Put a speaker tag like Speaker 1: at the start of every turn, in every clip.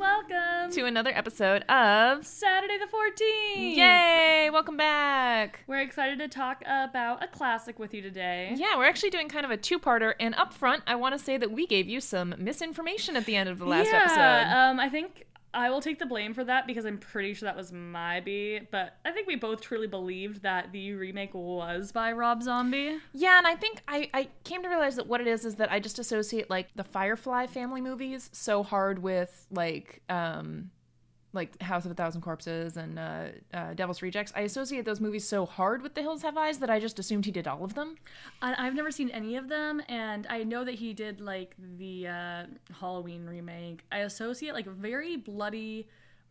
Speaker 1: Welcome
Speaker 2: to another episode of
Speaker 1: Saturday the 14th.
Speaker 2: Yay! Welcome back.
Speaker 1: We're excited to talk about a classic with you today.
Speaker 2: Yeah, we're actually doing kind of a two-parter, and up front, I want to say that we gave you some misinformation at the end of the last
Speaker 1: yeah,
Speaker 2: episode.
Speaker 1: Um, I think I will take the blame for that because I'm pretty sure that was my beat, but I think we both truly believed that the remake was by Rob Zombie.
Speaker 2: Yeah, and I think I, I came to realize that what it is is that I just associate like the Firefly family movies so hard with like um like House of a Thousand Corpses and uh, uh, Devil's Rejects. I associate those movies so hard with The Hills Have Eyes that I just assumed he did all of them.
Speaker 1: I- I've never seen any of them, and I know that he did like the uh, Halloween remake. I associate like very bloody,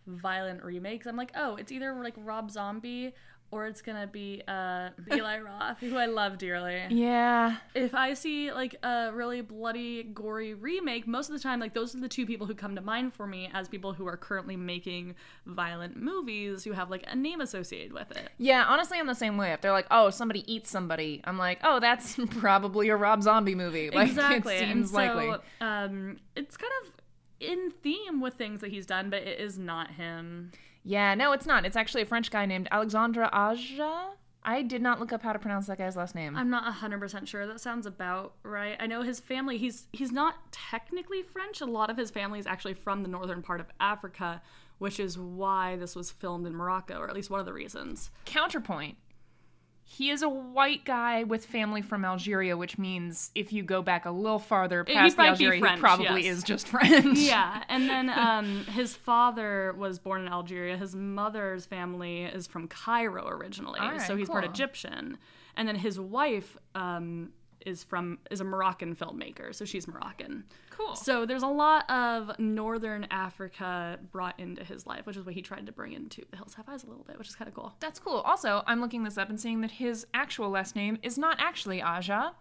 Speaker 1: violent remakes. I'm like, oh, it's either like Rob Zombie or it's gonna be uh, Eli Roth, who I love dearly.
Speaker 2: Yeah,
Speaker 1: If I see like a really bloody, gory remake, most of the time, like those are the two people who come to mind for me as people who are currently making violent movies who have like a name associated with it.
Speaker 2: Yeah, honestly, I'm the same way. If they're like, "Oh, somebody eats somebody," I'm like, "Oh, that's probably a Rob Zombie movie." Like,
Speaker 1: exactly.
Speaker 2: It
Speaker 1: And
Speaker 2: seems
Speaker 1: so,
Speaker 2: likely.
Speaker 1: Um, it's kind of in theme with things that he's done, but it is not him.
Speaker 2: Yeah, no, it's not. It's actually a French guy named Alexandre Aja. I did not look up how to pronounce that guy's last name.
Speaker 1: I'm not hundred percent sure. That sounds about right. I know his family. He's he's not technically French. A lot of his family is actually from the northern part of Africa, which is why this was filmed in Morocco, or at least one of the reasons.
Speaker 2: Counterpoint. He is a white guy with family from Algeria, which means if you go back a little farther past the
Speaker 1: might be
Speaker 2: Algeria,
Speaker 1: French,
Speaker 2: he probably
Speaker 1: yes.
Speaker 2: is just French.
Speaker 1: Yeah, and then um, his father was born in Algeria. His mother's family is from Cairo originally,
Speaker 2: All right,
Speaker 1: so he's part
Speaker 2: cool.
Speaker 1: Egyptian. And then his wife um, is from is a Moroccan filmmaker, so she's Moroccan.
Speaker 2: Cool.
Speaker 1: So there's a lot of Northern Africa brought into his life, which is what he tried to bring into The Hills Have Eyes a little bit, which is kind of cool.
Speaker 2: That's cool. Also, I'm looking this up and seeing that his actual last name is not actually Aja.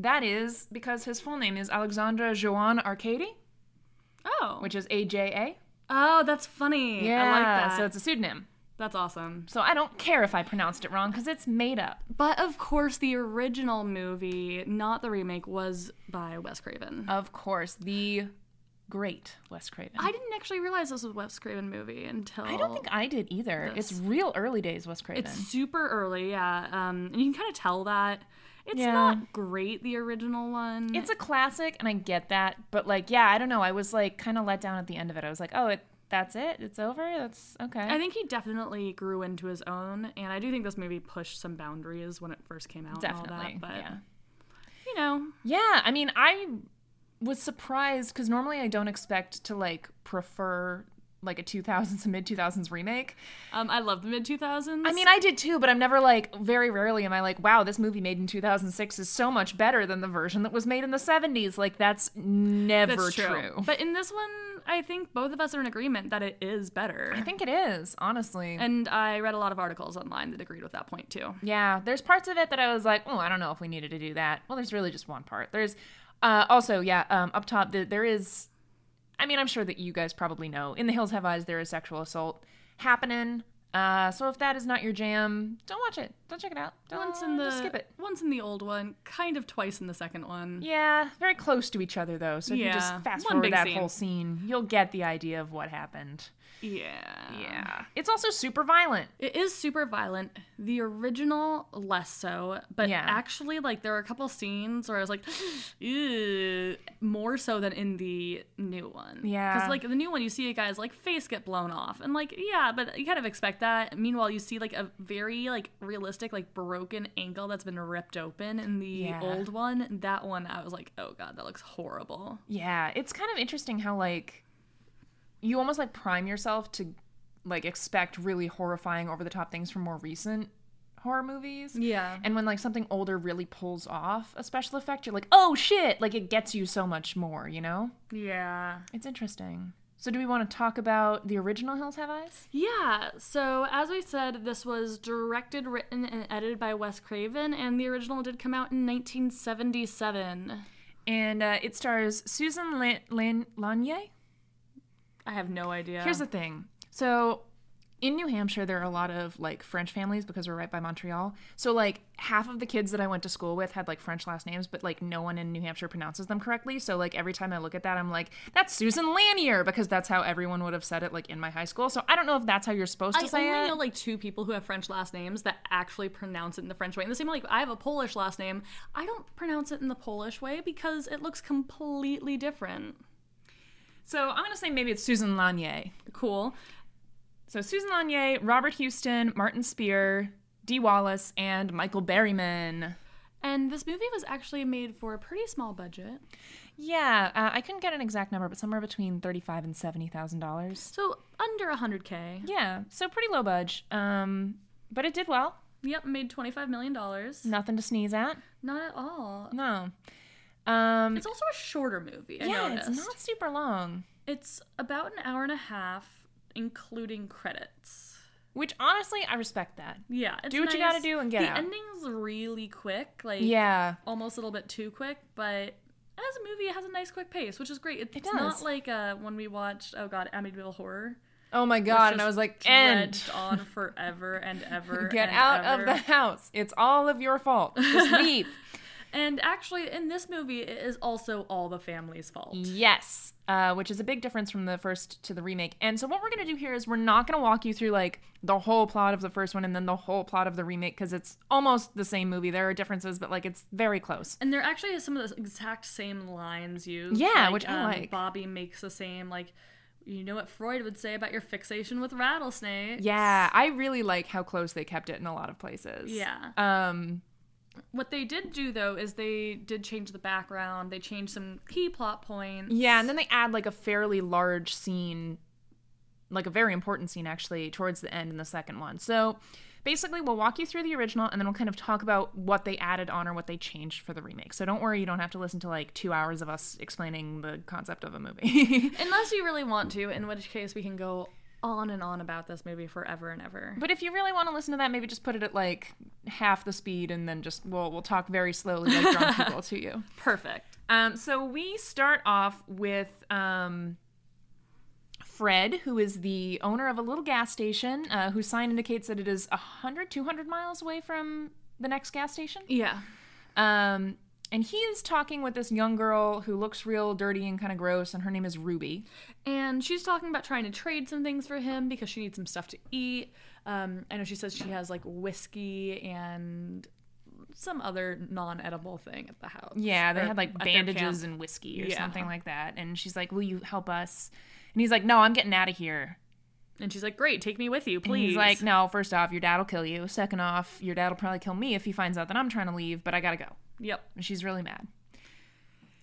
Speaker 2: That is because his full name is Alexandra Joan Arcady,
Speaker 1: Oh,
Speaker 2: which is AJA.
Speaker 1: oh, that's funny. I like that.
Speaker 2: So it's a pseudonym.
Speaker 1: that's awesome.
Speaker 2: So I don't care if I pronounced it wrong because it's made up.
Speaker 1: But of course, the original movie, not the remake, was by Wes Craven.
Speaker 2: Of course, the great Wes Craven.
Speaker 1: I didn't actually realize this was a Wes Craven movie until
Speaker 2: I don't think I did either. It's real early days Wes Craven.
Speaker 1: it's super early. Yeah, um, and you can kind of tell that it's
Speaker 2: Yeah.
Speaker 1: not great. The original one.
Speaker 2: It's a classic, and I get that. But like, yeah, I don't know. I was like kind of let down at the end of it. I was like, oh, it, that's it. It's over. That's okay.
Speaker 1: I think he definitely grew into his own, and I do think this movie pushed some boundaries when it first came out.
Speaker 2: Definitely.
Speaker 1: and all that, but
Speaker 2: yeah.
Speaker 1: you know,
Speaker 2: Yeah, I mean, I was surprised because normally I don't expect to like prefer like a 2000s, mid 2000s remake.
Speaker 1: um, I love the mid two thousands.
Speaker 2: I mean, I did too, but I'm never like, very rarely am I like, wow, this movie made in 2006 is so much better than the version that was made in the 70s. Like, that's never
Speaker 1: that's true. But in this one, I think both of us are in agreement that it is better.
Speaker 2: I think it is, honestly.
Speaker 1: and I read a lot of articles online that agreed with that point
Speaker 2: Uh,
Speaker 1: too.
Speaker 2: Yeah, there's parts of it that I was like, oh, I don't know if we needed to do that. Well, there's really just one part. There's uh, also, yeah, um, up top, the, there is. I mean, I'm sure that you guys probably know. In The Hills Have Eyes, there is sexual assault happening. Uh, so if that is not your jam, don't watch it. Don't check it out. Don't
Speaker 1: Once in the
Speaker 2: just skip it.
Speaker 1: Once in the old one, kind of twice in the second one.
Speaker 2: Yeah, very close to each other though. So if you
Speaker 1: Yeah,
Speaker 2: just fast
Speaker 1: one
Speaker 2: forward
Speaker 1: big
Speaker 2: that
Speaker 1: scene.
Speaker 2: whole scene, you'll get the idea of what happened.
Speaker 1: Yeah.
Speaker 2: it's also super violent.
Speaker 1: It is super violent. The original less so, but
Speaker 2: Yeah.
Speaker 1: actually like there are a couple scenes where I was like "Ew," more so than in the new one.
Speaker 2: Yeah.
Speaker 1: Cuz like the new one you see a guy's like face get blown off and like yeah, but you kind of expect that. Meanwhile, you see like a very like realistic like broken ankle that's been ripped open in the
Speaker 2: Yeah.
Speaker 1: old one. That one I was like, "Oh god, that looks horrible."
Speaker 2: Yeah, it's kind of interesting how like you almost like prime yourself to like expect really horrifying over the top things from more recent horror movies.
Speaker 1: Yeah.
Speaker 2: And when like something older really pulls off a special effect, you're like, "Oh shit." Like it gets you so much more, you know?
Speaker 1: Yeah.
Speaker 2: It's interesting. So do we want to talk about the original Hills Have Eyes?
Speaker 1: Yeah, so as we said, this was directed, written, and edited by Wes Craven, and the original did come out in 1977.
Speaker 2: And uh, it stars Susan Lan- Lan- Lanier.
Speaker 1: I have no idea.
Speaker 2: Oh. Here's the thing. So in New Hampshire, there are a lot of like French families because we're right by Montreal. So like half of the kids that I went to school with had like French last names, but like no one in New Hampshire pronounces them correctly. So like every time I look at that, I'm like, that's Susan Lanier because that's how everyone would have said it like in my high school. So I don't know if that's how you're supposed to
Speaker 1: I
Speaker 2: say
Speaker 1: only
Speaker 2: it.
Speaker 1: know like two people who have French last names that actually pronounce it in the French way. And the same like I have a Polish last name. I don't pronounce it in the Polish way because it looks completely different.
Speaker 2: so I'm gonna say maybe it's Susan Lanier.
Speaker 1: Cool.
Speaker 2: So Susan Lanier, Robert Houston, Martin Spear, Dee Wallace, and Michael Berryman.
Speaker 1: And this movie was actually made for a pretty small budget.
Speaker 2: Yeah, uh, I couldn't get an exact number, but somewhere between thirty-five and seventy thousand dollars.
Speaker 1: So under 100k.
Speaker 2: Yeah, so pretty low budge. Um, but it did well.
Speaker 1: Yep, made 25 million dollars.
Speaker 2: Nothing to sneeze at.
Speaker 1: Not at all.
Speaker 2: No. Um,
Speaker 1: It's also a shorter movie. I
Speaker 2: yeah,
Speaker 1: noticed.
Speaker 2: it's not super long.
Speaker 1: It's about an hour and a half, including credits.
Speaker 2: Which honestly, I respect that.
Speaker 1: Yeah, it's
Speaker 2: Do what you
Speaker 1: nice.
Speaker 2: gotta do and get
Speaker 1: the
Speaker 2: out.
Speaker 1: ending's really quick, like
Speaker 2: Yeah.
Speaker 1: almost a little bit too quick, but as a movie, it has a nice quick pace, which is great. It's
Speaker 2: does.
Speaker 1: not like uh, when we watched oh god, Amityville Horror.
Speaker 2: Oh my
Speaker 1: which
Speaker 2: god! And
Speaker 1: just
Speaker 2: I was like, end.
Speaker 1: dredged on forever and ever.
Speaker 2: Get
Speaker 1: and
Speaker 2: out
Speaker 1: ever.
Speaker 2: of the house. It's all of your fault. Just leave.
Speaker 1: And actually, in this movie, it is also all the family's fault.
Speaker 2: Yes, uh, which is a big difference from the first to the remake. And so what we're gonna do here is we're not gonna walk you through like the whole plot of the first one and then the whole plot of the remake because it's almost the same movie. There are differences, but like it's very close.
Speaker 1: And there actually is some of the exact same lines used. um,
Speaker 2: Yeah, which I like.
Speaker 1: Bobby makes the same like, you know what Freud would say about your fixation with rattlesnakes.
Speaker 2: Yeah, I really like how close they kept it in a lot of places.
Speaker 1: Yeah.
Speaker 2: Um.
Speaker 1: What they did do though is they did change the background. They changed some key plot points.
Speaker 2: Yeah, and then they add like a fairly large scene, like a very important scene actually, towards the end in the second one. So basically, we'll walk you through the original and then we'll kind of talk about what they added on or what they changed for the remake. So don't worry, you don't have to listen to like two hours of us explaining the concept of a movie.
Speaker 1: Unless you really want to, in which case we can go on and on about this movie forever and ever.
Speaker 2: But if you really want to listen to that, maybe just put it at like half the speed, and then just we'll we'll talk very slowly like drunk people to you.
Speaker 1: Perfect.
Speaker 2: Um, so we start off with um, Fred, who is the owner of a little gas station, uh, whose sign indicates that it is 100, 200 miles away from the next gas station.
Speaker 1: Yeah.
Speaker 2: Um, and he is talking with this young girl who looks real dirty and kind of gross, and her name is Ruby.
Speaker 1: And she's talking about trying to trade some things for him because she needs some stuff to eat. Um, I know she says she has like whiskey and some other non edible thing at the house.
Speaker 2: Yeah, they
Speaker 1: Or
Speaker 2: had like
Speaker 1: at their
Speaker 2: bandages
Speaker 1: camp.
Speaker 2: and whiskey or
Speaker 1: Yeah.
Speaker 2: something like that. And she's like, Will you help us? And he's like, No, I'm getting out of here.
Speaker 1: And she's like, great, take me with you,
Speaker 2: And
Speaker 1: please.
Speaker 2: He's like, no, first off, your dad will kill you. Second off, your dad will probably kill me if he finds out that I'm trying to leave, but I gotta go.
Speaker 1: yep.
Speaker 2: And she's really mad.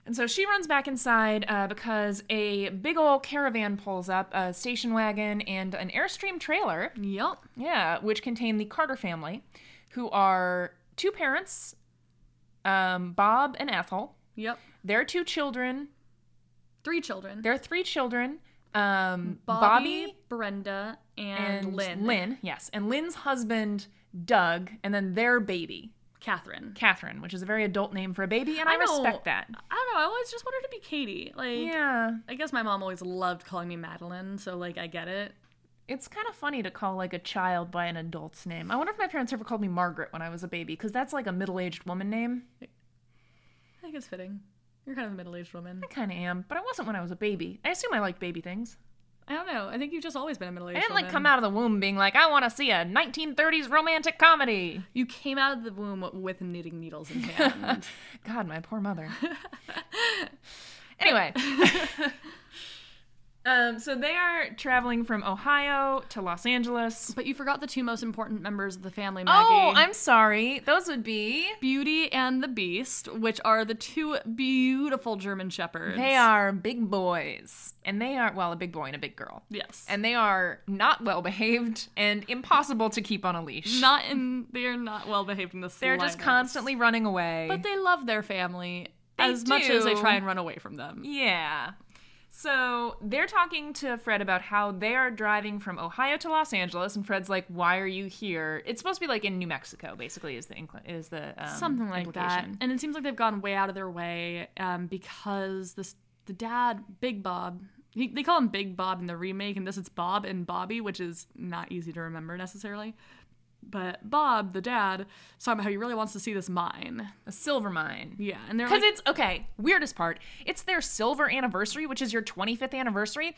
Speaker 2: And so she runs back inside uh, because a big old caravan pulls up, a station wagon and an Airstream trailer,
Speaker 1: Yep.
Speaker 2: yeah, which contain the Carter family, who are two parents, um, Bob and Ethel,
Speaker 1: Yep.
Speaker 2: their two children,
Speaker 1: Three children
Speaker 2: their three children, um,
Speaker 1: Bobby,
Speaker 2: Bobby
Speaker 1: Brenda, and, Lynn.
Speaker 2: Lynn, yes. And Lynn's husband, Doug, and then their baby,
Speaker 1: Catherine.
Speaker 2: Catherine, which is a very adult name for a baby, and I,
Speaker 1: I know.
Speaker 2: respect that.
Speaker 1: I don't know. I always just wanted to be Katie. Like,
Speaker 2: Yeah.
Speaker 1: I guess my mom always loved calling me Madeline, so like, I get it.
Speaker 2: It's kind of funny to call like a child by an adult's name. I wonder if my parents ever called me Margaret when I was a baby, because that's like a middle aged woman name.
Speaker 1: I think it's fitting. You're kind of a middle aged woman.
Speaker 2: I kind of am, but I wasn't when I was a baby. I assume I like baby things.
Speaker 1: I don't know. I think you've just always been a middle aged
Speaker 2: I
Speaker 1: woman.
Speaker 2: didn't like come out of the womb being like, I want to see a 1930s romantic comedy.
Speaker 1: You came out of the womb with knitting needles in hand.
Speaker 2: God, my poor mother. anyway. um, so they are traveling from Ohio to Los Angeles.
Speaker 1: but you forgot the two most important members of the family, Maggie.
Speaker 2: Oh, I'm sorry. Those would be.
Speaker 1: Beauty and the Beast, which are the two beautiful German shepherds.
Speaker 2: They are big boys. And they are, well, a big boy and a big girl.
Speaker 1: Yes.
Speaker 2: And they are not well behaved and impossible to keep on a leash.
Speaker 1: not in they are not well behaved in the
Speaker 2: They're just
Speaker 1: slightest.
Speaker 2: constantly running away.
Speaker 1: But they love their family
Speaker 2: They
Speaker 1: as much as they
Speaker 2: do.
Speaker 1: try and run away from them.
Speaker 2: Yeah. So they're talking to Fred about how they are driving from Ohio to Los Angeles, and Fred's like, "Why are you here?" It's supposed to be like in New Mexico, basically. Is the incl- is the um,
Speaker 1: Something like that.
Speaker 2: implication.
Speaker 1: And it seems like they've gone way out of their way um, because this the dad, Big Bob, He, they call him Big Bob in the remake, and this is Bob and Bobby, which is not easy to remember necessarily. But Bob, the dad, is talking about how he really wants to see this mine.
Speaker 2: A silver mine.
Speaker 1: Yeah, and they're
Speaker 2: Because
Speaker 1: like,
Speaker 2: it's okay, weirdest part. It's their silver anniversary, which is your 25th anniversary.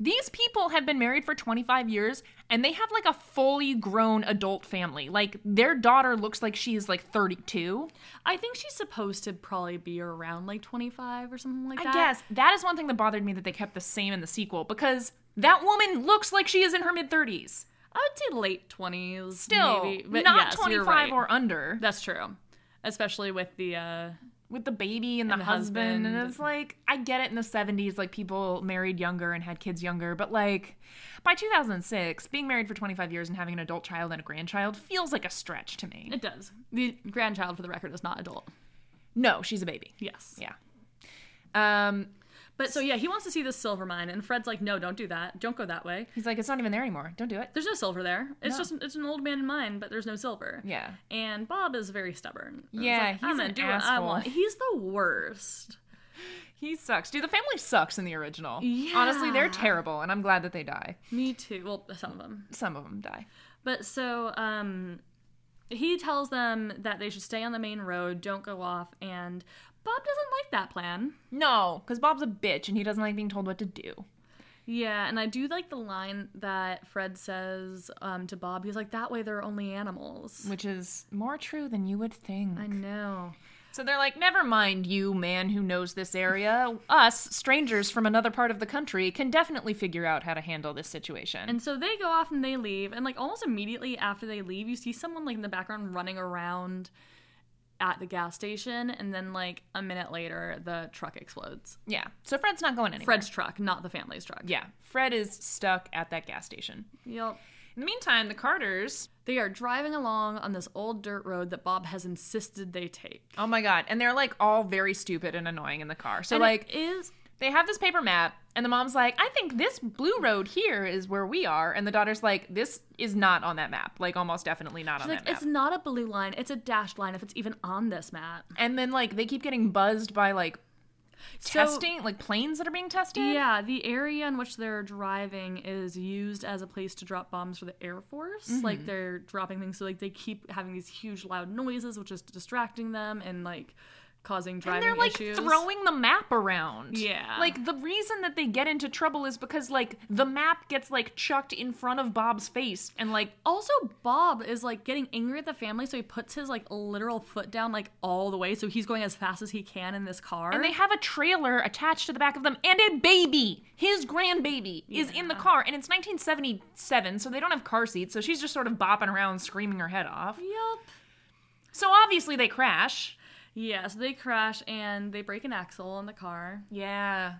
Speaker 2: These people have been married for 25 years and they have like a fully grown adult family. Like their daughter looks like she is like 32.
Speaker 1: I think she's supposed to probably be around like 25 or something like
Speaker 2: I
Speaker 1: that.
Speaker 2: guess that is one thing that bothered me that they kept the same in the sequel because that woman looks like she is in her mid 30s.
Speaker 1: I would say late 20s.
Speaker 2: Still,
Speaker 1: maybe, but
Speaker 2: not
Speaker 1: yes,
Speaker 2: 25
Speaker 1: you're right.
Speaker 2: or under
Speaker 1: That's true. Especially with the uh
Speaker 2: with the baby and, the,
Speaker 1: the
Speaker 2: husband. And
Speaker 1: husband.
Speaker 2: it's like, I get it in the 70s, like people married younger and had kids younger, but like by 2006, being married for 25 years and having an adult child and a grandchild feels like a stretch to me.
Speaker 1: it does. The grandchild for the record is not adult.
Speaker 2: No, she's a baby.
Speaker 1: Yes.
Speaker 2: Yeah. Um,
Speaker 1: But so yeah, he wants to see the silver mine and Fred's like, "No, don't do that. Don't go that way.
Speaker 2: he's like, it's not even there anymore. Don't do it.
Speaker 1: There's no silver there. It's
Speaker 2: No.
Speaker 1: just it's an old man in mine, but there's no silver."
Speaker 2: Yeah.
Speaker 1: And Bob is very stubborn. It's
Speaker 2: Yeah, he's
Speaker 1: "I'm
Speaker 2: an
Speaker 1: gonna do what I
Speaker 2: asshole."
Speaker 1: want." He's the worst.
Speaker 2: He sucks. Dude, the family sucks in the original.
Speaker 1: Yeah.
Speaker 2: Honestly, they're terrible, and I'm glad that they die.
Speaker 1: Me too. Well, some of them.
Speaker 2: Some of them die.
Speaker 1: But so um he tells them that they should stay on the main road, don't go off, and Bob doesn't like that plan.
Speaker 2: No, because Bob's a bitch and he doesn't like being told what to do.
Speaker 1: Yeah, and I do like the line that Fred says um, to Bob. He's like, "That way, they're only animals."
Speaker 2: Which is more true than you would think.
Speaker 1: I know.
Speaker 2: So they're like, never mind you, man who knows this area. Us, strangers from another part of the country, can definitely figure out how to handle this situation.
Speaker 1: And so they go off and they leave, and like almost immediately after they leave, you see someone like in the background running around at the gas station, and then like a minute later, the truck explodes.
Speaker 2: yeah. So Fred's not going anywhere.
Speaker 1: Fred's truck, not the family's truck.
Speaker 2: Yeah. Fred is stuck at that gas station.
Speaker 1: Yep.
Speaker 2: In the meantime, the Carters.
Speaker 1: They are driving along on this old dirt road that Bob has insisted they take.
Speaker 2: Oh my God. And they're like all very stupid and annoying in the car. So,
Speaker 1: And
Speaker 2: like,
Speaker 1: it is
Speaker 2: they have this paper map and the mom's like i think this blue road here is where we are and the daughter's like this is not on that map like almost definitely not on
Speaker 1: like
Speaker 2: that
Speaker 1: it's
Speaker 2: map
Speaker 1: not a blue line; it's a dashed line if it's even on this map.
Speaker 2: and then like they keep getting buzzed by like
Speaker 1: So-
Speaker 2: testing like planes that are being tested
Speaker 1: Yeah, the area in which they're driving is used as a place to drop bombs for the Air Force.
Speaker 2: Mm-hmm.
Speaker 1: Like they're dropping things, so like they keep having these huge loud noises, which is distracting them and like causing
Speaker 2: and
Speaker 1: driving
Speaker 2: they're like
Speaker 1: issues.
Speaker 2: throwing the map around
Speaker 1: Yeah.
Speaker 2: like the reason that they get into trouble is because like the map gets like chucked in front of bob's face and like
Speaker 1: also, Bob is like getting angry at the family, so he puts his like literal foot down like all the way, so he's going as fast as he can in this car.
Speaker 2: And they have a trailer attached to the back of them and a baby. His grandbaby is in the car. And it's 1977, so they don't have car seats. So she's just sort of bopping around, screaming her head off.
Speaker 1: Yup.
Speaker 2: So obviously they crash.
Speaker 1: Yeah, so they crash and they break an axle on the car.
Speaker 2: Yeah.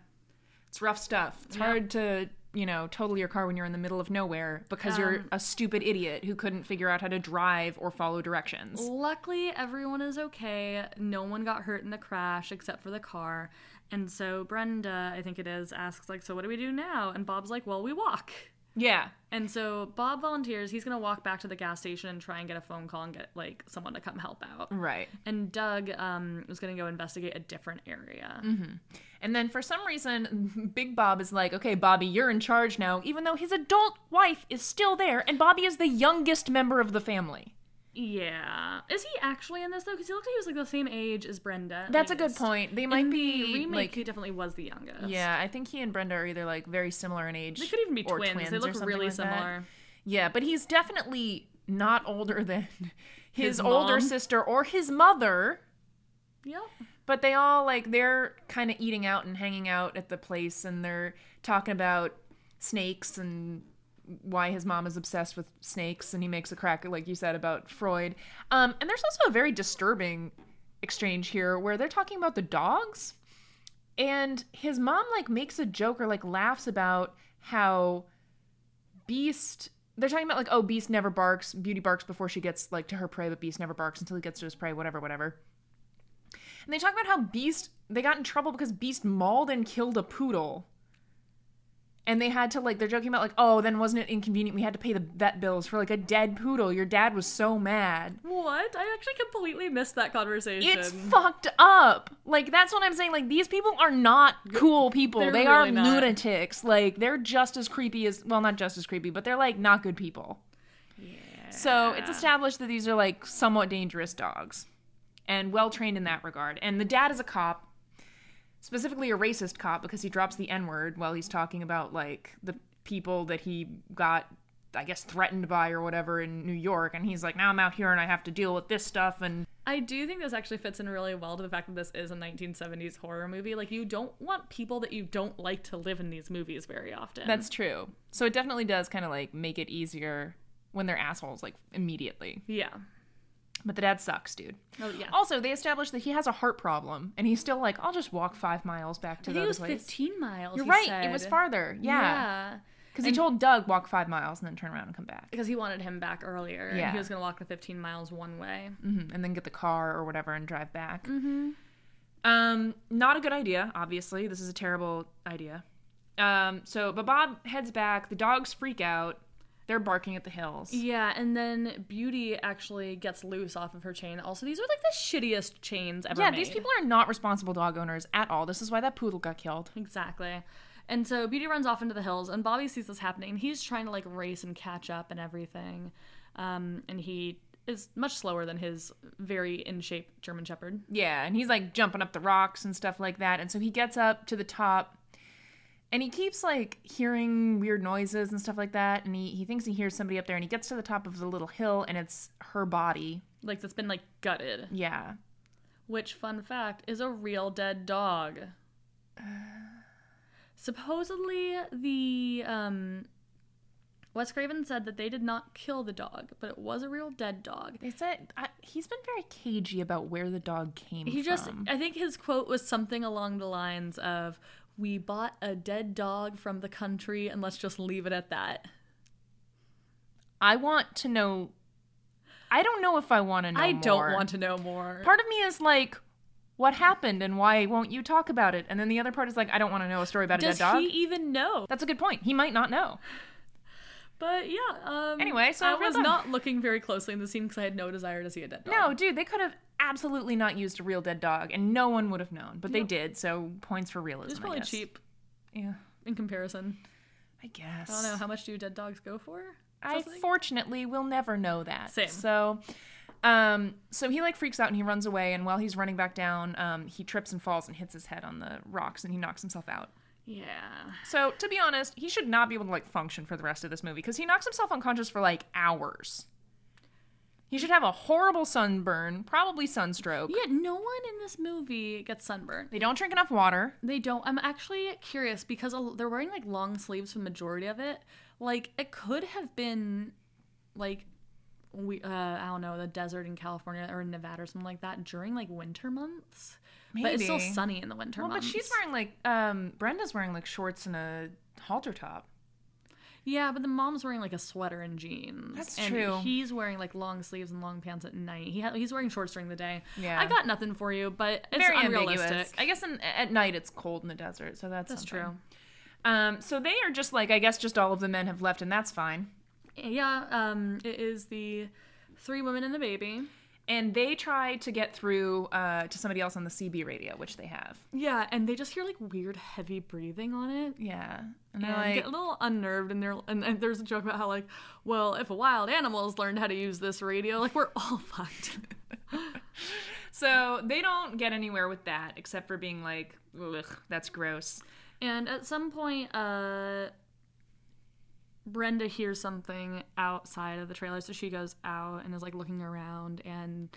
Speaker 2: It's rough stuff. It's
Speaker 1: Yeah.
Speaker 2: hard to, you know, total your car when you're in the middle of nowhere because you're
Speaker 1: Um,
Speaker 2: a stupid idiot who couldn't figure out how to drive or follow directions.
Speaker 1: Luckily, everyone is okay. No one got hurt in the crash except for the car. And so Brenda, I think it is, asks, like, so what do we do now? And Bob's like, well, we walk.
Speaker 2: Yeah.
Speaker 1: And so Bob volunteers. He's going to walk back to the gas station and try and get a phone call and get, like, someone to come help out.
Speaker 2: Right.
Speaker 1: And Doug um, was going to go investigate a different area.
Speaker 2: Mm-hmm. And then for some reason, Big Bob is like, okay, Bobby, you're in charge now, even though his adult wife is still there, and Bobby is the youngest member of the family.
Speaker 1: Yeah. Is he actually in this, though? Because he looked like he was, like, the same age as Brenda. at
Speaker 2: That's a good
Speaker 1: least.
Speaker 2: point. They
Speaker 1: In
Speaker 2: might
Speaker 1: the
Speaker 2: be
Speaker 1: remake, he
Speaker 2: like,
Speaker 1: definitely was the youngest.
Speaker 2: yeah, I think he and Brenda are either like very similar in age.
Speaker 1: They could even be
Speaker 2: or
Speaker 1: twins.
Speaker 2: twins
Speaker 1: They
Speaker 2: or
Speaker 1: look
Speaker 2: something
Speaker 1: really
Speaker 2: like that.
Speaker 1: similar.
Speaker 2: Yeah, but he's definitely not older than his,
Speaker 1: His
Speaker 2: older
Speaker 1: mom.
Speaker 2: sister or his mother.
Speaker 1: Yep.
Speaker 2: But they all like they're kind of eating out and hanging out at the place, and they're talking about snakes and why his mom is obsessed with snakes, and he makes a crack, like you said, about Freud. Um, and there's also a very disturbing exchange here where they're talking about the dogs, and his mom like makes a joke or like laughs about how Beast. They're talking about like, oh, Beast never barks. Beauty barks before she gets like to her prey, but Beast never barks until he gets to his prey. Whatever, whatever. And they talk about how Beast they got in trouble because Beast mauled and killed a poodle. and they had to like they're joking about like oh then wasn't it inconvenient we had to pay the vet bills for like a dead poodle your dad was so mad
Speaker 1: What? I actually completely missed that conversation.
Speaker 2: it's fucked up like that's what i'm saying like these people are not cool people
Speaker 1: They're
Speaker 2: they are
Speaker 1: really not.
Speaker 2: lunatics like they're just as creepy as well not just as creepy but they're like not good people so it's established that these are like somewhat dangerous dogs and well trained in that regard. And the dad is a cop, specifically a racist cop, because he drops the N word while he's talking about like the people that he got, I guess, threatened by or whatever in New York. And he's like, now I'm out here and I have to deal with this stuff. And
Speaker 1: I do think this actually fits in really well to the fact that this is a 1970s horror movie. Like, you don't want people that you don't like to live in these movies very often.
Speaker 2: that's true. So it definitely does kind of like make it easier when they're assholes, like immediately.
Speaker 1: yeah.
Speaker 2: But the dad sucks, dude.
Speaker 1: Oh yeah.
Speaker 2: Also, they established that he has a heart problem and he's still like, I'll just walk five miles back to
Speaker 1: I
Speaker 2: the
Speaker 1: think it
Speaker 2: other
Speaker 1: was
Speaker 2: place.
Speaker 1: 15 miles.
Speaker 2: You're
Speaker 1: he
Speaker 2: right. It
Speaker 1: said.
Speaker 2: was farther. Yeah.
Speaker 1: Yeah.
Speaker 2: Because he told Doug walk five miles and then turn around and come back,
Speaker 1: Because he wanted him back earlier. And
Speaker 2: Yeah.
Speaker 1: he was going to walk the 15 miles one way.
Speaker 2: hmm and then get the car or whatever and drive back. Mm-hmm. Um, not a good idea. Obviously, this is a terrible idea. Um, so, but Bob heads back. The dogs freak out. They're barking at the hills.
Speaker 1: Yeah. And then Beauty actually gets loose off of her chain. Also, these are like the shittiest chains ever
Speaker 2: Yeah,
Speaker 1: made.
Speaker 2: these people are not responsible dog owners at all. This is why that poodle got killed.
Speaker 1: Exactly. And so Beauty runs off into the hills, and Bobby sees this happening. He's trying to like race and catch up and everything. Um, and he is much slower than his very in shape German Shepherd.
Speaker 2: Yeah, and he's like jumping up the rocks and stuff like that. And so he gets up to the top and he keeps like hearing weird noises and stuff like that. And he, he thinks he hears somebody up there and he gets to the top of the little hill and it's her body.
Speaker 1: Like, that's been like gutted,
Speaker 2: Yeah.
Speaker 1: which, fun fact, is a real dead dog. Supposedly, the. Um, Wes Craven said that they did not kill the dog, but it was a real dead dog.
Speaker 2: They said I, he's been very cagey about where the dog came from.
Speaker 1: He just, I think his quote was something along the lines of, We bought a dead dog from the country and let's just leave it at that.
Speaker 2: I want to know. I don't know if I want to know.
Speaker 1: I don't
Speaker 2: more.
Speaker 1: want to know more.
Speaker 2: Part of me is like, what happened and why won't you talk about it? And then the other part is like, I don't want to know a story about a
Speaker 1: Does
Speaker 2: dead dog.
Speaker 1: he even know?
Speaker 2: That's a good point. He might not know.
Speaker 1: But yeah. Um,
Speaker 2: Anyway, so
Speaker 1: I
Speaker 2: real
Speaker 1: was
Speaker 2: dog.
Speaker 1: not looking very closely in the scene because I had no desire to see a dead dog.
Speaker 2: No, dude, they could have absolutely not used a real dead dog, and no one would have known. But they did, so points for realism.
Speaker 1: it's probably
Speaker 2: I guess.
Speaker 1: cheap
Speaker 2: Yeah,
Speaker 1: in comparison.
Speaker 2: I guess.
Speaker 1: I don't know how much do dead dogs go for.
Speaker 2: I
Speaker 1: Something?
Speaker 2: fortunately will never know that.
Speaker 1: Same.
Speaker 2: So, um, so he like freaks out and he runs away. And while he's running back down, um, he trips and falls and hits his head on the rocks, and he knocks himself out.
Speaker 1: yeah.
Speaker 2: So, to be honest, he should not be able to like function for the rest of this movie because he knocks himself unconscious for like hours. He should have a horrible sunburn, probably sunstroke.
Speaker 1: Yet no one in this movie gets sunburned.
Speaker 2: They don't drink enough water.
Speaker 1: They don't. I'm actually curious because a- they're wearing like long sleeves for the majority of it. Like it could have been like we uh I don't know, the desert in California or in Nevada or something like that during like winter months. But it's still
Speaker 2: Maybe.
Speaker 1: sunny in the winter
Speaker 2: Well, but
Speaker 1: months.
Speaker 2: she's wearing like um Brenda's wearing like shorts and a halter top.
Speaker 1: Yeah, but the mom's wearing like a sweater and jeans.
Speaker 2: That's
Speaker 1: and
Speaker 2: true.
Speaker 1: He's wearing like long sleeves and long pants at night. He ha- he's wearing shorts during the day.
Speaker 2: Yeah.
Speaker 1: I got nothing for you, but it's
Speaker 2: Very
Speaker 1: unrealistic.
Speaker 2: ambiguous. I guess in, at night it's cold in the desert, so that's
Speaker 1: That's
Speaker 2: something.
Speaker 1: true.
Speaker 2: Um, so they are just like I guess just all of the men have left, and that's fine.
Speaker 1: Yeah, um it is the three women and the baby.
Speaker 2: And they try to get through uh, to somebody else on the CB radio, which they have.
Speaker 1: Yeah, and they just hear like weird heavy breathing on it.
Speaker 2: Yeah, and they're
Speaker 1: And
Speaker 2: like,
Speaker 1: get a little unnerved, and, they're, and, and there's a joke about how, like, well, if a wild animal's learned how to use this radio, like, we're all fucked.
Speaker 2: so they don't get anywhere with that except for being like, Ugh, that's gross.
Speaker 1: and at some point, uh, Brenda hears something outside of the trailer, so she goes out and is, like, looking around, and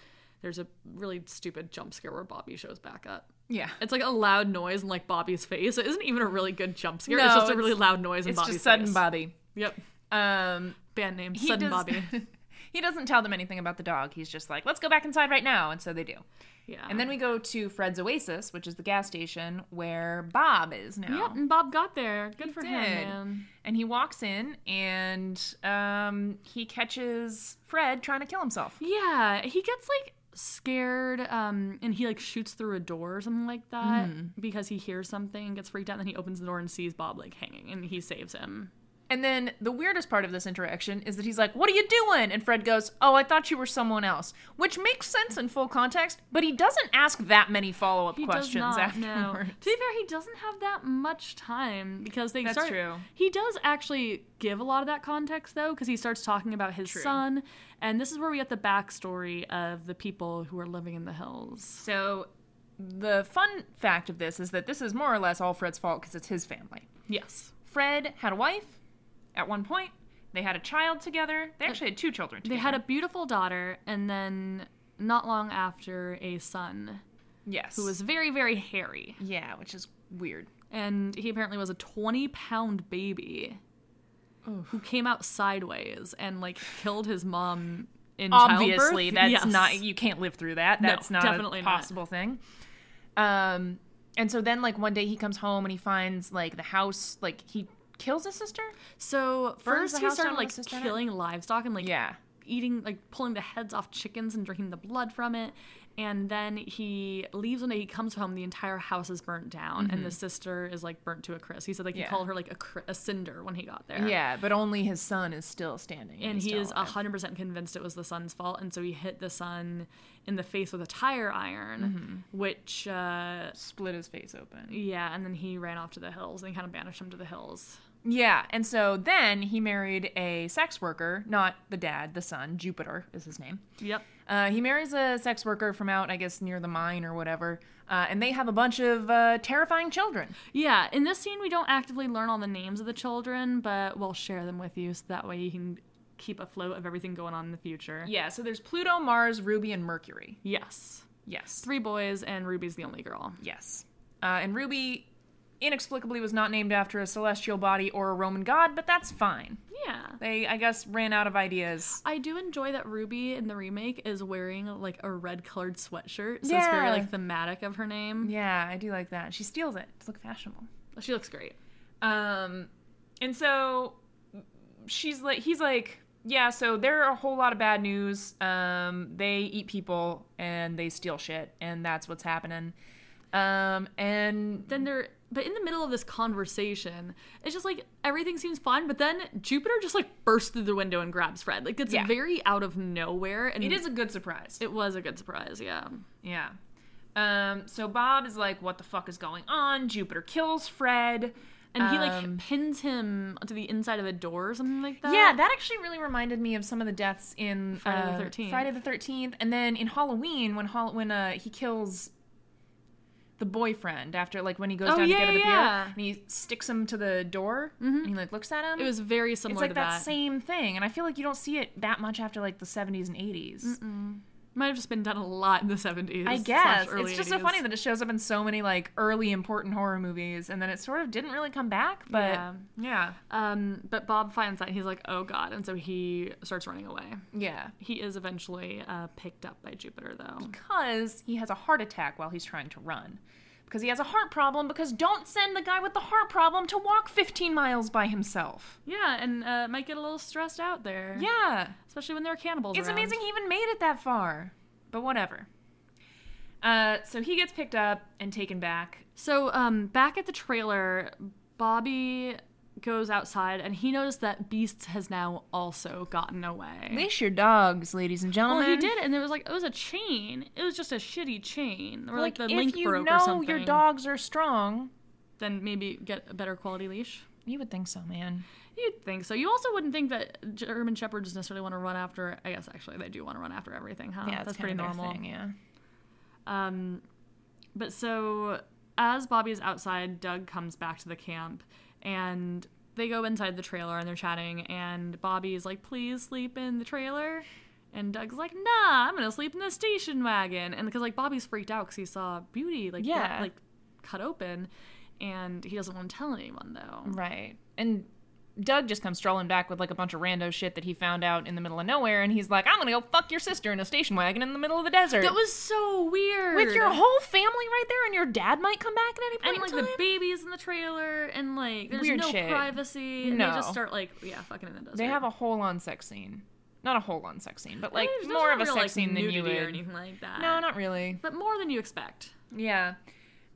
Speaker 1: there's a really stupid jump scare where Bobby shows back up.
Speaker 2: Yeah,
Speaker 1: It's like a loud noise in, like, Bobby's face. It isn't even a really good jump scare,
Speaker 2: No,
Speaker 1: it's just a
Speaker 2: it's-
Speaker 1: really loud noise in
Speaker 2: it's
Speaker 1: Bobby's
Speaker 2: just sudden
Speaker 1: face.
Speaker 2: Bobby.
Speaker 1: Yep.
Speaker 2: Um,
Speaker 1: Band name,
Speaker 2: he
Speaker 1: Sudden
Speaker 2: does-
Speaker 1: Bobby.
Speaker 2: he doesn't tell them anything about the dog. He's just like, let's go back inside right now. And so they do.
Speaker 1: Yeah.
Speaker 2: And then we go to Fred's Oasis, which is the gas station where Bob is now.
Speaker 1: Yep, and Bob got there. Good for him,
Speaker 2: Oh. did.
Speaker 1: man.
Speaker 2: And he walks in and um, he catches Fred trying to kill himself.
Speaker 1: Yeah, he gets like scared um and he like shoots through a door or something like that
Speaker 2: Mm-hmm.
Speaker 1: because he hears something and gets freaked out and then he opens the door and sees bob like hanging and he saves him
Speaker 2: And then the weirdest part of this interaction is that he's like, What are you doing? And Fred goes, Oh, I thought you were someone else. Which makes sense in full context, but he doesn't ask that many follow up
Speaker 1: he
Speaker 2: questions
Speaker 1: does not know
Speaker 2: afterwards.
Speaker 1: to be fair he doesn't have that much time because they
Speaker 2: That's
Speaker 1: start
Speaker 2: true.
Speaker 1: he does actually give a lot of that context though because he starts talking about his
Speaker 2: True.
Speaker 1: son and this is where we get the backstory of the people who are living in the hills
Speaker 2: So the fun fact of this is that this is more or less all Fred's fault because it's his family.
Speaker 1: yes
Speaker 2: Fred had a wife at one point. They had a child together. They actually had two children
Speaker 1: Uh, they
Speaker 2: together.
Speaker 1: had a beautiful daughter and then not long after a son
Speaker 2: yes.
Speaker 1: who was very very hairy
Speaker 2: yeah, which is weird.
Speaker 1: and he apparently was a 20 pound baby who came out sideways and like killed his mom in
Speaker 2: obviously
Speaker 1: childbirth.
Speaker 2: that's
Speaker 1: Yes.
Speaker 2: not you can't live through that
Speaker 1: No,
Speaker 2: that's not
Speaker 1: definitely
Speaker 2: a
Speaker 1: not.
Speaker 2: possible thing um and so then like one day he comes home and he finds like the house like he kills his sister
Speaker 1: so
Speaker 2: Burns
Speaker 1: first
Speaker 2: the
Speaker 1: he
Speaker 2: house
Speaker 1: started
Speaker 2: down with his
Speaker 1: like
Speaker 2: sister in it?
Speaker 1: killing livestock and like
Speaker 2: yeah
Speaker 1: eating like pulling the heads off chickens and drinking the blood from it and then he leaves when he comes home the entire house is burnt down and the sister is like burnt to a crisp he said like he
Speaker 2: Mm-hmm. Yeah.
Speaker 1: called her like a, cri- a cinder when he got there
Speaker 2: yeah but only his son is still standing
Speaker 1: and
Speaker 2: he's
Speaker 1: he
Speaker 2: still
Speaker 1: is
Speaker 2: alive.
Speaker 1: 100% convinced it was the sun's fault and so he hit the sun in the face with a tire iron
Speaker 2: Mm-hmm.
Speaker 1: which uh
Speaker 2: split his face open
Speaker 1: yeah and then he ran off to the hills and they kind of banished him to the hills
Speaker 2: yeah and so then he married a sex worker not the dad the son jupiter is his name
Speaker 1: yep
Speaker 2: Uh, he marries a sex worker from out, I guess, near the mine or whatever, uh, and they have a bunch of uh, terrifying children.
Speaker 1: yeah in this scene we don't actively learn all the names of the children but we'll share them with you so that way you can keep afloat of everything going on in the future
Speaker 2: Yeah, so there's Pluto, Mars, Ruby, and Mercury.
Speaker 1: yes
Speaker 2: Yes.
Speaker 1: three boys and ruby's the only girl
Speaker 2: Yes. Uh, and Ruby inexplicably was not named after a celestial body or a Roman god, but that's fine.
Speaker 1: yeah
Speaker 2: They, I guess, ran out of ideas.
Speaker 1: I do enjoy that Ruby in the remake is wearing like a red colored sweatshirt, so it's very
Speaker 2: Yeah.
Speaker 1: like thematic of her name.
Speaker 2: Yeah, I do like that. She steals it to look fashionable.
Speaker 1: She looks great.
Speaker 2: Um, and so she's like, he's like, yeah. So there are a whole lot of bad news. Um, they eat people and they steal shit, and that's what's happening. Um, and
Speaker 1: Then they're but in the middle of this conversation, it's just like everything seems fine, but then Jupiter just like bursts through the window and grabs Fred. Like it's
Speaker 2: Yeah.
Speaker 1: very out of nowhere and
Speaker 2: it is a good surprise.
Speaker 1: it was a good surprise, yeah.
Speaker 2: Yeah. Um, so Bob is like, what the fuck is going on? Jupiter kills Fred.
Speaker 1: And he
Speaker 2: Um,
Speaker 1: like pins him to the inside of a door or something like that.
Speaker 2: yeah, that actually really reminded me of some of the deaths in
Speaker 1: Friday the
Speaker 2: uh,
Speaker 1: 13th.
Speaker 2: Friday the 13th. And then in Halloween, when Hall- when uh, he kills the boyfriend after, like, when he goes
Speaker 1: Oh,
Speaker 2: down to
Speaker 1: yeah,
Speaker 2: get at the
Speaker 1: yeah.
Speaker 2: beer and he sticks him to the door and he, like, looks at him.
Speaker 1: It was very
Speaker 2: it's
Speaker 1: similar
Speaker 2: like
Speaker 1: to
Speaker 2: that,
Speaker 1: that.
Speaker 2: same thing. And I feel like you don't see it that much after, like, the 70s and 80s.
Speaker 1: Might have just been done a lot in the 70s.
Speaker 2: I
Speaker 1: slash
Speaker 2: guess
Speaker 1: early
Speaker 2: it's just so
Speaker 1: 80s.
Speaker 2: funny that it shows up in so many like early important horror movies, and then it sort of didn't really come back. But
Speaker 1: Yeah.
Speaker 2: yeah, yeah,
Speaker 1: Um, but Bob finds that and he's like, "Oh God!" And so he starts running away. He is eventually uh, picked up by Jupiter, though.
Speaker 2: because he has a heart attack while he's trying to run, because he has a heart problem. Because don't send the guy with the heart problem to walk 15 miles by himself.
Speaker 1: Yeah, and uh, might get a little stressed out there.
Speaker 2: Yeah,
Speaker 1: especially when there are cannibals.
Speaker 2: it's
Speaker 1: around.
Speaker 2: amazing he even made it that far. But whatever. Uh, so he gets picked up and taken back.
Speaker 1: So, um, back at the trailer, Bobby goes outside and he noticed that Beasts has now also gotten away.
Speaker 2: Leash your dogs, ladies and
Speaker 1: well,
Speaker 2: gentlemen.
Speaker 1: he did, and it was like it was a chain. It was just a shitty chain, or like, the
Speaker 2: if
Speaker 1: link
Speaker 2: you
Speaker 1: broke
Speaker 2: know
Speaker 1: or something.
Speaker 2: your dogs are strong,
Speaker 1: then maybe get a better quality leash.
Speaker 2: you would think so, man.
Speaker 1: You'd think so. You also wouldn't think that German shepherds necessarily want to run after. I guess actually they do want to run after everything, huh?
Speaker 2: yeah, it's
Speaker 1: that's pretty
Speaker 2: kinda their
Speaker 1: normal.
Speaker 2: thing, yeah.
Speaker 1: Um, but so as Bobby is outside, Doug comes back to the camp, and they go inside the trailer and they're chatting. And Bobby is like, "Please sleep in the trailer," and Doug's like, "Nah, I'm gonna sleep in the station wagon." And because like Bobby's freaked out because he saw Beauty like
Speaker 2: Yeah.
Speaker 1: like cut open, and he doesn't want to tell anyone though.
Speaker 2: Right. And Doug just comes strolling back with like a bunch of rando shit that he found out in the middle of nowhere, and he's like, "I'm gonna go fuck your sister in a station wagon in the middle of the desert
Speaker 1: That was so weird.
Speaker 2: with your whole family right there, and your dad might come back at any point
Speaker 1: and like
Speaker 2: in
Speaker 1: the
Speaker 2: time."
Speaker 1: babies in the trailer and like there's
Speaker 2: Weird
Speaker 1: no
Speaker 2: shit.
Speaker 1: privacy and they
Speaker 2: No.
Speaker 1: just start like yeah fucking in the desert
Speaker 2: they have a whole on sex scene. not a whole on sex scene, but like
Speaker 1: There's- there's
Speaker 2: more
Speaker 1: not
Speaker 2: of a
Speaker 1: real,
Speaker 2: sex
Speaker 1: like,
Speaker 2: scene than you
Speaker 1: nudity or
Speaker 2: would.
Speaker 1: anything like that.
Speaker 2: No, not really.
Speaker 1: but more than you expect.
Speaker 2: Yeah.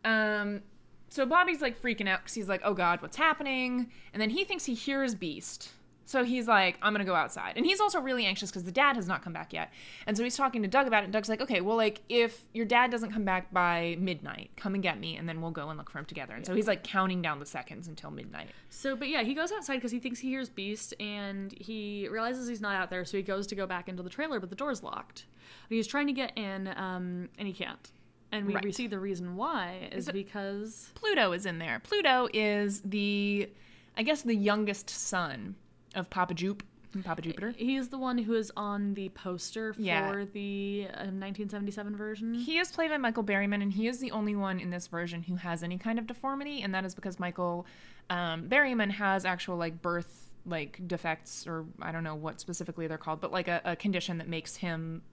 Speaker 2: Um. So Bobby's like freaking out because he's like, "Oh God, what's happening?" And then he thinks he hears Beast. So he's like, "I'm gonna go outside," and he's also really anxious because the dad has not come back yet. And so he's talking to Doug about it. And Doug's like, "Okay, well, like if your dad doesn't come back by midnight, come and get me, and then we'll go and look for him together." And so he's like counting down the seconds until midnight.
Speaker 1: So, but yeah, he goes outside because he thinks he hears Beast, and he realizes he's not out there. So he goes to go back into the trailer, but the door's locked. And he's trying to get in, um, and he can't. And we, we
Speaker 2: Right.
Speaker 1: see the reason why is,
Speaker 2: it-
Speaker 1: because
Speaker 2: Pluto is in there. Pluto is the, I guess, the youngest son of Papa Jupe, Papa Jupiter.
Speaker 1: he's the one who is on the poster for
Speaker 2: Yeah.
Speaker 1: the uh, 1977 version.
Speaker 2: He is played by Michael Berryman, and he is the only one in this version who has any kind of deformity, and that is because Michael um, Berryman has actual like birth like defects, or I don't know what specifically they're called, but like a, a condition that makes him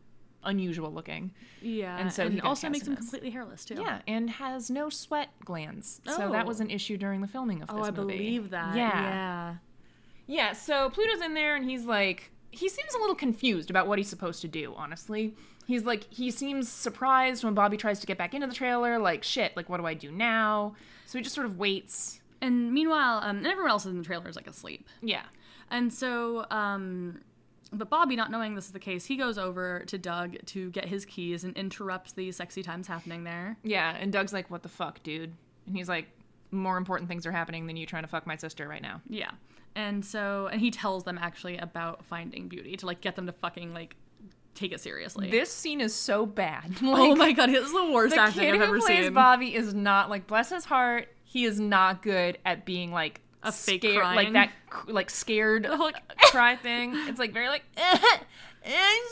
Speaker 2: unusual looking.
Speaker 1: Yeah,
Speaker 2: And so he got
Speaker 1: also
Speaker 2: cast
Speaker 1: makes
Speaker 2: in
Speaker 1: him
Speaker 2: this.
Speaker 1: completely hairless too.
Speaker 2: Yeah, and has no sweat glands. So that
Speaker 1: Oh.
Speaker 2: was an issue during the filming of
Speaker 1: Oh,
Speaker 2: this
Speaker 1: I
Speaker 2: movie.
Speaker 1: believe that.
Speaker 2: Yeah.
Speaker 1: yeah.
Speaker 2: Yeah, so Pluto's in there and he's like he seems a little confused about what he's supposed to do, honestly. He's like he seems surprised when Bobby tries to get back into the trailer, like shit, like what do I do now? So he just sort of waits.
Speaker 1: And meanwhile, um, and everyone else in the trailer is like asleep.
Speaker 2: Yeah.
Speaker 1: And so, um, but Bobby, not knowing this is the case, he goes over to Doug to get his keys and interrupts the sexy times happening there.
Speaker 2: Yeah, and Doug's like what the fuck, dude? And he's like more important things are happening than you trying to fuck my sister right now.
Speaker 1: Yeah. And so, and he tells them actually about finding beauty to like get them to fucking like take it seriously.
Speaker 2: This scene is so bad. Like,
Speaker 1: oh my god, it's the worst
Speaker 2: the
Speaker 1: acting
Speaker 2: kid
Speaker 1: I've
Speaker 2: who
Speaker 1: ever
Speaker 2: plays
Speaker 1: seen.
Speaker 2: Bobby is not like bless his heart. He is not good at being like
Speaker 1: A fake
Speaker 2: scared, like
Speaker 1: crying.
Speaker 2: that, cr- like scared like, cry thing. It's like very like I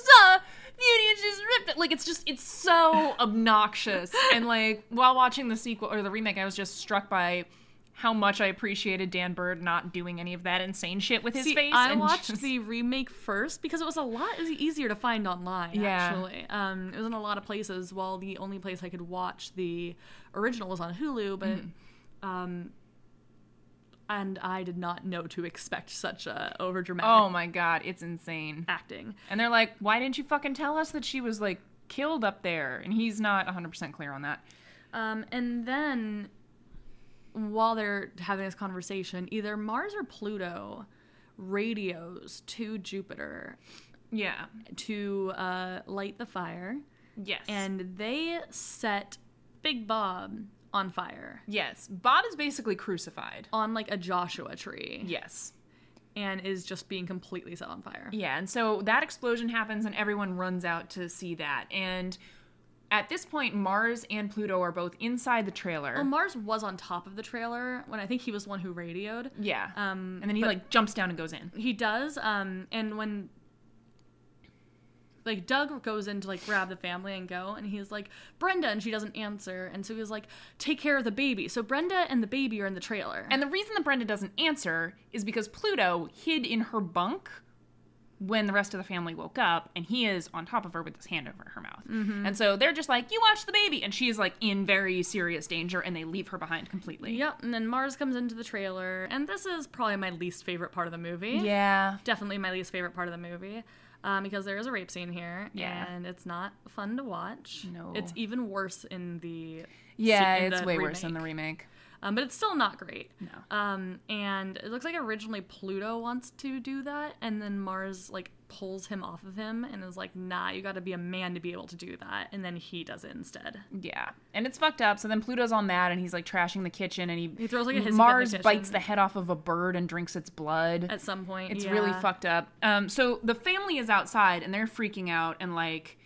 Speaker 2: saw Beauty and she's ripped it. Like it's just it's so obnoxious. and like while watching the sequel or the remake, I was just struck by. How much I appreciated Dan Bird not doing any of that insane shit with his
Speaker 1: See,
Speaker 2: face.
Speaker 1: I
Speaker 2: and
Speaker 1: watched
Speaker 2: just-
Speaker 1: the remake first because it was a lot it was easier to find online.
Speaker 2: Yeah.
Speaker 1: Actually, um, it was in a lot of places. While the only place I could watch the original was on Hulu, but
Speaker 2: Mm-hmm.
Speaker 1: um, and I did not know to expect such a overdramatic
Speaker 2: Oh my god, it's insane.
Speaker 1: acting.
Speaker 2: And they're like, why didn't you fucking tell us that she was like killed up there? And he's not 100% clear on that.
Speaker 1: Um, and then while they're having this conversation, either Mars or Pluto radios to Jupiter
Speaker 2: Yeah.
Speaker 1: to uh, light the fire.
Speaker 2: Yes. And
Speaker 1: and they set Big Bob on fire
Speaker 2: yes, Bob is basically crucified.
Speaker 1: on like a Joshua tree
Speaker 2: Yes.
Speaker 1: and is just being completely set on fire.
Speaker 2: Yeah. And so that explosion happens and everyone runs out to see that. And at this point, Mars and Pluto are both inside the trailer.
Speaker 1: Well, Mars was on top of the trailer when I think he was the one who radioed.
Speaker 2: yeah.
Speaker 1: Um,
Speaker 2: and then he
Speaker 1: but
Speaker 2: like jumps down and goes in.
Speaker 1: he does. Um, and when like Doug goes in to like grab the family and go, and he's like Brenda, and she doesn't answer, and so he's like, take care of the baby. So Brenda and the baby are in the trailer.
Speaker 2: And the reason that Brenda doesn't answer is because Pluto hid in her bunk when the rest of the family woke up, and he is on top of her with his hand over her mouth. And so they're just like, You watch the baby. And she is like in very serious danger, and they leave her behind completely.
Speaker 1: yep. And then Mars comes into the trailer, and this is probably my least favorite part of the movie.
Speaker 2: Yeah.
Speaker 1: definitely my least favorite part of the movie um, because there is a rape scene here
Speaker 2: Yeah.
Speaker 1: and it's not fun to watch
Speaker 2: No.
Speaker 1: it's even worse in the
Speaker 2: Yeah,
Speaker 1: in
Speaker 2: it's
Speaker 1: the
Speaker 2: way worse than the remake.
Speaker 1: um, but it's still not great
Speaker 2: No.
Speaker 1: um, and it looks like originally pluto wants to do that and then mars like pulls him off of him and is like nah you gotta be a man to be able to do that and then he does it instead
Speaker 2: Yeah. And it's fucked up. So then Pluto's all mad, and he's like trashing the kitchen, and he,
Speaker 1: He throws, like, a hissy fit in the
Speaker 2: Mars bites
Speaker 1: kitchen.
Speaker 2: the head off of a bird and drinks its blood.
Speaker 1: at some point
Speaker 2: It's really
Speaker 1: yeah.
Speaker 2: fucked up. Um, so the family is outside and they're freaking out and like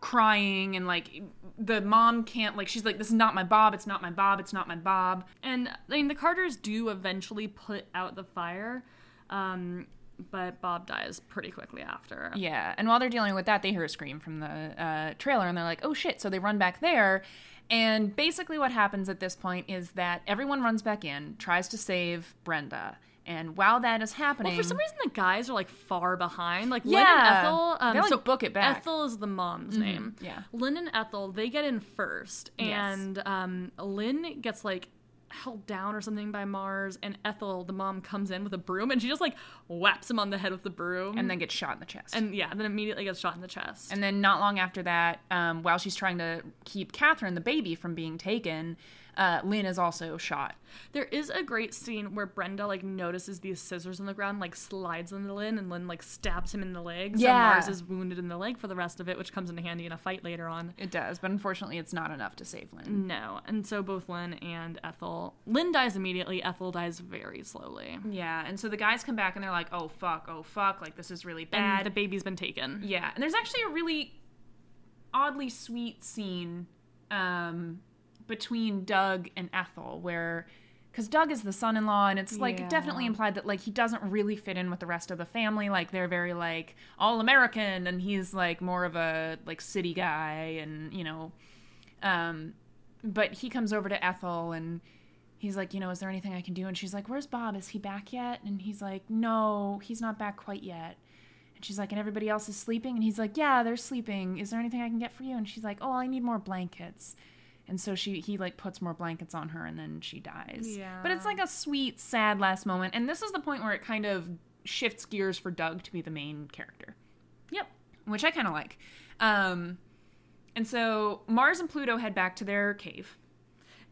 Speaker 2: crying and like the mom can't like she's like this is not my Bob. It's not my Bob. It's not my Bob.
Speaker 1: And I mean, the Carters do eventually put out the fire, um, but Bob dies pretty quickly after.
Speaker 2: Yeah. And while they're dealing with that, they hear a scream from the uh, trailer and they're like, oh shit. So they run back there. And basically, what happens at this point is that everyone runs back in, tries to save Brenda. And while that is happening,
Speaker 1: Well, for some reason, the guys are like far behind. Like Lynn
Speaker 2: Yeah.
Speaker 1: and Ethel. Um,
Speaker 2: They, like,
Speaker 1: so
Speaker 2: book it back. Mm-hmm.
Speaker 1: Ethel is the mom's name.
Speaker 2: yeah.
Speaker 1: Lynn and Ethel they get in first,
Speaker 2: Yes.
Speaker 1: and um, Lynn gets like held down or something by Mars, and Ethel, the mom, comes in with a broom and she just like whaps him on the head with the broom.
Speaker 2: and then gets shot in the chest.
Speaker 1: and yeah, then immediately gets shot in the chest.
Speaker 2: And then not long after that, um, while she's trying to keep Catherine, the baby, from being taken, uh, Lynn is also shot.
Speaker 1: There is a great scene where Brenda like notices these scissors on the ground, like slides into Lynn, and Lynn like stabs him in the leg. So
Speaker 2: Yeah.
Speaker 1: Mars is wounded in the leg for the rest of it, which comes in handy in a fight later on.
Speaker 2: It does, but unfortunately, it's not enough to save Lynn.
Speaker 1: No, and so both Lynn and Ethel. Lynn dies immediately. Ethel dies very slowly.
Speaker 2: Yeah, and so the guys come back and they're like, "Oh fuck, oh fuck, like this is really
Speaker 1: And
Speaker 2: bad."
Speaker 1: the baby's been taken.
Speaker 2: Yeah, and there's actually a really oddly sweet scene um, between Doug and Ethel where. Because Doug is the son-in-law, and it's like
Speaker 1: Yeah.
Speaker 2: definitely implied that like he doesn't really fit in with the rest of the family. Like they're very like all American, and he's like more of a like city guy, and you know, um, but he comes over to Ethel and he's like, you know, is there anything I can do? And she's like, where's Bob? Is he back yet? And he's like, no, he's not back quite yet. And she's like, and everybody else is sleeping? And he's like, yeah, they're sleeping. Is there anything I can get for you? And she's like, oh, I need more blankets. And so she he like puts more blankets on her and then she dies. But it's
Speaker 1: Yeah.
Speaker 2: like a sweet, sad last moment. And this is the point where it kind of shifts gears for Doug to be the main character
Speaker 1: Yep.
Speaker 2: which I kind of like. Um, and so Mars and Pluto head back to their cave.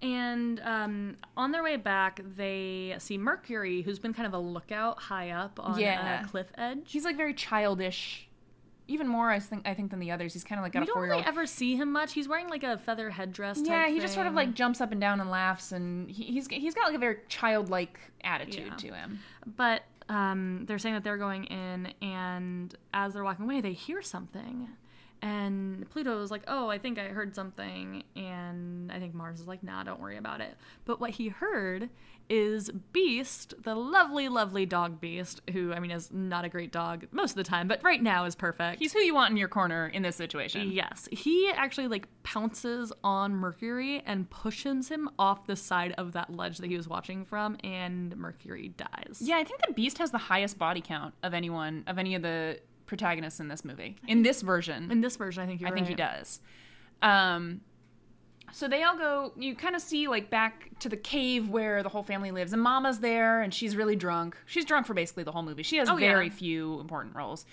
Speaker 1: And um, on their way back, they see Mercury, who's been kind of a lookout high up on
Speaker 2: Yeah.
Speaker 1: a cliff edge.
Speaker 2: He's like very childish, even more I think I think than the others. He's kind of like got
Speaker 1: We
Speaker 2: a
Speaker 1: don't
Speaker 2: four year
Speaker 1: really
Speaker 2: old.
Speaker 1: ever see him much. He's wearing like a feather headdress. Type
Speaker 2: Yeah, he just sort of
Speaker 1: thing.
Speaker 2: like jumps up and down and laughs, and he, he's he's got like a very childlike attitude
Speaker 1: Yeah.
Speaker 2: to him.
Speaker 1: But um, they're saying that they're going in, and as they're walking away, they hear something. And Pluto is like, Oh, I think I heard something. And I think Mars is like, Nah, don't worry about it. But what he heard is Beast, the lovely, lovely dog Beast, who, I mean, is not a great dog most of the time, but right now is perfect.
Speaker 2: He's who you want in your corner in this situation.
Speaker 1: Yes, he actually like pounces on Mercury and pushes him off the side of that ledge that he was watching from, and Mercury dies.
Speaker 2: Yeah, I think the Beast has the highest body count of anyone of any of the protagonists in this movie. In this version,
Speaker 1: In this version, I think you're
Speaker 2: I think he
Speaker 1: right.
Speaker 2: does. Um, so they all go. You kind of see like back to the cave where the whole family lives, and Mama's there, and she's really drunk. She's drunk for basically the whole movie. She has
Speaker 1: Oh, yeah.
Speaker 2: very few important roles.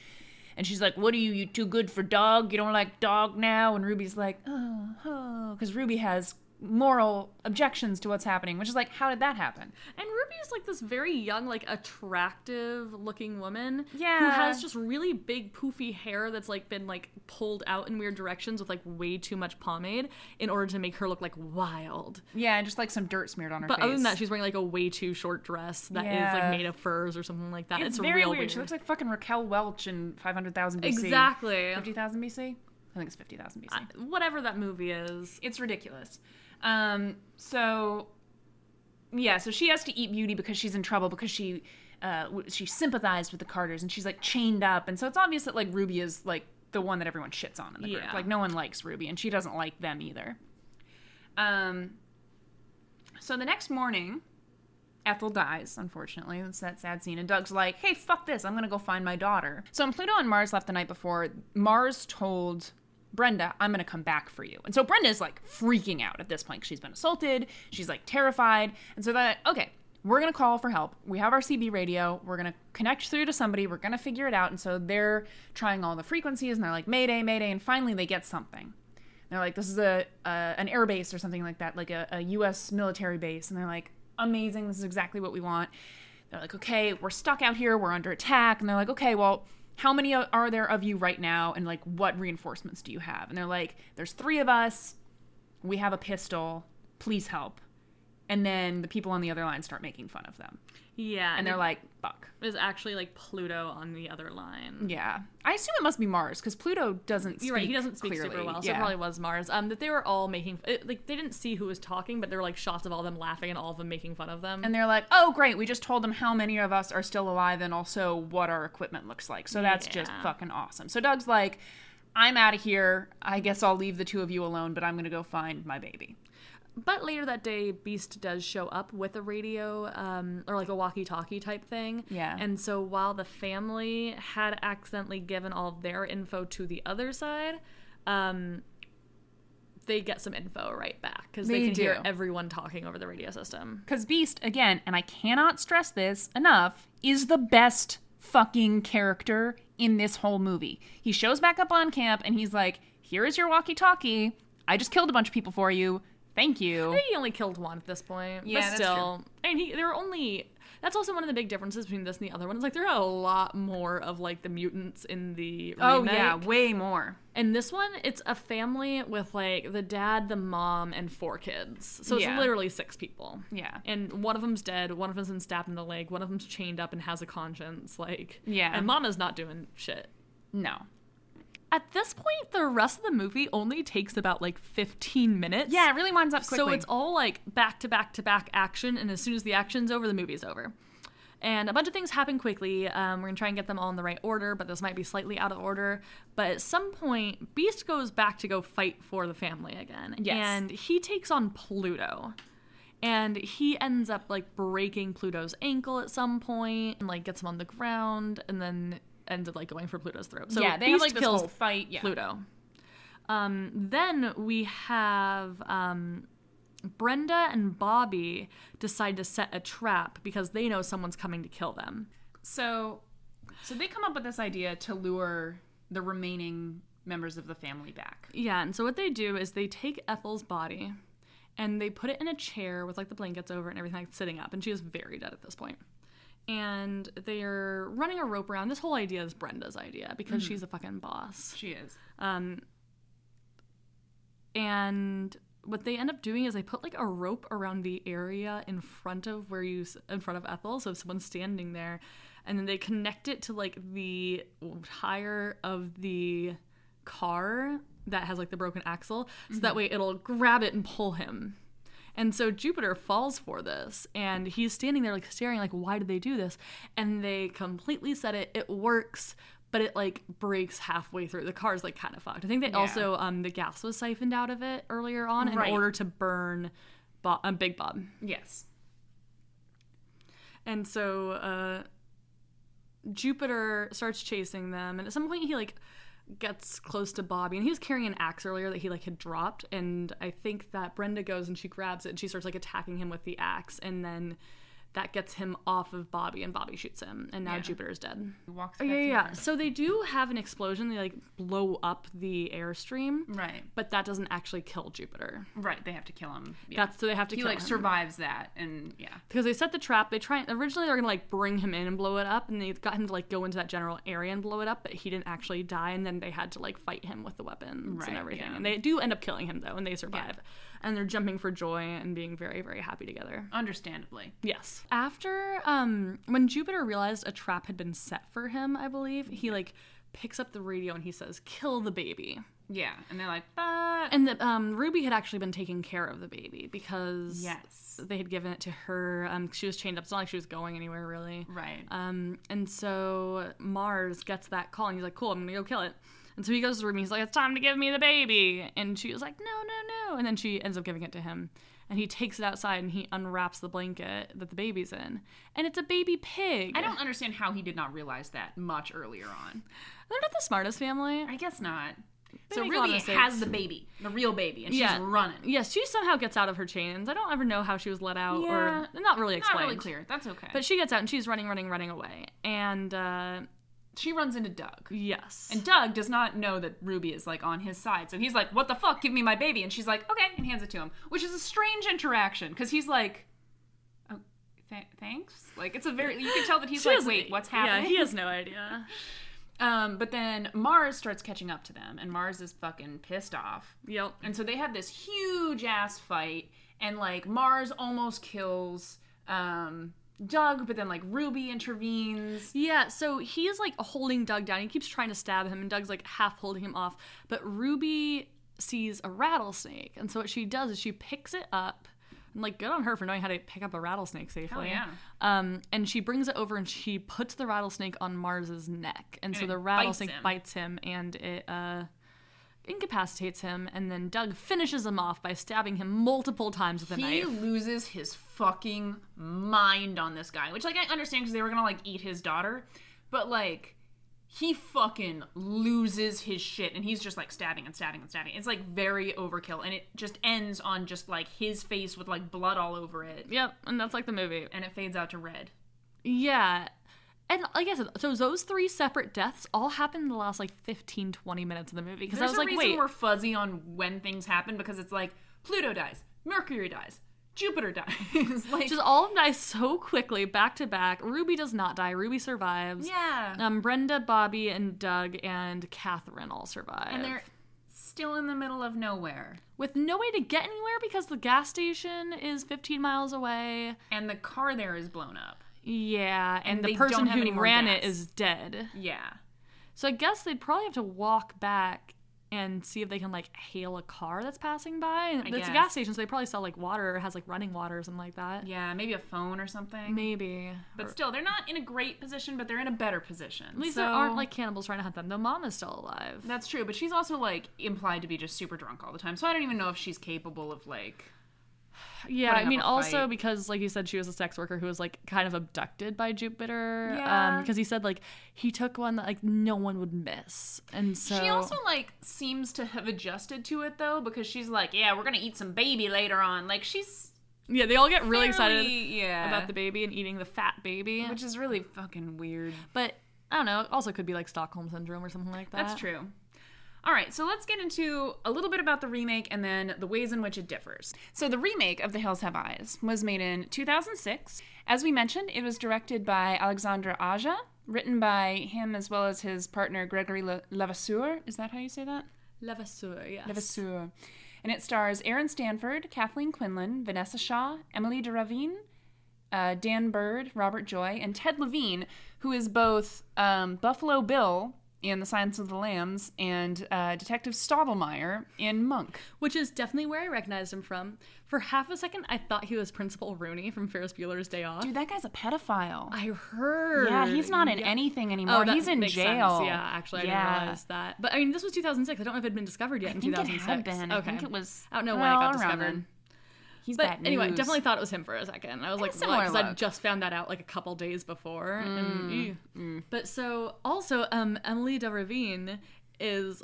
Speaker 2: And she's like, "What are you? You too good for dog? You don't like dog now?" And Ruby's like, "Oh, oh," because Ruby has moral objections to what's happening, which is like, "How did that happen?"
Speaker 1: And Ruby is like this very young, like attractive looking woman. Who
Speaker 2: Yeah.
Speaker 1: has just really big poofy hair that's like been like pulled out in weird directions with like way too much pomade in order to make her look like wild.
Speaker 2: Yeah, and just like some dirt smeared on her
Speaker 1: But
Speaker 2: face.
Speaker 1: other than that, she's wearing like a way too short dress that is
Speaker 2: Yeah.
Speaker 1: like made of furs or something like that.
Speaker 2: it's,
Speaker 1: It's,
Speaker 2: very
Speaker 1: real
Speaker 2: weird. She looks like fucking Raquel Welch in Five Hundred Thousand BC.
Speaker 1: exactly.
Speaker 2: Fifty thousand BC. I think it's fifty thousand BC.
Speaker 1: I- Whatever that movie is.
Speaker 2: it's ridiculous. Um, so yeah, so she has to eat Beauty because she's in trouble because she uh, w- she sympathized with the Carters and she's like chained up, and so it's obvious that like Ruby is like the one that everyone shits on in the group.
Speaker 1: Yeah.
Speaker 2: Like no one likes Ruby, and she doesn't like them either. Um, so the next morning. Ethel dies, unfortunately. That's that sad scene. And Doug's like, hey, fuck this. I'm going to go find my daughter. So when Pluto and Mars left the night before, Mars told Brenda, I'm going to come back for you. And so Brenda's like freaking out at this point 'cause she's been assaulted. She's like terrified. And so they're like, okay, we're going to call for help. We have our CB radio. We're going to connect through to somebody. We're going to figure it out. And so they're trying all the frequencies and they're like, Mayday, Mayday. And finally they get something. They're like, this is a, a an air base or something like that, like a, a U.S. military base. And they're like, amazing, this is exactly what we want. They're like, okay, we're stuck out here, we're under attack. And they're like, okay, well, how many o- are there of you right now? And like, what reinforcements do you have? And they're like, there's three of us, we have a pistol, please help. And then the people on the other line start making fun of them.
Speaker 1: Yeah.
Speaker 2: And they're like, fuck.
Speaker 1: is actually like Pluto on the other line.
Speaker 2: Yeah. I assume it must be Mars because Pluto doesn't speak
Speaker 1: You're right. He doesn't speak super
Speaker 2: clearly.
Speaker 1: well, so
Speaker 2: Yeah.
Speaker 1: it probably was Mars. Um, that they were all making it, like they didn't see who was talking, but there were like shots of all them laughing and all of them making fun of them.
Speaker 2: And they're like, oh, great, we just told them how many of us are still alive and also what our equipment looks like. So that's just
Speaker 1: Yeah.
Speaker 2: fucking awesome. So Doug's like, I'm out of here. I guess I'll leave the two of you alone, but I'm going to go find my baby.
Speaker 1: but later that day, Beast does show up with a radio, um, or like a walkie-talkie type thing.
Speaker 2: Yeah.
Speaker 1: And so while the family had accidentally given all of their info to the other side, um, they get some info right back because
Speaker 2: They
Speaker 1: they can hear
Speaker 2: do.
Speaker 1: everyone talking over the radio system.
Speaker 2: Because Beast, again, and I cannot stress this enough, is the best fucking character in this whole movie. He shows back up on camp and he's like, here is your walkie talkie. I just killed a bunch of people for you. Thank you.
Speaker 1: I think he only killed one at this point.
Speaker 2: Yeah,
Speaker 1: Yeah,
Speaker 2: that's
Speaker 1: but still, I mean, he, there were only. That's also one of the big differences between this and the other one. Is like there are a lot more of like the mutants in the
Speaker 2: Oh,
Speaker 1: remake.
Speaker 2: yeah, way more.
Speaker 1: And this one, it's a family with like the dad, the mom, and four kids. So it's
Speaker 2: Yeah.
Speaker 1: literally six people.
Speaker 2: Yeah.
Speaker 1: And one of them's dead. One of them's been stabbed in the leg. One of them's chained up and has a conscience. Like,
Speaker 2: Yeah.
Speaker 1: And Mama's not doing shit.
Speaker 2: No.
Speaker 1: At this point, the rest of the movie only takes about like 15 minutes.
Speaker 2: Yeah, it really winds up quickly.
Speaker 1: So it's all like back to back to back action, and as soon as the action's over, the movie's over. And a bunch of things happen quickly. Um, we're gonna try and get them all in the right order, but this might be slightly out of order. But at some point, Beast goes back to go fight for the family again,
Speaker 2: Yes.
Speaker 1: and he takes on Pluto. And he ends up like breaking Pluto's ankle at some point, and like gets him on the ground, and then ends up like going for Pluto's throat. So
Speaker 2: yeah, they
Speaker 1: Beast
Speaker 2: have like this
Speaker 1: kills
Speaker 2: whole fight. Yeah.
Speaker 1: Pluto. Um, then we have um, Brenda and Bobby decide to set a trap because they know someone's coming to kill them.
Speaker 2: So, so they come up with this idea to lure the remaining members of the family back.
Speaker 1: Yeah, and so what they do is they take Ethel's body and they put it in a chair with like the blankets over it and everything like sitting up, and she is very dead at this point. And they're running a rope around. This whole idea is Brenda's idea because she's a fucking boss.
Speaker 2: She is.
Speaker 1: Um, and what they end up doing is they put like a rope around the area in front of where you s- in front of Ethel. So if someone's standing there, and then they connect it to like the tire of the car that has like the broken axle, so that way it'll grab it and pull him. And so Jupiter falls for this, and he's standing there like staring, like, why did they do this? And they completely said it. It works, but it like breaks halfway through. The car's like kind of fucked. I think they also um the gas was siphoned out of it earlier on
Speaker 2: Right.
Speaker 1: in order to burn Bob, um, Big Bob.
Speaker 2: Yes.
Speaker 1: And so uh, Jupiter starts chasing them, and at some point he like gets close to Bobby, and he was carrying an axe earlier that he like had dropped, and I think that Brenda goes and she grabs it and she starts like attacking him with the axe, and then that gets him off of Bobby, and Bobby shoots him, and now
Speaker 2: Yeah.
Speaker 1: Jupiter's dead.
Speaker 2: He walks.
Speaker 1: Oh yeah, yeah. yeah. So they do have an explosion; they like blow up the airstream,
Speaker 2: Right.
Speaker 1: but that doesn't actually kill Jupiter.
Speaker 2: Right. They have to kill him. Yeah.
Speaker 1: That's so they have to
Speaker 2: he
Speaker 1: kill
Speaker 2: like
Speaker 1: him.
Speaker 2: survives that, and yeah.
Speaker 1: because they set the trap. They try originally they're gonna like bring him in and blow it up, and they got him to like go into that general area and blow it up, but he didn't actually die, and then they had to like fight him with the weapons
Speaker 2: Right,
Speaker 1: and everything.
Speaker 2: yeah.
Speaker 1: And they do end up killing him though, and they survive, and they're jumping for joy and being very very happy together.
Speaker 2: Understandably.
Speaker 1: Yes. After um when Jupiter realized a trap had been set for him, I believe he like picks up the radio and he says, "Kill the baby."
Speaker 2: Yeah. And they're like, but
Speaker 1: And the um, Ruby had actually been taking care of the baby because
Speaker 2: yes.
Speaker 1: they had given it to her. Um, she was chained up. It's not like she was going anywhere really.
Speaker 2: Right.
Speaker 1: Um, and so Mars gets that call and he's like, "Cool, I'm gonna go kill it." And so he goes to the room. And he's like, "It's time to give me the baby." And she was like, "No, no, no!" And then she ends up giving it to him. And he takes it outside and he unwraps the blanket that the baby's in, and it's a baby pig.
Speaker 2: I don't understand how he did not realize that much earlier on.
Speaker 1: They're not the smartest family.
Speaker 2: I guess not.
Speaker 1: They
Speaker 2: So
Speaker 1: make a lot of
Speaker 2: Ruby
Speaker 1: mistakes.
Speaker 2: has the baby, the real baby, and she's
Speaker 1: Yeah.
Speaker 2: running.
Speaker 1: Yes, she somehow gets out of her chains. I don't ever know how she was let out,
Speaker 2: Yeah.
Speaker 1: or not really
Speaker 2: Not
Speaker 1: explained.
Speaker 2: really clear. That's okay.
Speaker 1: But she gets out and she's running, running, running away. And uh,
Speaker 2: she runs into Doug.
Speaker 1: yes,
Speaker 2: And Doug does not know that Ruby is like on his side. So he's like, "What the fuck? Give me my baby." And she's like, "Okay," and hands it to him, which is a strange interaction cuz he's like, "Oh, th- thanks." Like it's a very you can tell that he's
Speaker 1: She
Speaker 2: like,
Speaker 1: doesn't- e-,
Speaker 2: "Wait, what's
Speaker 1: Yeah,
Speaker 2: happening?"
Speaker 1: he has no idea.
Speaker 2: um but then Mars starts catching up to them and Mars is fucking pissed off.
Speaker 1: Yep.
Speaker 2: And so they have this huge ass fight, and like Mars almost kills um, Doug, but then like Ruby intervenes.
Speaker 1: Yeah, so he's like holding Doug down. He keeps trying to stab him, and Doug's like half holding him off. But Ruby sees a rattlesnake, and so what she does is she picks it up. And like, good on her for knowing how to pick up a rattlesnake safely.
Speaker 2: yeah.
Speaker 1: Um, and she brings it over and she puts the rattlesnake on Mars's neck, and, so
Speaker 2: it
Speaker 1: the
Speaker 2: bites
Speaker 1: rattlesnake
Speaker 2: him.
Speaker 1: bites him, and it uh, incapacitates him. And then Doug finishes him off by stabbing him multiple times with a
Speaker 2: He
Speaker 1: knife.
Speaker 2: loses his fucking mind on this guy, which like I understand because they were gonna like eat his daughter, but like he fucking loses his shit and he's just like stabbing and stabbing and stabbing. It's like very overkill and it just ends on just like his face with like blood all over it
Speaker 1: Yep, and that's like the movie.
Speaker 2: and it fades out to red.
Speaker 1: Yeah. And like I said, so those three separate deaths all happened in the last like 15, 20 minutes of the movie. Because I
Speaker 2: There's
Speaker 1: was
Speaker 2: a
Speaker 1: like,
Speaker 2: reason
Speaker 1: wait,
Speaker 2: we're fuzzy on when things happen because it's like Pluto dies, Mercury dies, Jupiter dies. like
Speaker 1: just all of them die so quickly, back to back. Ruby does not die. Ruby survives.
Speaker 2: yeah.
Speaker 1: Um, Brenda, Bobby, and Doug and Catherine all survive.
Speaker 2: and they're still in the middle of nowhere.
Speaker 1: with no way to get anywhere because the gas station is 15 miles away.
Speaker 2: And the car there is blown up.
Speaker 1: Yeah, and,
Speaker 2: And they
Speaker 1: the person
Speaker 2: don't have any
Speaker 1: who
Speaker 2: more
Speaker 1: ran
Speaker 2: gas.
Speaker 1: it is dead.
Speaker 2: Yeah.
Speaker 1: So I guess they'd probably have to walk back and see if they can like hail a car that's passing by. And
Speaker 2: I
Speaker 1: it's a
Speaker 2: guess.
Speaker 1: gas station, so they probably sell like water or has like running water or something like that.
Speaker 2: Yeah, maybe a phone or something.
Speaker 1: Maybe.
Speaker 2: But
Speaker 1: Or-
Speaker 2: still, they're not in a great position, but they're in a better position.
Speaker 1: at least there aren't like cannibals trying to hunt them. Though mom is still alive.
Speaker 2: That's true, but she's also like implied to be just super drunk all the time. So I don't even know if she's capable of like.
Speaker 1: yeah,
Speaker 2: putting
Speaker 1: I
Speaker 2: up
Speaker 1: mean
Speaker 2: a
Speaker 1: also
Speaker 2: fight.
Speaker 1: because like you said, she was a sex worker who was like kind of abducted by Jupiter. um,
Speaker 2: Yeah.
Speaker 1: because he said like he took one that like no one would miss, and so
Speaker 2: She also like seems to have adjusted to it though, because she's like, yeah, we're gonna eat some baby later on. Like she's
Speaker 1: yeah, they all get really excited
Speaker 2: fairly- yeah
Speaker 1: about the baby and eating the fat baby,
Speaker 2: which is really fucking weird.
Speaker 1: but. I don't know. It also could be like Stockholm syndrome or something like that.
Speaker 2: That's true. All right, so let's get into a little bit about the remake and then the ways in which it differs. So, the remake of The Hills Have Eyes was made in 2006. As we mentioned, it was directed by Alexandre Aja, written by him as well as his partner Gregory Le- Levasseur. Is that how you say that?
Speaker 1: Levasseur, yes.
Speaker 2: Levasseur. And it stars Aaron Stanford, Kathleen Quinlan, Vanessa Shaw, Emily de Ravine, uh, Dan Bird, Robert Joy, and Ted Levine, who is both um, Buffalo Bill in The Silence of the Lambs and uh, Detective Stottlemyre in Monk.
Speaker 1: Which is definitely where I recognized him from. For half a second, I thought he was Principal Rooney from Ferris Bueller's Day Off.
Speaker 2: Dude, that guy's a pedophile.
Speaker 1: I heard.
Speaker 2: yeah, he's not in
Speaker 1: Yeah.
Speaker 2: anything
Speaker 1: Oh,
Speaker 2: anymore.
Speaker 1: that
Speaker 2: he's in
Speaker 1: makes
Speaker 2: jail.
Speaker 1: sense. Yeah, actually, I
Speaker 2: Yeah.
Speaker 1: didn't realize that. But I mean, this was 2006. I don't know if it had been discovered yet
Speaker 2: I
Speaker 1: in
Speaker 2: think it
Speaker 1: 2006.
Speaker 2: had been.
Speaker 1: Okay.
Speaker 2: I think it was.
Speaker 1: I don't know when
Speaker 2: well,
Speaker 1: it got
Speaker 2: around
Speaker 1: discovered.
Speaker 2: then. He's
Speaker 1: But
Speaker 2: bad
Speaker 1: anyway,
Speaker 2: news.
Speaker 1: definitely thought it was him for a second. I was like,
Speaker 2: similar
Speaker 1: because I
Speaker 2: look. Mm.
Speaker 1: just found that out like a couple days before. And, ew. But so also, um, Emily de Ravine is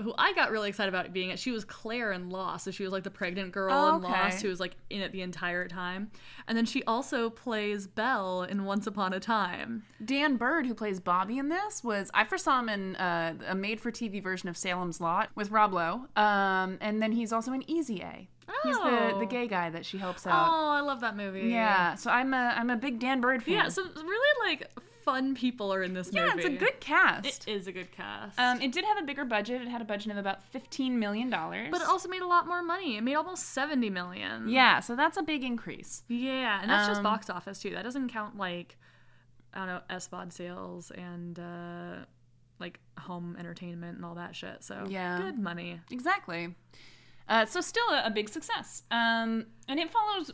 Speaker 1: who I got really excited about being at. She was Claire in Lost, so she was like the pregnant girl
Speaker 2: Oh,
Speaker 1: in
Speaker 2: okay.
Speaker 1: Lost who was like in it the entire time. And then she also plays Belle in Once Upon a Time.
Speaker 2: Dan Bird, who plays Bobby in this, was I first saw him in uh, a made-for-TV version of Salem's Lot with Rob Lowe, um, and then he's also in Easy A. He's the,
Speaker 1: Oh.
Speaker 2: the gay guy that she helps out.
Speaker 1: Oh, I love that movie.
Speaker 2: Uh, Yeah, so I'm a I'm a big Dan Bird fan.
Speaker 1: Yeah, so really like fun people are in this
Speaker 2: yeah,
Speaker 1: movie.
Speaker 2: it's a good cast.
Speaker 1: It is a good cast.
Speaker 2: um, it did have a bigger budget. It had a budget of about fifteen million dollars.
Speaker 1: but it also made a lot more money. It made almost 70 million.
Speaker 2: yeah, so that's a big increase.
Speaker 1: Yeah, and that's just
Speaker 2: Um,
Speaker 1: box office too. That doesn't count like I don't know SVOD sales and uh, like home entertainment and all that shit. So
Speaker 2: Yeah.
Speaker 1: good money.
Speaker 2: Exactly. Uh, so still a, a big success. Um, and it follows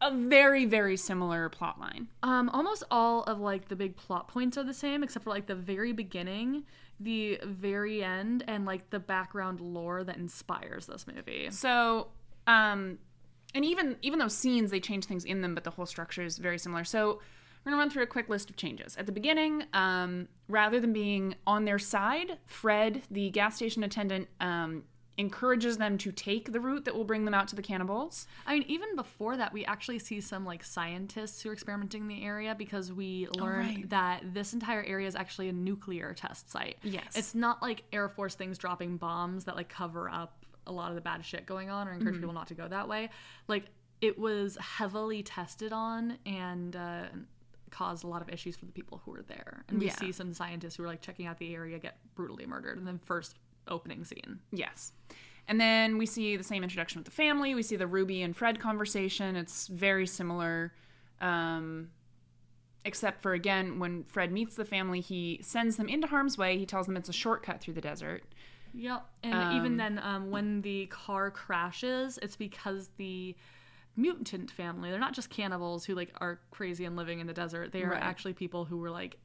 Speaker 2: a very very similar plot line.
Speaker 1: Um, almost all of like the big plot points are the same, except for like the very beginning, the very end, and like the background lore that inspires this movie.
Speaker 2: So, um, and even even those scenes they change things in them, but the whole structure is very similar. So, we're gonna run through a quick list of changes at the beginning. Um, rather than being on their side, Fred, the gas station attendant, um, encourages them to take the route that will bring them out to the cannibals.
Speaker 1: I mean, even before that, we actually see some like scientists who are experimenting in the area because we learn
Speaker 2: Oh, right.
Speaker 1: that this entire area is actually a nuclear test site.
Speaker 2: Yes.
Speaker 1: It's not like Air Force things dropping bombs that like cover up a lot of the bad shit going on or encourage
Speaker 2: Mm-hmm.
Speaker 1: people not to go that way. Like, it was heavily tested on and uh, caused a lot of issues for the people who were there. And we
Speaker 2: Yeah.
Speaker 1: see some scientists who are like checking out the area get brutally murdered in the first opening scene.
Speaker 2: Yes. And then we see the same introduction with the family. We see the Ruby and Fred conversation. It's very similar. Um, except for, again, when Fred meets the family, he sends them into harm's way. He tells them it's a shortcut through the desert.
Speaker 1: Yep. And even then, um, when the car crashes, it's because the mutant family, they're not just cannibals who like are crazy and living in the desert. They are
Speaker 2: Right.
Speaker 1: actually people who were like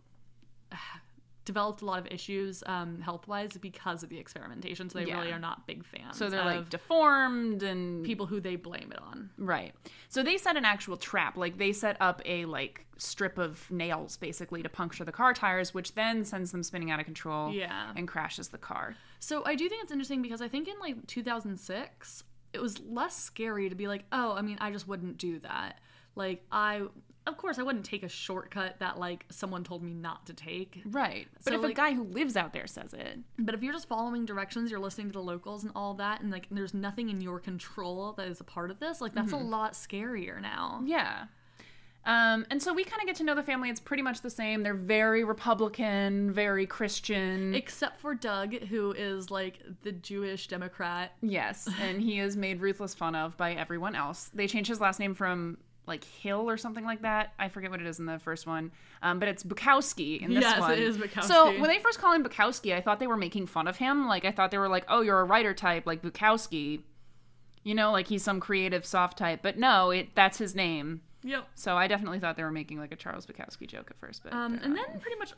Speaker 1: developed a lot of issues um, health wise because of the experimentation. So they
Speaker 2: Yeah.
Speaker 1: really are not big fans.
Speaker 2: So they're
Speaker 1: of
Speaker 2: like deformed and
Speaker 1: people who they blame it on.
Speaker 2: Right. So they set an actual trap. Like they set up a like strip of nails basically to puncture the car tires, which then sends them spinning out of control
Speaker 1: Yeah.
Speaker 2: and crashes the car.
Speaker 1: So I do think it's interesting because I think in like 2006, it was less scary to be like, oh, I mean, I just wouldn't do that. Like, I, of course, I wouldn't take a shortcut that like someone told me not to take.
Speaker 2: Right. But
Speaker 1: So,
Speaker 2: if a
Speaker 1: like-
Speaker 2: guy who lives out there says it,
Speaker 1: But if you're just following directions, you're listening to the locals and all that, and like there's nothing in your control that is a part of this, like that's a lot scarier now.
Speaker 2: yeah. Um, and so we kind of get to know the family. It's pretty much the same. They're very Republican, very Christian.
Speaker 1: Except for Doug, who is like the Jewish Democrat.
Speaker 2: yes. And he is made ruthless fun of by everyone else. They changed his last name from like Hill or something like that. I forget what it is in the first one. Um, but it's Bukowski in this
Speaker 1: Yes, it
Speaker 2: one.
Speaker 1: is Bukowski.
Speaker 2: So when they first called him Bukowski, I thought they were making fun of him. Like I thought they were like, "Oh, you're a writer type, like Bukowski." You know, like he's some creative soft type. But no, it that's his name.
Speaker 1: Yep.
Speaker 2: So I definitely thought they were making like a Charles Bukowski joke at first, but
Speaker 1: Um,
Speaker 2: they're
Speaker 1: and
Speaker 2: not.
Speaker 1: then pretty much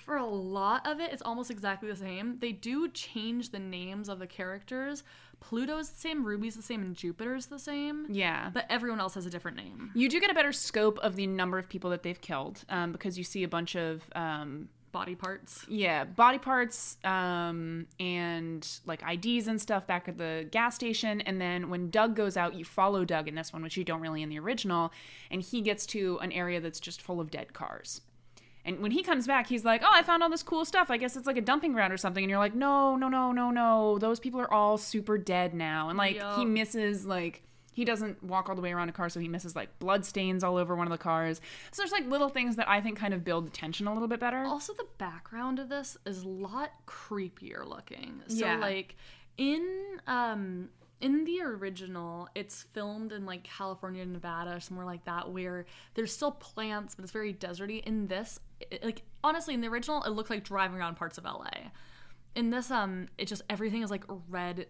Speaker 1: for a lot of it, it's almost exactly the same. They do change the names of the characters. Pluto's the same, Ruby's the same, and Jupiter's the same.
Speaker 2: yeah.
Speaker 1: But everyone else has a different name.
Speaker 2: You do get a better scope of the number of people that they've killed um, because you see a bunch of um,
Speaker 1: Body parts.
Speaker 2: yeah body parts um, and like IDs and stuff back at the gas station. And then when Doug goes out, you follow Doug in this one, which you don't really in the original, and he gets to an area that's just full of dead cars. And when he comes back, he's like, "Oh, I found all this cool stuff. I guess it's like a dumping ground or something." And you're like, "No, no, no, no, no. Those people are all super dead now." And like
Speaker 1: Yup.
Speaker 2: he misses like he doesn't walk all the way around a car, so he misses like blood stains all over one of the cars. So there's like little things that I think kind of build the tension a little bit better.
Speaker 1: Also, the background of this is a lot creepier looking. So,
Speaker 2: Yeah.
Speaker 1: like in um in the original, it's filmed in like California, Nevada, somewhere like that, where there's still plants, but it's very deserty. In this, it, like honestly, in the original, it looked like driving around parts of LA. In this, um, it just everything is like red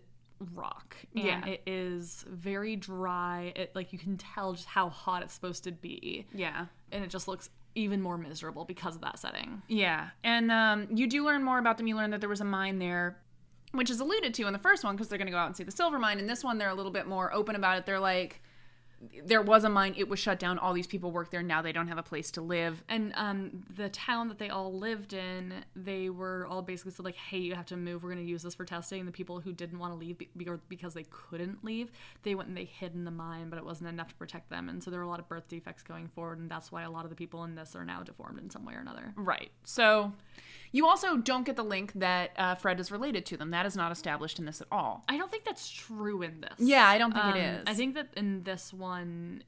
Speaker 1: rock and
Speaker 2: Yeah.
Speaker 1: it is very dry it like you can tell just how hot it's supposed to be
Speaker 2: Yeah.
Speaker 1: and it just looks even more miserable because of that setting
Speaker 2: Yeah. And um, you do learn more about them. You learn that there was a mine there, which is alluded to in the first one because they're going to go out and see the silver mine. In this one, they're a little bit more open about it. They're like, there was a mine, it was shut down. All these people work there. Now they don't have a place to live.
Speaker 1: and um, the town that they all lived in, they were all basically said like, "Hey, you have to move. We're going to use this for testing." And the people who didn't want to leave be- or because they couldn't leave, they went and they hid in the mine, but it wasn't enough to protect them. And so there were a lot of birth defects going forward, and that's why a lot of the people in this are now deformed in some way or another.
Speaker 2: Right. So you also don't get the link that uh, Fred is related to them. That is not established in this at all.
Speaker 1: I don't think that's true in this.
Speaker 2: Yeah, I don't think it
Speaker 1: Um,
Speaker 2: is.
Speaker 1: I think that in this one,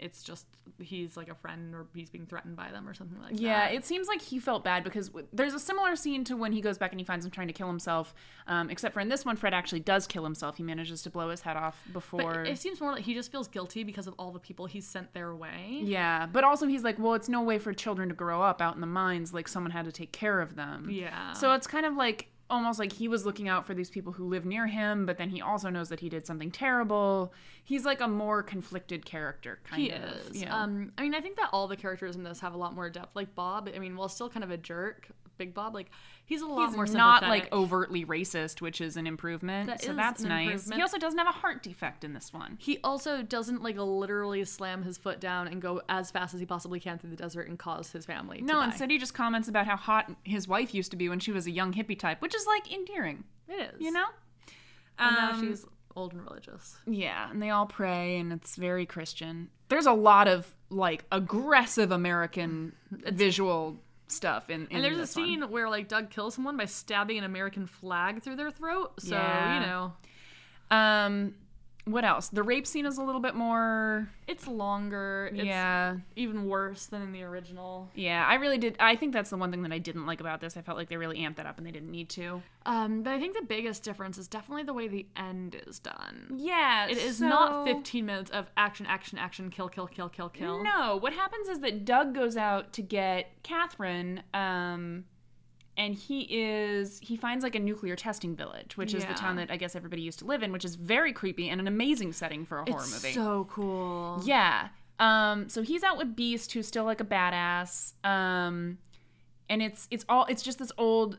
Speaker 1: it's just he's like a friend, or he's being threatened by them, or something like
Speaker 2: Yeah,
Speaker 1: that.
Speaker 2: it seems like he felt bad because w- there's a similar scene to when he goes back and he finds him trying to kill himself. Um, except for in this one, Fred actually does kill himself. He manages to blow his head off before.
Speaker 1: But it seems more like he just feels guilty because of all the people he's sent their way.
Speaker 2: yeah, but also he's like, well, it's no way for children to grow up out in the mines. Like someone had to take care of them.
Speaker 1: Yeah.
Speaker 2: So it's kind of like almost like he was looking out for these people who live near him, but then he also knows that he did something terrible. He's like a more conflicted character, kind
Speaker 1: he
Speaker 2: of.
Speaker 1: is.
Speaker 2: you know?
Speaker 1: Um, I mean, I think that all the characters in this have a lot more depth. Like Bob, I mean, while still kind of a jerk, Big Bob, like he's a lot more
Speaker 2: He's not like
Speaker 1: sympathetic.
Speaker 2: overtly racist, which is an improvement.
Speaker 1: That
Speaker 2: so
Speaker 1: is
Speaker 2: that's
Speaker 1: an
Speaker 2: nice.
Speaker 1: improvement.
Speaker 2: He also doesn't have a heart defect in this one.
Speaker 1: He also doesn't like literally slam his foot down and go as fast as he possibly can through the desert and cause his family. to
Speaker 2: No,
Speaker 1: die.
Speaker 2: instead he just comments about how hot his wife used to be when she was a young hippie type, which is like endearing,
Speaker 1: it is.
Speaker 2: you know?
Speaker 1: and now
Speaker 2: Um,
Speaker 1: she's old and religious.
Speaker 2: Yeah, and they all pray, and it's very Christian. There's a lot of like aggressive American visual stuff in, in
Speaker 1: And there's a
Speaker 2: this one.
Speaker 1: scene where like Doug kills someone by stabbing an American flag through their throat. So
Speaker 2: Yeah.
Speaker 1: you know,
Speaker 2: Um, what else? The rape scene is a little bit more.
Speaker 1: it's longer. It's
Speaker 2: yeah,
Speaker 1: even worse than in the original.
Speaker 2: yeah. I really did. I think that's the one thing that I didn't like about this. I felt like they really amped that up, and they didn't need to.
Speaker 1: Um, but I think the biggest difference is definitely the way the end is done.
Speaker 2: Yeah,
Speaker 1: It is not 15 minutes of action, action, action, kill, kill, kill, kill, kill.
Speaker 2: No, what happens is that Doug goes out to get Catherine, um, and he is he finds like a nuclear testing village, which is the
Speaker 1: Yeah.
Speaker 2: town that I guess everybody used to live in, which is very creepy and an amazing setting for a horror
Speaker 1: it's
Speaker 2: movie.
Speaker 1: so cool.
Speaker 2: yeah. Um, so he's out with Beast, who's still like a badass. Um, and it's it's all it's just this old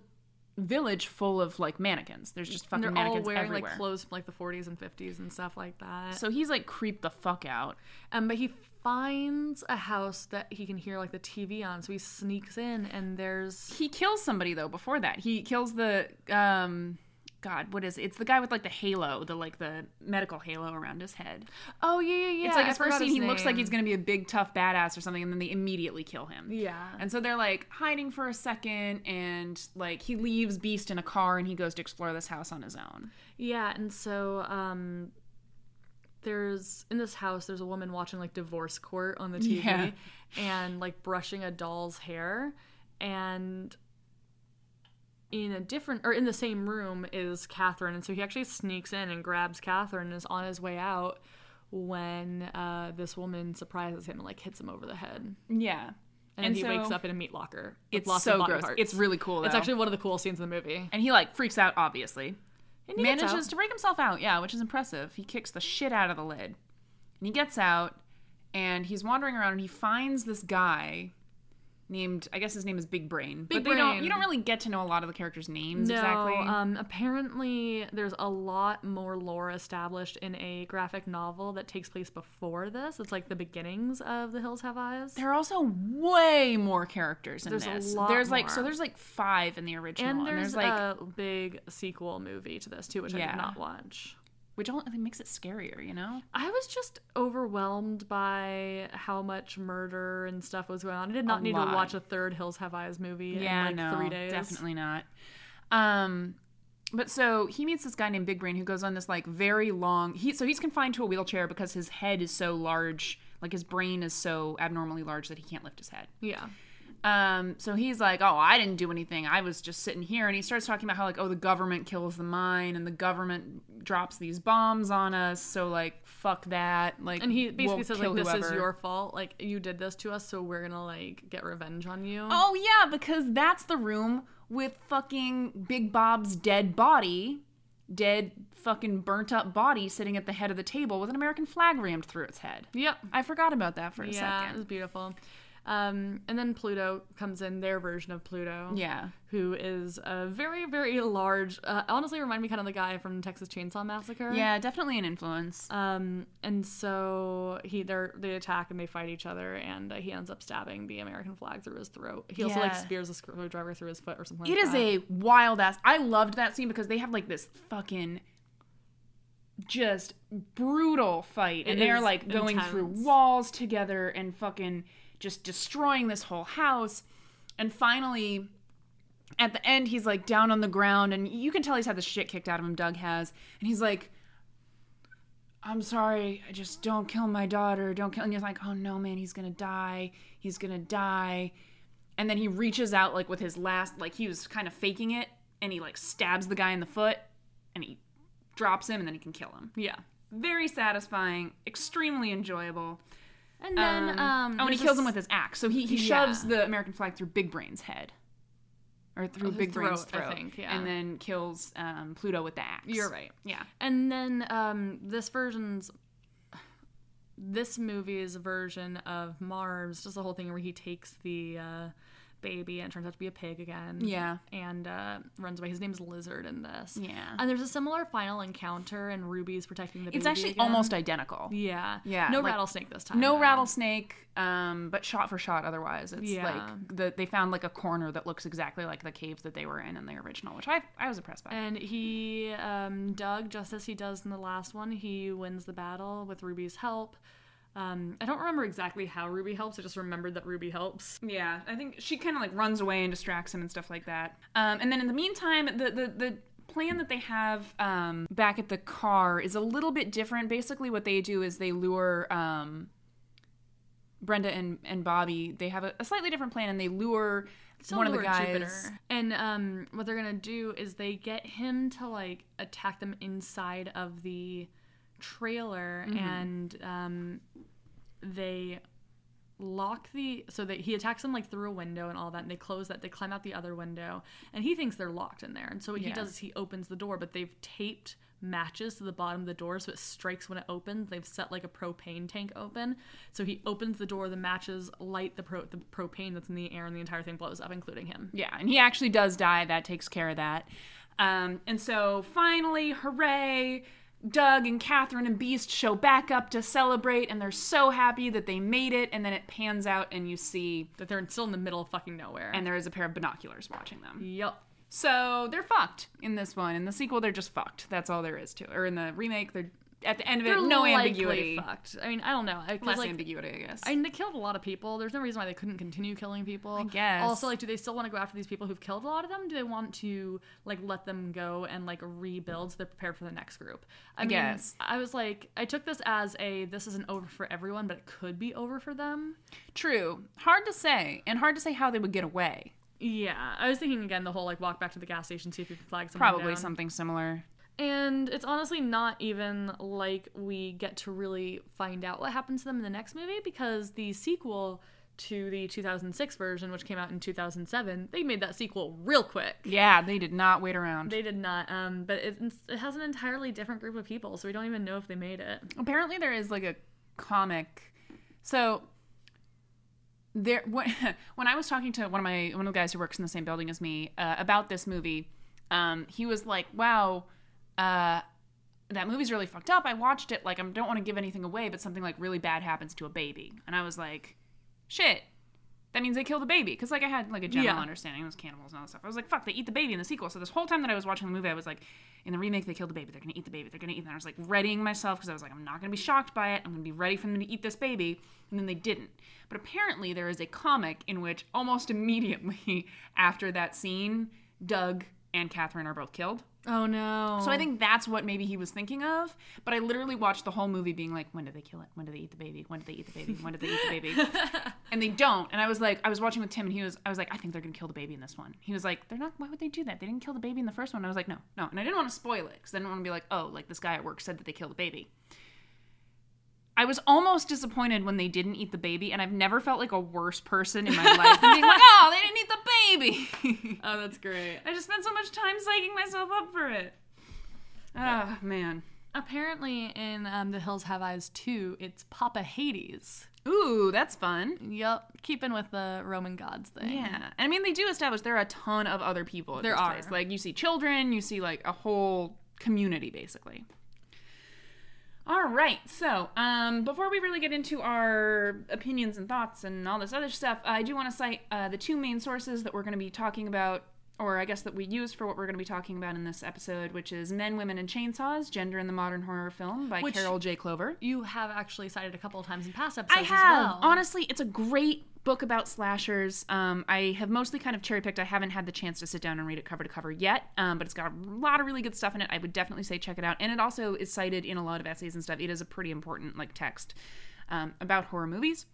Speaker 2: village full of like mannequins. There's just fucking
Speaker 1: And they're all
Speaker 2: mannequins
Speaker 1: wearing
Speaker 2: everywhere.
Speaker 1: like clothes from like the 40s and 50s and stuff like that.
Speaker 2: so he's like creeped the fuck out.
Speaker 1: Um, but he finds a house that he can hear like the TV on, so he sneaks in and there's
Speaker 2: He kills somebody though before that. He kills the um God, what is it? It's the guy with like the halo, the like the medical halo around his head.
Speaker 1: oh yeah yeah yeah.
Speaker 2: It's like
Speaker 1: I
Speaker 2: his first
Speaker 1: forgot
Speaker 2: scene,
Speaker 1: his
Speaker 2: he looks like
Speaker 1: name.
Speaker 2: he's gonna be a big tough badass or something, and then they immediately kill him.
Speaker 1: yeah.
Speaker 2: And so they're like hiding for a second, and like he leaves Beast in a car and he goes to explore this house on his own.
Speaker 1: Yeah, and so um there's in this house there's a woman watching like divorce court on the TV
Speaker 2: Yeah.
Speaker 1: and like brushing a doll's hair and in a different or in the same room is Catherine and so he actually sneaks in and grabs Catherine and is on his way out when uh, this woman surprises him and like hits him over the head
Speaker 2: Yeah.
Speaker 1: and,
Speaker 2: And
Speaker 1: he
Speaker 2: so-
Speaker 1: wakes up in a meat locker with
Speaker 2: It's
Speaker 1: lots of
Speaker 2: so
Speaker 1: body
Speaker 2: gross.
Speaker 1: parts.
Speaker 2: It's really cool.
Speaker 1: it's
Speaker 2: though.
Speaker 1: actually one of the cool scenes in the movie
Speaker 2: and he like freaks out obviously.
Speaker 1: and he gets out.
Speaker 2: Manages to break himself out, yeah, which is impressive. He kicks the shit out of the lid. And he gets out and he's wandering around and he finds this guy named I guess his name is Big Brain.
Speaker 1: Big
Speaker 2: but they don't
Speaker 1: Brain.
Speaker 2: you don't really get to know a lot of the characters' names exactly.
Speaker 1: Um, apparently, there's a lot more lore established in a graphic novel that takes place before this. It's like the beginnings of The Hills Have Eyes.
Speaker 2: there are also way more characters in
Speaker 1: There's a
Speaker 2: this.
Speaker 1: lot
Speaker 2: there's like so
Speaker 1: more.
Speaker 2: there's like five in the original
Speaker 1: and there's, uh,
Speaker 2: like
Speaker 1: a big sequel movie to this too, which I
Speaker 2: Yeah.
Speaker 1: did not watch.
Speaker 2: which only it makes it scarier, you know?
Speaker 1: I was just overwhelmed by how much murder and stuff was going on. I did not need
Speaker 2: lot.
Speaker 1: to watch a third Hills Have Eyes movie in like three days.
Speaker 2: Definitely not. Um, but so he meets this guy named Big Brain who goes on this like very long. He so he's confined to a wheelchair because his head is so large, like his brain is so abnormally large that he can't lift his head.
Speaker 1: Yeah.
Speaker 2: Um, so he's like, "Oh, I didn't do anything. I was just sitting here." And he starts talking about how like, "Oh, the government kills the mine, and the government drops these bombs on us. So like, fuck that." Like,
Speaker 1: And he
Speaker 2: we'll
Speaker 1: basically says like
Speaker 2: kill
Speaker 1: this is
Speaker 2: whoever."
Speaker 1: your fault. Like you did this to us, so we're going to like get revenge on you.
Speaker 2: Oh yeah, because that's the room with fucking Big Bob's dead body, dead fucking burnt up body sitting at the head of the table with an American flag rammed through its head.
Speaker 1: Yep.
Speaker 2: I forgot about that for a
Speaker 1: yeah, it was
Speaker 2: second.
Speaker 1: beautiful. Um, and then Pluto comes in, their version of Pluto,
Speaker 2: Yeah.
Speaker 1: who is a very, very large. Uh, honestly, remind me kind of the guy from Texas Chainsaw Massacre.
Speaker 2: Yeah, definitely an influence.
Speaker 1: Um, and so he they are they attack and they fight each other, and uh, he ends up stabbing the American flag through his throat. He also like
Speaker 2: Yeah.
Speaker 1: spears a screwdriver through his foot or something.
Speaker 2: It
Speaker 1: like
Speaker 2: is
Speaker 1: that.
Speaker 2: a wild ass. I loved that scene because they have like this fucking just brutal fight and
Speaker 1: It
Speaker 2: they're
Speaker 1: is
Speaker 2: like going through
Speaker 1: intense.
Speaker 2: walls together and fucking just destroying this whole house. And finally at the end he's like down on the ground and you can tell he's had the shit kicked out of him Doug has and he's like I'm sorry, I just don't kill my daughter. Don't kill. And you're like, oh no, man, he's gonna die. He's gonna die. And then he reaches out like with his last, like he was kind of faking it, and he like stabs the guy in the foot, and he drops him, and then he can kill him.
Speaker 1: yeah.
Speaker 2: Very satisfying, extremely enjoyable.
Speaker 1: And then um,
Speaker 2: oh, and he
Speaker 1: there's
Speaker 2: kills
Speaker 1: this-
Speaker 2: him with his axe. So he, he
Speaker 1: Yeah.
Speaker 2: shoves the American flag through Big Brain's head, or through
Speaker 1: his
Speaker 2: Big Brain's
Speaker 1: throat, I
Speaker 2: throat,
Speaker 1: think, yeah.
Speaker 2: and then kills um, Pluto with the axe.
Speaker 1: You're right.
Speaker 2: Yeah.
Speaker 1: And then um, this version's this movie's version of Mars, just the whole thing where he takes the uh, baby and it turns out to be a pig again.
Speaker 2: Yeah.
Speaker 1: And uh, runs away. His name's Lizard in this.
Speaker 2: Yeah.
Speaker 1: And there's a similar final encounter, and Ruby's protecting the baby.
Speaker 2: It's actually
Speaker 1: again.
Speaker 2: almost identical.
Speaker 1: Yeah.
Speaker 2: Yeah,
Speaker 1: No
Speaker 2: like-
Speaker 1: rattlesnake this time.
Speaker 2: No
Speaker 1: though.
Speaker 2: rattlesnake, um, but shot for shot. Otherwise, it's
Speaker 1: Yeah.
Speaker 2: like the, they found like a corner that looks exactly like the caves that they were in in the original, which I I was impressed by.
Speaker 1: And he, um, Doug, just as he does in the last one, he wins the battle with Ruby's help. Um, I don't remember exactly how Ruby helps. I just remembered that Ruby helps.
Speaker 2: yeah, I think she kind of like runs away and distracts him and stuff like that. Um, and then in the meantime, the the the plan that they have um, back at the car is a little bit different. Basically, what they do is they lure. Um, Brenda and, and Bobby, they have a, a slightly different plan, and they lure
Speaker 1: Still
Speaker 2: one of the
Speaker 1: Lord
Speaker 2: guys.
Speaker 1: Jupiter. And um, what they're gonna do is they get him to like attack them inside of the trailer, and um, they lock the so that he attacks them like through a window and all that, and they close that. They climb out the other window, and he thinks they're locked in there. And so what he
Speaker 2: Yeah.
Speaker 1: does is he opens the door, but they've taped matches to the bottom of the door so it strikes when it opens. They've set like a propane tank open. So he opens the door, the matches light the, pro- the propane that's in the air, and the entire thing blows up, including him.
Speaker 2: Yeah, and he actually does die. That takes care of that. Um, and so finally, hooray! Doug and Catherine and Beast show back up to celebrate, and they're so happy that they made it. And then it pans out, and you see,
Speaker 1: That they're still in the middle of fucking nowhere.
Speaker 2: and there is a pair of binoculars watching them.
Speaker 1: yep.
Speaker 2: So they're fucked in this one. In the sequel, they're just fucked. That's all there is to it. Or in the remake, they're at the end of it,
Speaker 1: They're
Speaker 2: no
Speaker 1: likely
Speaker 2: ambiguity.
Speaker 1: Fucked. I mean, I don't know. I, 'cause,
Speaker 2: Less
Speaker 1: like,
Speaker 2: ambiguity, I guess.
Speaker 1: I mean, they killed a lot of people. There's no reason why they couldn't continue killing people. I
Speaker 2: guess.
Speaker 1: Also, like, do they still want to go after these people who've killed a lot of them? Do they want to like let them go and like rebuild so they're prepared for the next group? I, mean,
Speaker 2: guess.
Speaker 1: I was like, I took this as a this isn't over for everyone, but it could be over for them.
Speaker 2: True. Hard to say, and hard to say how they would get away.
Speaker 1: Yeah, I was thinking again the whole like walk back to the gas station, see if you can flag someone
Speaker 2: Probably
Speaker 1: down.
Speaker 2: something similar.
Speaker 1: And it's honestly not even like we get to really find out what happens to them in the next movie because the sequel to the 2006 version, which came out in 2007, they made that sequel real quick.
Speaker 2: Yeah, they did not wait around.
Speaker 1: They did not, um, but it, it has an entirely different group of people, so we don't even know if they made it.
Speaker 2: apparently there is like a comic so there when, when i was talking to one of my one of the guys who works in the same building as me uh, about this movie um, he was like wow uh, that movie's really fucked up i watched it like i don't want to give anything away but something like really bad happens to a baby and i was like shit that means they kill the baby because like i had like a general
Speaker 1: Yeah.
Speaker 2: understanding of those cannibals and all that stuff i was like fuck they eat the baby in the sequel so this whole time that i was watching the movie i was like in the remake they killed the baby they're gonna eat the baby they're gonna eat and i was like readying myself because i was like i'm not gonna be shocked by it i'm gonna be ready for them to eat this baby and then they didn't but apparently there is a comic in which almost immediately after that scene doug and catherine are both killed
Speaker 1: Oh no.
Speaker 2: so I think that's what maybe he was thinking of. But I literally watched the whole movie being like, when do they kill it? When do they eat the baby? When do they eat the baby? When do they eat the baby? and they don't. And I was like, I was watching with Tim and he was, I was like, I think they're going to kill the baby in this one. He was like, they're not, why would they do that? They didn't kill the baby in the first one. I was like, no, no. And I didn't want to spoil it because I didn't want to be like, oh, like this guy at work said that they killed the baby. I was almost disappointed when they didn't eat the baby, and I've never felt like a worse person in my life than being like, oh, they didn't eat the baby.
Speaker 1: Oh, that's great.
Speaker 2: I just spent so much time psyching myself up for it. Ah, man.
Speaker 1: Apparently, in um, The Hills Have Eyes 2, it's Papa Hades.
Speaker 2: Ooh, that's
Speaker 1: Mm-hmm.
Speaker 2: fun.
Speaker 1: Yep, keeping with the Roman gods thing.
Speaker 2: Yeah. I mean, they do establish there are a ton of other people. At
Speaker 1: There
Speaker 2: this
Speaker 1: are.
Speaker 2: Place. Like, you see children, you see, like, a whole community, basically. All right. So, um, before we really get into our opinions and thoughts and all this other stuff, I do want to cite uh, the two main sources that we're going to be talking about, or I guess that we use for what we're going to be talking about in this episode, which is Men, Women, and Chainsaws Gender in the Modern Horror Film by
Speaker 1: Which-
Speaker 2: Carol J. Clover.
Speaker 1: You have actually cited a couple of times in past episodes
Speaker 2: I have.
Speaker 1: as well.
Speaker 2: Honestly, it's a great book about slashers. Um, I have mostly kind of cherry picked. I haven't had the chance to sit down and read it cover to cover yet, um, but it's got a lot of really good stuff in it. I would definitely say check it out. And it also is cited in a lot of essays and stuff. It is a pretty important like text um, about horror movies.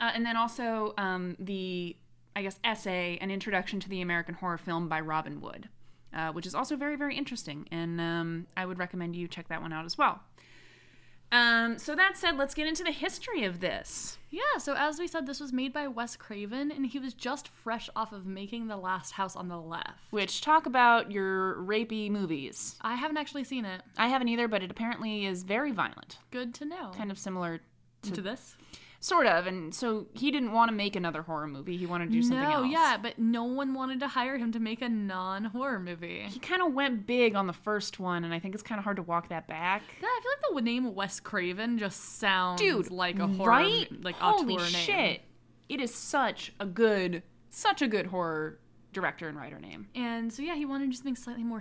Speaker 2: Uh, and then also um, the, I guess, essay, An Introduction to the American Horror Film by Robin Wood, uh, which is also very, very interesting. And um, I would recommend you check that one out as well. Um, so that said, let's get into the history of this.
Speaker 1: Yeah, so as we said, this was made by Wes Craven, and he was just fresh off of making The Last House on the Left.
Speaker 2: Which talk about your rapey movies.
Speaker 1: I haven't actually seen it.
Speaker 2: I haven't either, but it apparently is very violent,
Speaker 1: Good to know.
Speaker 2: kind of similar,
Speaker 1: to this?
Speaker 2: sort of. And so he didn't want to make another horror movie. He wanted to do something
Speaker 1: no,
Speaker 2: else.
Speaker 1: yeah, but no one wanted to hire him to make a non horror movie.
Speaker 2: He kind of went big on the first one, and I think it's kind of hard to walk that back.
Speaker 1: Yeah, I feel like the name Wes Craven just sounds
Speaker 2: Dude,
Speaker 1: like a horror,
Speaker 2: right?
Speaker 1: like
Speaker 2: holy
Speaker 1: auteur
Speaker 2: shit!
Speaker 1: name.
Speaker 2: It is such a good, such a good horror director and writer name.
Speaker 1: And so yeah, he wanted to do something slightly more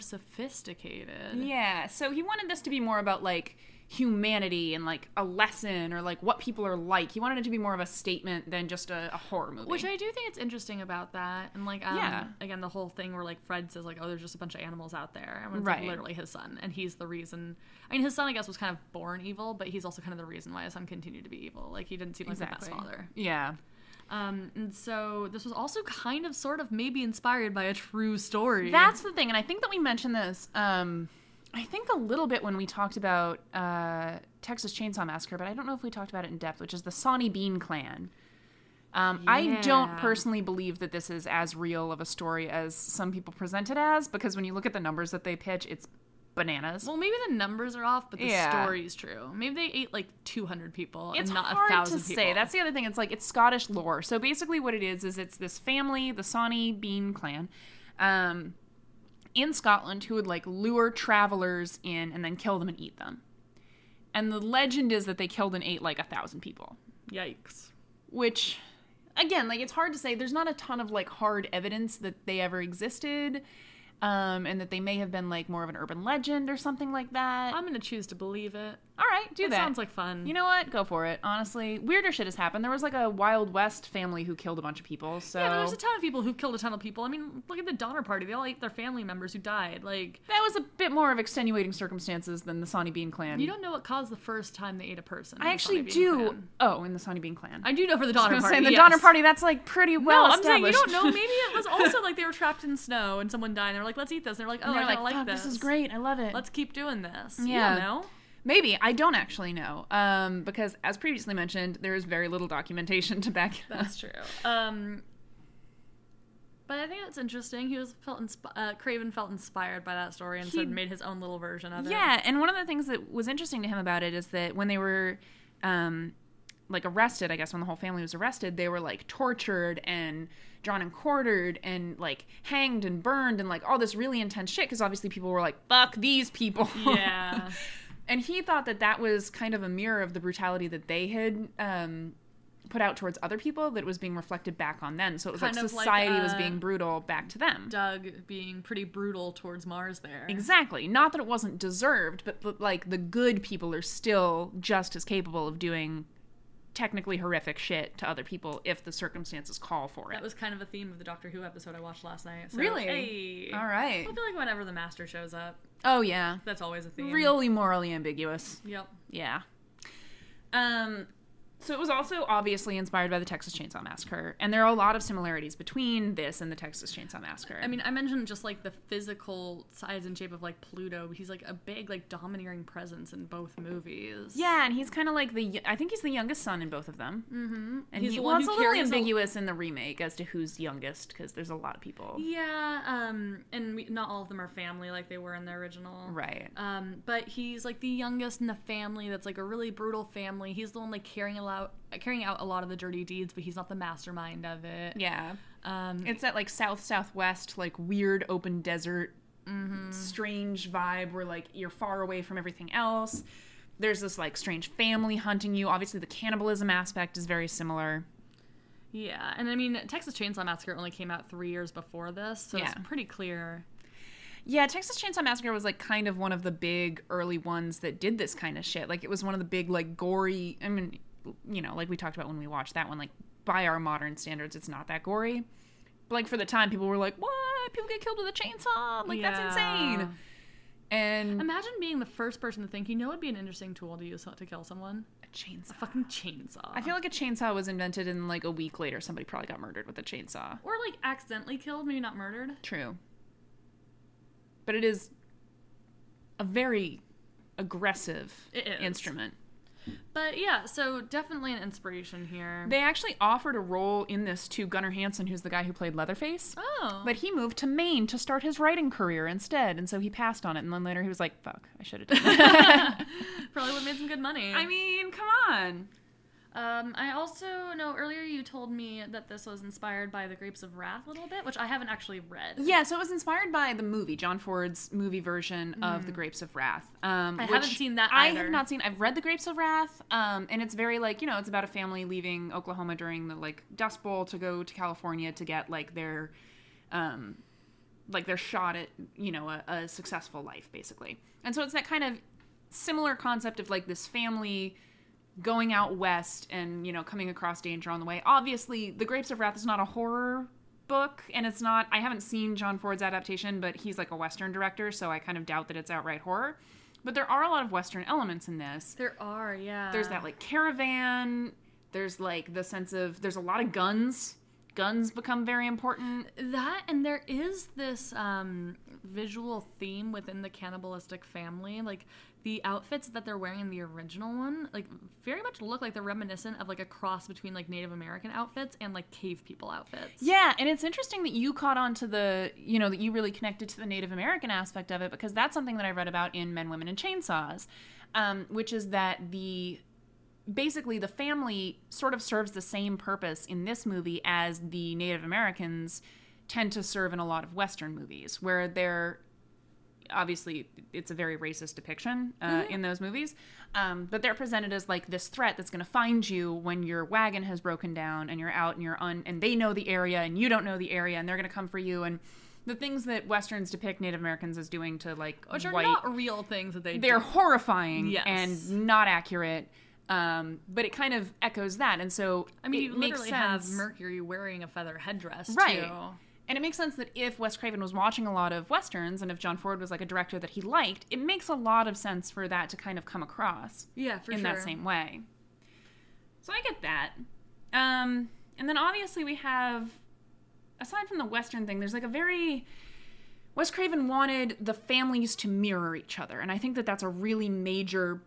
Speaker 1: sophisticated.
Speaker 2: Yeah, so he wanted this to be more about like humanity and like a lesson or like what people are like. He wanted it to be more of a statement than just a, a horror movie.
Speaker 1: Which I do think it's interesting about that, and like um,
Speaker 2: Yeah.
Speaker 1: again the whole thing where like Fred says like oh there's just a bunch of animals out there, and it's
Speaker 2: Right.
Speaker 1: like literally his son, and he's the reason. I mean his son I guess was kind of born evil, but he's also kind of the reason why his son continued to be evil. Like he didn't seem like the best father.
Speaker 2: Yeah.
Speaker 1: Um, and so this was also kind of sort of maybe inspired by a true story.
Speaker 2: That's the thing, and I think that we mentioned this. Um, I think a little bit when we talked about uh, Texas Chainsaw Massacre, but I don't know if we talked about it in depth, which is the Sawney Bean Clan. Um, I don't
Speaker 1: Yeah.
Speaker 2: personally believe that this is as real of a story as some people present it as, because when you look at the numbers that they pitch, it's bananas.
Speaker 1: Well, maybe the numbers are off, but the
Speaker 2: Yeah.
Speaker 1: story's true. Maybe they ate like 200 people
Speaker 2: it's
Speaker 1: and not
Speaker 2: hard
Speaker 1: a thousand
Speaker 2: to
Speaker 1: people.
Speaker 2: say. That's the other thing. It's like it's Scottish lore. So basically, what it is is it's this family, the Sawney Bean clan, um, in Scotland, who would like lure travelers in and then kill them and eat them. And the legend is that they killed and ate like a thousand people,
Speaker 1: yikes.
Speaker 2: which, again, like it's hard to say. There's not a ton of like hard evidence that they ever existed. Um, and that they may have been like more of an urban legend or something like that.
Speaker 1: I'm gonna choose to believe it.
Speaker 2: All right, do
Speaker 1: Uh, It
Speaker 2: that.
Speaker 1: sounds like fun.
Speaker 2: You know what? Go for it. Honestly, weirder shit has happened. There was like a Wild West family who killed a bunch of people. So
Speaker 1: yeah, but there's a ton of people who killed a ton of people. I mean, look at the Donner Party. They all ate their family members who died. Like,
Speaker 2: that was a bit more of extenuating circumstances than the Sonny Bean clan.
Speaker 1: you don't know what caused the first time they ate a person. in
Speaker 2: Mm. I
Speaker 1: the
Speaker 2: actually
Speaker 1: Sonny
Speaker 2: do.
Speaker 1: Bean clan.
Speaker 2: Oh, in the Sonny Bean clan.
Speaker 1: I do know for the
Speaker 2: I
Speaker 1: Donner
Speaker 2: was
Speaker 1: Party.
Speaker 2: saying the
Speaker 1: yes.
Speaker 2: Donner Party. That's like pretty well
Speaker 1: No, I'm saying you
Speaker 2: established.
Speaker 1: don't know. Maybe it was also like they were trapped in snow and someone died and they're like, let's eat this. And they're like, oh,
Speaker 2: And they're
Speaker 1: I
Speaker 2: like,
Speaker 1: kinda like,
Speaker 2: "Fuck,
Speaker 1: this.
Speaker 2: this is great. I love it.
Speaker 1: Let's keep doing this.
Speaker 2: Yeah.
Speaker 1: You don't know?
Speaker 2: Maybe I don't actually know, um, because as previously mentioned, there is very little documentation to back. it up.
Speaker 1: That's true. Um, but I think that's interesting. He was felt insp- uh, Craven felt inspired by that story and
Speaker 2: He-
Speaker 1: sort of made his own little version of it.
Speaker 2: Yeah, and one of the things that was interesting to him about it is that when they were um like arrested, I guess when the whole family was arrested, they were like tortured and drawn and quartered and like hanged and burned and like all this really intense shit because obviously people were like fuck these people.
Speaker 1: Yeah.
Speaker 2: and he thought that that was kind of a mirror of the brutality that they had um put out towards other people that was being reflected back on them. So it was
Speaker 1: Kind
Speaker 2: like
Speaker 1: of like,
Speaker 2: society was
Speaker 1: uh,
Speaker 2: being brutal back to them.
Speaker 1: Doug being pretty brutal towards Mars there.
Speaker 2: Exactly. Not that it wasn't deserved, but, but like the good people are still just as capable of doing technically horrific shit to other people if the circumstances call for it.
Speaker 1: That was kind of a theme of the Doctor Who episode I watched last night. So,
Speaker 2: Really?
Speaker 1: hey.
Speaker 2: All right.
Speaker 1: I feel like whenever the Master shows up,
Speaker 2: Oh yeah.
Speaker 1: that's always a theme.
Speaker 2: Really morally ambiguous.
Speaker 1: Yep.
Speaker 2: Yeah. Um so it was also obviously inspired by the Texas Chainsaw Massacre, and there are a lot of similarities between this and the Texas Chainsaw Massacre.
Speaker 1: I mean, I mentioned just like the physical size and shape of like Pluto. He's like a big, like domineering presence in both movies.
Speaker 2: yeah, and he's kind of like the y- I think he's the youngest son in both of them.
Speaker 1: Mm-hmm.
Speaker 2: And
Speaker 1: he's
Speaker 2: he,
Speaker 1: the
Speaker 2: well,
Speaker 1: one
Speaker 2: it's a
Speaker 1: who
Speaker 2: little
Speaker 1: carries a-
Speaker 2: ambiguous in the remake as to who's youngest because there's a lot of people.
Speaker 1: Yeah, um, and we, not all of them are family like they were in the original.
Speaker 2: Right.
Speaker 1: Um, but he's like the youngest in the family. That's like a really brutal family. He's the one like carrying a lot, carrying out a lot of the dirty deeds, but he's not the mastermind of it.
Speaker 2: Yeah.
Speaker 1: Um,
Speaker 2: It's that like south southwest, like weird open desert, Mm-hmm. strange vibe where like you're far away from everything else. There's this like strange family hunting you. Obviously, the cannibalism aspect is very similar.
Speaker 1: yeah, and I mean Texas Chainsaw Massacre only came out three years before this, so
Speaker 2: Yeah.
Speaker 1: it's pretty clear.
Speaker 2: Yeah, Texas Chainsaw Massacre was like kind of one of the big early ones that did this kind of shit. Like it was one of the big like gory. I mean, you know, like we talked about when we watched that one. Like by our modern standards, it's not that gory. But like for the time, people were like, "What? People get killed with a chainsaw? Like that's
Speaker 1: Yeah.
Speaker 2: insane!" And
Speaker 1: Imagine being the first person to think you know it'd be an interesting tool to use to kill someone.
Speaker 2: a chainsaw.
Speaker 1: A fucking chainsaw.
Speaker 2: I feel like a chainsaw was invented, and like a week later, somebody probably got murdered with a chainsaw.
Speaker 1: or like accidentally killed, maybe not murdered.
Speaker 2: True. But it is a very aggressive
Speaker 1: It is.
Speaker 2: instrument.
Speaker 1: But yeah, so definitely an inspiration here.
Speaker 2: They actually offered a role in this to Gunnar Hansen, who's the guy who played Leatherface.
Speaker 1: oh,
Speaker 2: But he moved to Maine to start his writing career instead, and so he passed on it. And then later he was like, "Fuck, I should have done that."
Speaker 1: probably would have made some good money.
Speaker 2: I mean, come on.
Speaker 1: um, I also know earlier you told me that this was inspired by the Grapes of Wrath a little bit, which I haven't actually read.
Speaker 2: Yeah, so it was inspired by the movie, John Ford's movie version of The Grapes of Wrath. Um,
Speaker 1: I
Speaker 2: which
Speaker 1: haven't seen that
Speaker 2: I
Speaker 1: either.
Speaker 2: have not seen. I've read The Grapes of Wrath, um, and it's very like you know, it's about a family leaving Oklahoma during the like Dust Bowl to go to California to get like their, um, like their shot at you know a, a successful life basically. And so it's that kind of similar concept of like this family going out west and you know coming across danger on the way obviously the grapes of wrath is not a horror book and it's not i haven't seen john ford's adaptation but he's like a western director so i kind of doubt that it's outright horror but there are a lot of western elements in this
Speaker 1: There are, yeah.
Speaker 2: Uh. there's that like caravan there's like the sense of there's a lot of guns guns become very important.
Speaker 3: That and there is this um, visual theme within the cannibalistic family. Like the outfits that they're wearing in the original one, like very much look like they're reminiscent of like a cross between like Native American outfits and like cave people outfits.
Speaker 2: Yeah, and it's interesting that you caught on to the, you know, that you really connected to the Native American aspect of it because that's something that I read about in Men, Women, and Chainsaws, um, which is that the basically the family sort of serves the same purpose in this movie as the Native Americans tend to serve in a lot of Western movies, where they're obviously it's a very racist depiction uh,
Speaker 3: Mm-hmm.
Speaker 2: in those movies, um, but they're presented as like this threat that's going to find you when your wagon has broken down and you're out and you're un and they know the area and you don't know the area and they're going to come for you and. The things that westerns depict Native Americans as doing to like
Speaker 3: Which are
Speaker 2: white
Speaker 3: not real things that they
Speaker 2: they're
Speaker 3: do.
Speaker 2: horrifying
Speaker 3: Yes.
Speaker 2: and not accurate. Um, but it kind of echoes that, and so
Speaker 3: I mean,
Speaker 2: it
Speaker 3: you
Speaker 2: makes
Speaker 3: literally have
Speaker 2: sense,
Speaker 3: Mercury wearing a feather headdress,
Speaker 2: right?
Speaker 3: Too.
Speaker 2: And it makes sense that if Wes Craven was watching a lot of westerns, and if John Ford was like a director that he liked, it makes a lot of sense for that to kind of come across
Speaker 3: Yeah, for
Speaker 2: in
Speaker 3: sure.
Speaker 2: that same way. So I get that. Um, and then obviously we have, aside from the Western thing, there's like a very Wes Craven wanted the families to mirror each other, and I think that that's a really major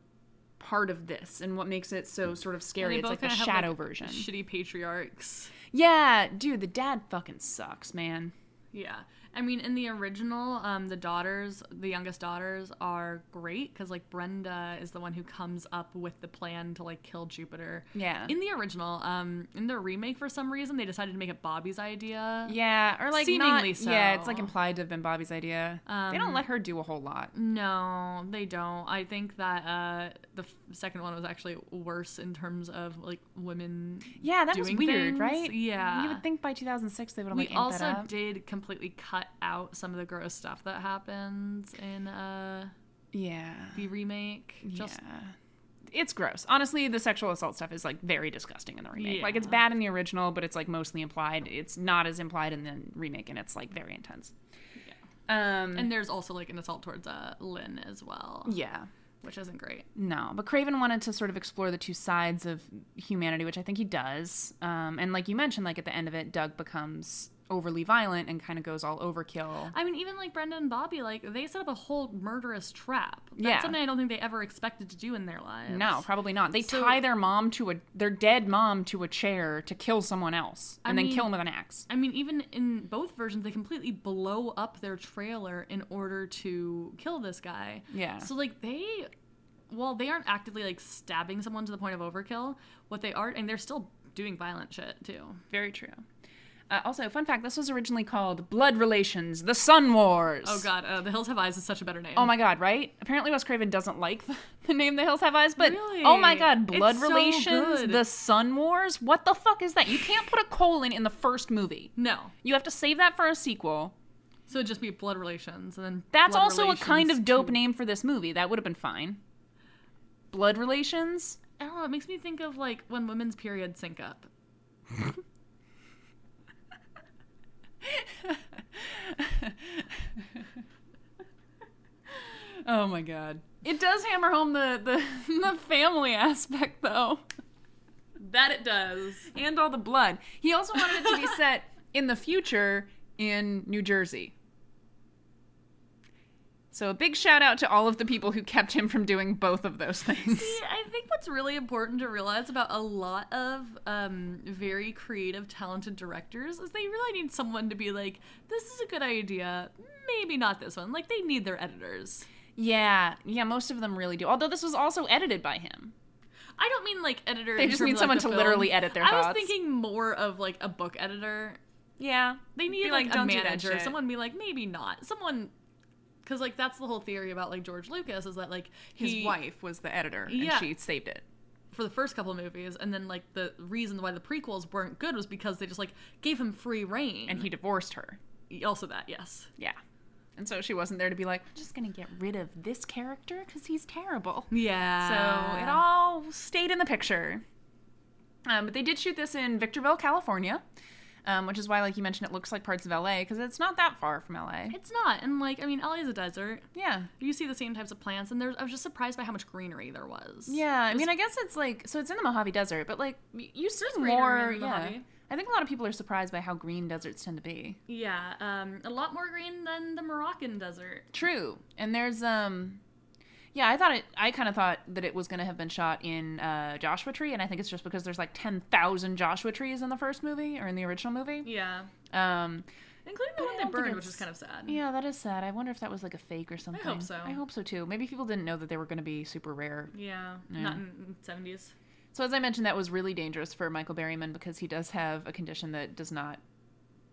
Speaker 2: part of this and what makes it so sort of scary.
Speaker 1: they
Speaker 2: It's
Speaker 1: both
Speaker 2: like the
Speaker 1: kinda have,
Speaker 2: shadow
Speaker 1: like,
Speaker 2: version.
Speaker 1: Shitty patriarchs.
Speaker 2: yeah, dude, the dad fucking sucks, man.
Speaker 1: Yeah. I mean, in the original, um, the daughters, the youngest daughters, are great because, like, Brenda is the one who comes up with the plan to, like, kill Jupiter.
Speaker 2: Yeah.
Speaker 1: In the original, um, in the remake, for some reason, they decided to make it Bobby's idea.
Speaker 2: Yeah, or like
Speaker 1: Seemingly
Speaker 2: not. Yeah, it's
Speaker 1: so.
Speaker 2: like implied to have been Bobby's idea. they don't let her do a whole lot.
Speaker 1: No, they don't. I think that uh, the f- second one was actually worse in terms of, like, women.
Speaker 2: Yeah, that was
Speaker 1: doing
Speaker 2: weird,
Speaker 1: things.
Speaker 2: right?
Speaker 1: Yeah.
Speaker 2: you would think by 2006 they would have
Speaker 1: We
Speaker 2: like amped that
Speaker 1: also
Speaker 2: up.
Speaker 1: did completely cut out some of the gross stuff that happens in uh,
Speaker 2: yeah,
Speaker 1: the remake. Just
Speaker 2: yeah. It's gross. Honestly, the sexual assault stuff is like very disgusting in the remake. Like it's
Speaker 1: Yeah.
Speaker 2: bad in the original, but it's like mostly implied. It's not as implied in the remake, and it's like very intense. Um,
Speaker 1: And there's also like an assault towards uh, Lynn as well,
Speaker 2: yeah.
Speaker 1: which isn't great.
Speaker 2: No, but Craven wanted to sort of explore the two sides of humanity, which I think he does. Um, and like you mentioned, like at the end of it, Doug becomes overly violent and kind of goes all overkill.
Speaker 1: I mean, even like Brenda and Bobby, like they set up a whole murderous trap. That's
Speaker 2: Yeah.
Speaker 1: something I don't think they ever expected to do in their lives.
Speaker 2: No, probably not. They
Speaker 1: So-
Speaker 2: tie their mom to a their dead mom to a chair to kill someone else, and then
Speaker 1: mean-
Speaker 2: kill him with an axe.
Speaker 1: I mean, even in both versions, they completely blow up their trailer in order to kill this guy.
Speaker 2: Yeah.
Speaker 1: So like they, while they aren't actively like stabbing someone to the point of overkill, what they are, and they're still doing violent shit too.
Speaker 2: Very true. Uh, also, fun fact: this was originally called Blood Relations: The Sun Wars.
Speaker 1: Oh god, uh, The Hills Have Eyes is such a better name.
Speaker 2: Oh my god, right? Apparently Wes Craven doesn't like the, the name The Hills Have Eyes, but
Speaker 1: Really?
Speaker 2: oh my god,
Speaker 1: It's
Speaker 2: Blood
Speaker 1: so
Speaker 2: Relations,
Speaker 1: good.
Speaker 2: The Sun Wars? What the fuck is that? You can't put a colon in the first movie.
Speaker 1: No.
Speaker 2: You have to save that for a sequel.
Speaker 1: So it'd just be blood relations, and then
Speaker 2: That's
Speaker 1: blood
Speaker 2: also a kind
Speaker 1: relations
Speaker 2: of dope
Speaker 1: two.
Speaker 2: name for this movie. That would have been fine. Blood Relations?
Speaker 1: I don't know. It makes me think of like when women's periods sync up.
Speaker 2: Oh my god. It does hammer home the the, the family aspect though.
Speaker 1: That it does.
Speaker 2: and all the blood. He also wanted it to be set in the future in New Jersey. So a big shout out to all of the people who kept him from doing both of those things.
Speaker 1: I think what's really important to realize about a lot of um, very creative, talented directors is they really need someone to be like, this is a good idea, maybe not this one. Like, they need their editors.
Speaker 2: Yeah, yeah, most of them really do. Although this was also edited by him.
Speaker 1: I don't mean like editor.
Speaker 2: They
Speaker 1: in
Speaker 2: just
Speaker 1: terms
Speaker 2: need
Speaker 1: of, like,
Speaker 2: someone
Speaker 1: the
Speaker 2: to
Speaker 1: film.
Speaker 2: literally edit their
Speaker 1: I
Speaker 2: thoughts.
Speaker 1: was thinking more of like a book editor.
Speaker 2: Yeah,
Speaker 1: They need
Speaker 2: Be
Speaker 1: like,
Speaker 2: like,
Speaker 1: a
Speaker 2: "Don't do that
Speaker 1: manager.
Speaker 2: shit."
Speaker 1: Someone be like, maybe not. Someone, because like that's the whole theory about like George Lucas is that like
Speaker 2: his
Speaker 1: he-
Speaker 2: wife was the editor,
Speaker 1: Yeah.
Speaker 2: and she saved it.
Speaker 1: for the first couple of movies, and then like the reason why the prequels weren't good was because they just like gave him free reign.
Speaker 2: And he divorced her.
Speaker 1: also that yes,
Speaker 2: Yeah, and so she wasn't there to be like, "I'm just gonna get rid of this character because he's terrible."
Speaker 1: yeah.
Speaker 2: So it all stayed in the picture. Um, but they did shoot this in Victorville, California, um, which is why, like you mentioned, it looks like parts of LA because it's not that far from LA.
Speaker 1: it's not. And like I mean, LA is a desert.
Speaker 2: Yeah.
Speaker 1: You see the same types of plants, and there's I was just surprised by how much greenery there was.
Speaker 2: Yeah. I mean, I guess it's like, so it's in the Mojave Desert, but like, y- you see more.
Speaker 1: in the
Speaker 2: yeah.
Speaker 1: Mojave.
Speaker 2: I think a lot of people are surprised by how green deserts tend to be.
Speaker 4: Yeah, um, a lot more green than the Moroccan desert.
Speaker 2: True. And there's um yeah, I thought it I kind of thought that it was going to have been shot in uh, Joshua Tree and I think it's just because there's like 10,000 Joshua trees in the first movie or in the original movie.
Speaker 4: Yeah,
Speaker 2: Um
Speaker 4: including the
Speaker 2: But I
Speaker 4: one they
Speaker 2: don't think
Speaker 4: burned, which
Speaker 2: it's-
Speaker 4: is kind of sad.
Speaker 2: yeah, that is sad. I wonder if that was like a fake or something.
Speaker 4: so.
Speaker 2: I hope so too. Maybe people didn't know that they were going to be super rare.
Speaker 4: Yeah,
Speaker 2: Yeah.
Speaker 4: not in seventies.
Speaker 2: So as I mentioned that was really dangerous for Michael Berryman because he does have a condition that does not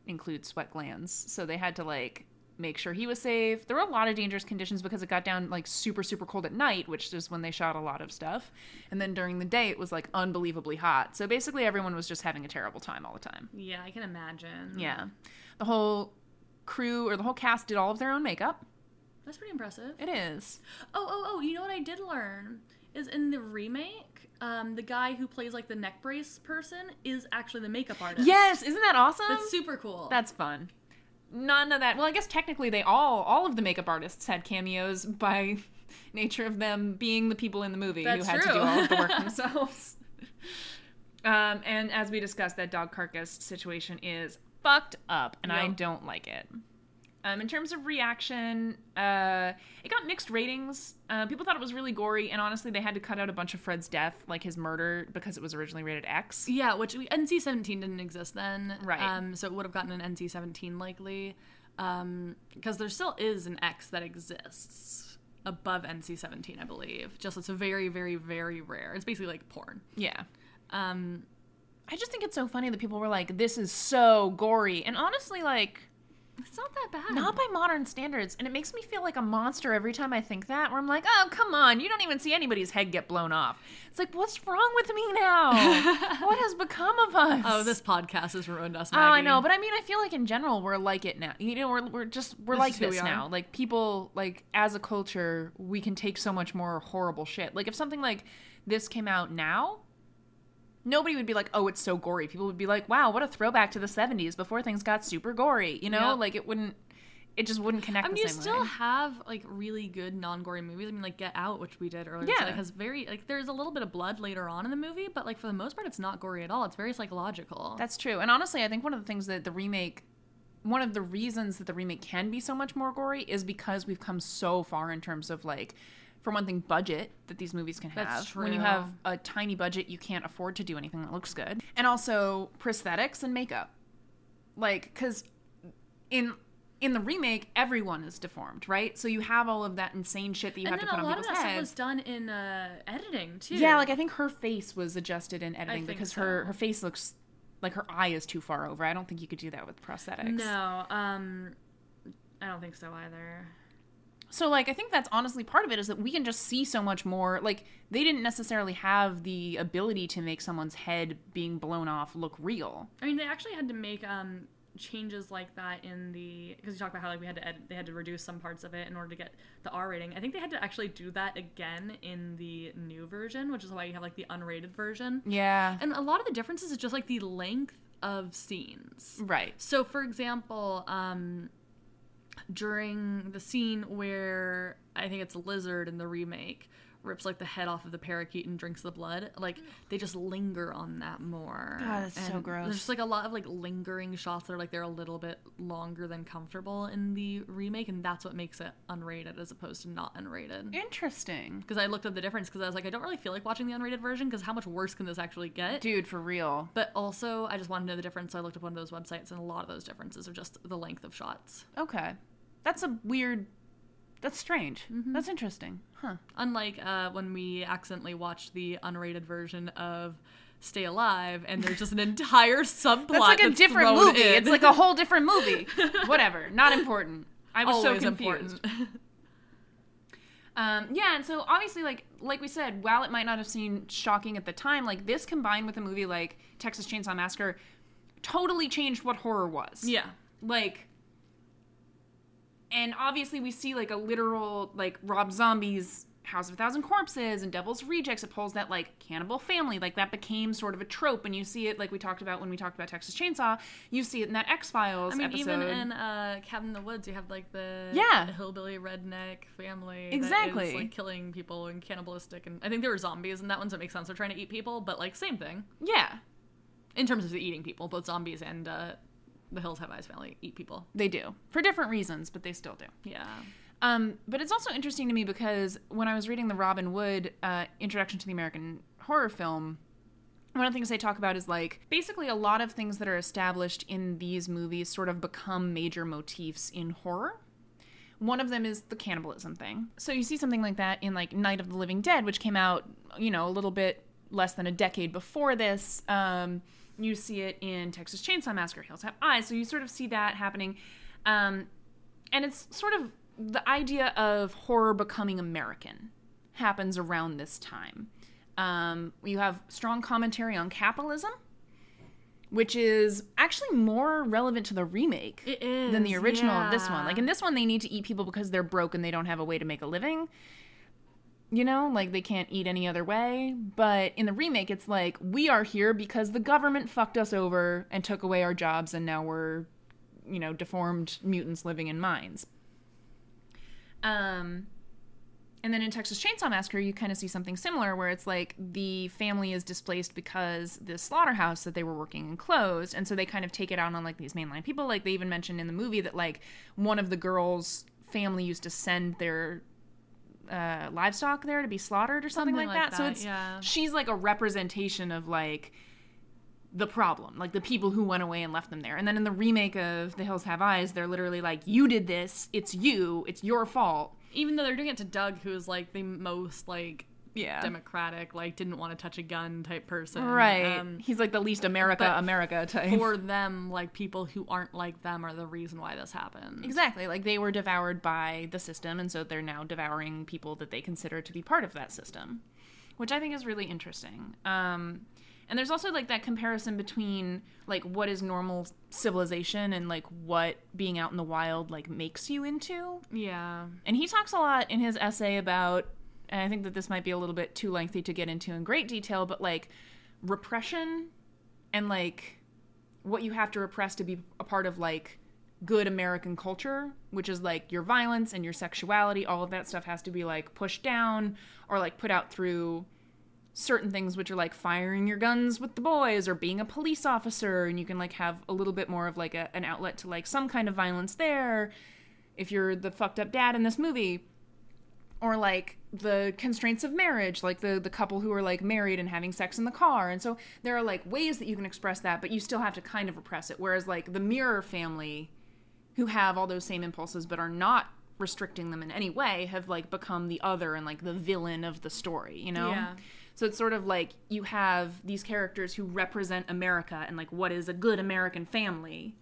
Speaker 2: include sweat glands. So they had to like make sure he was safe. There were a lot of dangerous conditions because it got down like super super cold at night, which is when they shot a lot of stuff. And then during the day it was like unbelievably hot. So basically everyone was just having a terrible time all the time.
Speaker 4: Yeah, I can imagine.
Speaker 2: Yeah. The whole crew or the whole cast did all of their own makeup.
Speaker 4: that's pretty impressive.
Speaker 2: It is.
Speaker 4: Oh, oh, oh! You know what I did learn is in the remake, um, the guy who plays like the neck brace person is actually the makeup artist.
Speaker 2: Yes, isn't that awesome?
Speaker 1: um,
Speaker 4: that's super cool.
Speaker 2: That's fun. None of that. Well, I guess technically they all, all of the makeup artists had cameos by nature of them being the people in the movie
Speaker 4: That's
Speaker 2: who had to do
Speaker 4: true.
Speaker 2: all of the work themselves. um, and as we discussed, that dog carcass situation is fucked up, and I
Speaker 4: Yep.
Speaker 2: don't like it. Um, in terms of reaction, uh, it got mixed ratings. Uh, people thought it was really gory, and honestly, they had to cut out a bunch of Fred's death, like his murder, because it was originally rated X.
Speaker 1: Yeah, which we, NC-17 didn't exist then.
Speaker 2: Right.
Speaker 1: Um, so it would have gotten an NC-17 likely. Um, because there still is an X that exists above NC-17, I believe. Just it's very, very, very rare. It's basically like porn.
Speaker 2: Yeah.
Speaker 1: Um,
Speaker 2: I just think it's so funny that people were like, this is so gory. And honestly, like,
Speaker 1: it's not that bad.
Speaker 2: not by modern standards. And it makes me feel like a monster every time I think that, where I'm like, oh, come on, you don't even see anybody's head get blown off. It's like, what's wrong with me now? what has become of us?
Speaker 1: Oh, this podcast has ruined us.
Speaker 2: Oh,
Speaker 1: Maggie.
Speaker 2: I know, but I mean, I feel like in general we're like it now. You know, we're we're just we're
Speaker 1: This
Speaker 2: like
Speaker 1: is who
Speaker 2: this
Speaker 1: we are.
Speaker 2: now. Like people, like as a culture, we can take so much more horrible shit. Like if something like this came out now, nobody would be like, "Oh, it's so gory." People would be like, "Wow, what a throwback to the '70s before things got super gory." You know,
Speaker 1: Yeah.
Speaker 2: like it wouldn't, it just wouldn't connect.
Speaker 1: I mean,
Speaker 2: the
Speaker 1: you
Speaker 2: same
Speaker 1: still
Speaker 2: way.
Speaker 1: have like really good non-gory movies. I mean, like Get Out, which we did earlier. so,
Speaker 2: Yeah.
Speaker 1: like, has very like there's a little bit of blood later on in the movie, but like for the most part, it's not gory at all. It's very psychological.
Speaker 2: That's true. And honestly, I think one of the things that the remake, one of the reasons that the remake can be so much more gory is because we've come so far in terms of like, for one thing, budget that these movies can have.
Speaker 1: That's
Speaker 2: When you
Speaker 1: true.
Speaker 2: have a tiny budget, you can't afford to do anything that looks good. And also prosthetics and makeup. Like, because in. In the remake, everyone is deformed, right? So you have all of that insane shit that you
Speaker 4: and
Speaker 2: have
Speaker 4: then
Speaker 2: to put
Speaker 4: a
Speaker 2: on
Speaker 4: lot of
Speaker 2: people's
Speaker 4: that stuff
Speaker 2: heads.
Speaker 4: was done in uh, editing too.
Speaker 2: Yeah, like I think her face was adjusted in editing
Speaker 4: think
Speaker 2: because her
Speaker 4: so.
Speaker 2: her face looks like her eye is too far over. I don't think you could do that with prosthetics.
Speaker 4: no, um, I don't think so either.
Speaker 2: So like I think that's honestly part of it is that we can just see so much more. Like they didn't necessarily have the ability to make someone's head being blown off look real.
Speaker 4: I mean, they actually had to make um, changes like that in the because you talked about how like we had to edit, they had to reduce some parts of it in order to get the R rating. I think they had to actually do that again in the new version, which is why you have like the unrated version.
Speaker 2: Yeah.
Speaker 1: And a lot of the differences is just like the length of scenes.
Speaker 2: Right.
Speaker 1: So, for example, um, during the scene where I think it's Lizard in the remake rips like the head off of the parakeet and drinks the blood, like they just linger on that more.
Speaker 2: God, that's so
Speaker 1: And
Speaker 2: gross.
Speaker 1: There's just like a lot of like lingering shots that are like they're a little bit longer than comfortable in the remake, and that's what makes it unrated as opposed to not unrated.
Speaker 2: Interesting.
Speaker 1: Because I looked up the difference because I was like, I don't really feel like watching the unrated version because how much worse can this actually get?
Speaker 2: Dude, for real.
Speaker 1: But also, I just want to know the difference. So I looked up one of those websites, and a lot of those differences are just the length of shots.
Speaker 2: Okay. That's a weird that's strange. That's interesting. Huh.
Speaker 1: Unlike uh, when we accidentally watched the unrated version of Stay Alive, and there's just an entire subplot.
Speaker 2: That's like a different
Speaker 1: thrown
Speaker 2: movie.
Speaker 1: in.
Speaker 2: It's like a whole different movie. Whatever. Not important. I was
Speaker 1: always
Speaker 2: so confused.
Speaker 1: important.
Speaker 2: Um, yeah, and so obviously, like like we said, while it might not have seemed shocking at the time, like this combined with a movie like Texas Chainsaw Massacre, totally changed what horror was.
Speaker 1: yeah,
Speaker 2: like, and obviously we see like a literal like Rob Zombie's House of a Thousand Corpses and Devil's Rejects. It pulls that like cannibal family, like that became sort of a trope, and you see it like we talked about when we talked about Texas Chainsaw. You see it in that X Files
Speaker 1: I mean,
Speaker 2: episode.
Speaker 1: even in uh, Cabin in the Woods, you have like the
Speaker 2: Yeah.
Speaker 1: hillbilly redneck family that
Speaker 2: Exactly.
Speaker 1: is, like killing people and cannibalistic, and I think there were zombies in that one, so it makes sense. They're trying to eat people, but like same thing.
Speaker 2: Yeah.
Speaker 1: in terms of the eating people, both zombies and uh, the Hills Have Eyes family eat people.
Speaker 2: They do for different reasons, but they still do.
Speaker 1: Yeah.
Speaker 2: Um, but it's also interesting to me because when I was reading the Robin Wood uh, introduction to the American horror film, one of the things they talk about is like basically a lot of things that are established in these movies sort of become major motifs in horror. One of them is the cannibalism thing. So you see something like that in like Night of the Living Dead, which came out, you know, a little bit less than a decade before this. Um, you see it in Texas Chainsaw Massacre, Hills Have Eyes. So you sort of see that happening. Um, and it's sort of the idea of horror becoming American happens around this time. Um, you have strong commentary on capitalism, which is actually more relevant to the remake
Speaker 1: It is.
Speaker 2: than the original of this one.
Speaker 1: yeah.
Speaker 2: Like in this one, they need to eat people because they're broke and they don't have a way to make a living. You know, like they can't eat any other way. But in the remake, it's like we are here because the government fucked us over and took away our jobs, and now we're, you know, deformed mutants living in mines. Um, and then in Texas Chainsaw Massacre, you kind of see something similar where it's like the family is displaced because the slaughterhouse that they were working in closed. And so they kind of take it out on like these mainline people. Like they even mentioned in the movie that like one of the girls' family used to send their uh, livestock there to be slaughtered or something,
Speaker 1: Something
Speaker 2: like,
Speaker 1: like
Speaker 2: that. So
Speaker 1: that,
Speaker 2: it's
Speaker 1: yeah.
Speaker 2: she's like a representation of like the problem, like the people who went away and left them there. And then in the remake of The Hills Have Eyes, they're literally like, You did this, it's you, it's your fault.
Speaker 1: Even though they're doing it to Doug, who is like the most like
Speaker 2: Yeah.
Speaker 1: democratic, like didn't want to touch a gun type person.
Speaker 2: Right.
Speaker 1: Um,
Speaker 2: He's like the least America,
Speaker 1: but
Speaker 2: America type.
Speaker 1: for them, like people who aren't like them are the reason why this happened.
Speaker 2: exactly. Like they were devoured by the system, and so they're now devouring people that they consider to be part of that system, which I think is really interesting. Um, and there's also like that comparison between like what is normal civilization and like what being out in the wild like makes you into.
Speaker 1: Yeah.
Speaker 2: And he talks a lot in his essay about, and I think that this might be a little bit too lengthy to get into in great detail, but like repression and like what you have to repress to be a part of like good American culture, which is like your violence and your sexuality, all of that stuff has to be like pushed down or like put out through certain things which are like firing your guns with the boys or being a police officer and you can like have a little bit more of like a, an outlet to like some kind of violence there if you're the fucked up dad in this movie or like the constraints of marriage like the the couple who are like married and having sex in the car and so there are like ways that you can express that but you still have to kind of repress it whereas like the mirror family who have all those same impulses but are not restricting them in any way have like become the other and like the villain of the story you know
Speaker 1: Yeah.
Speaker 2: so it's sort of like you have these characters who represent america and like what is a good american family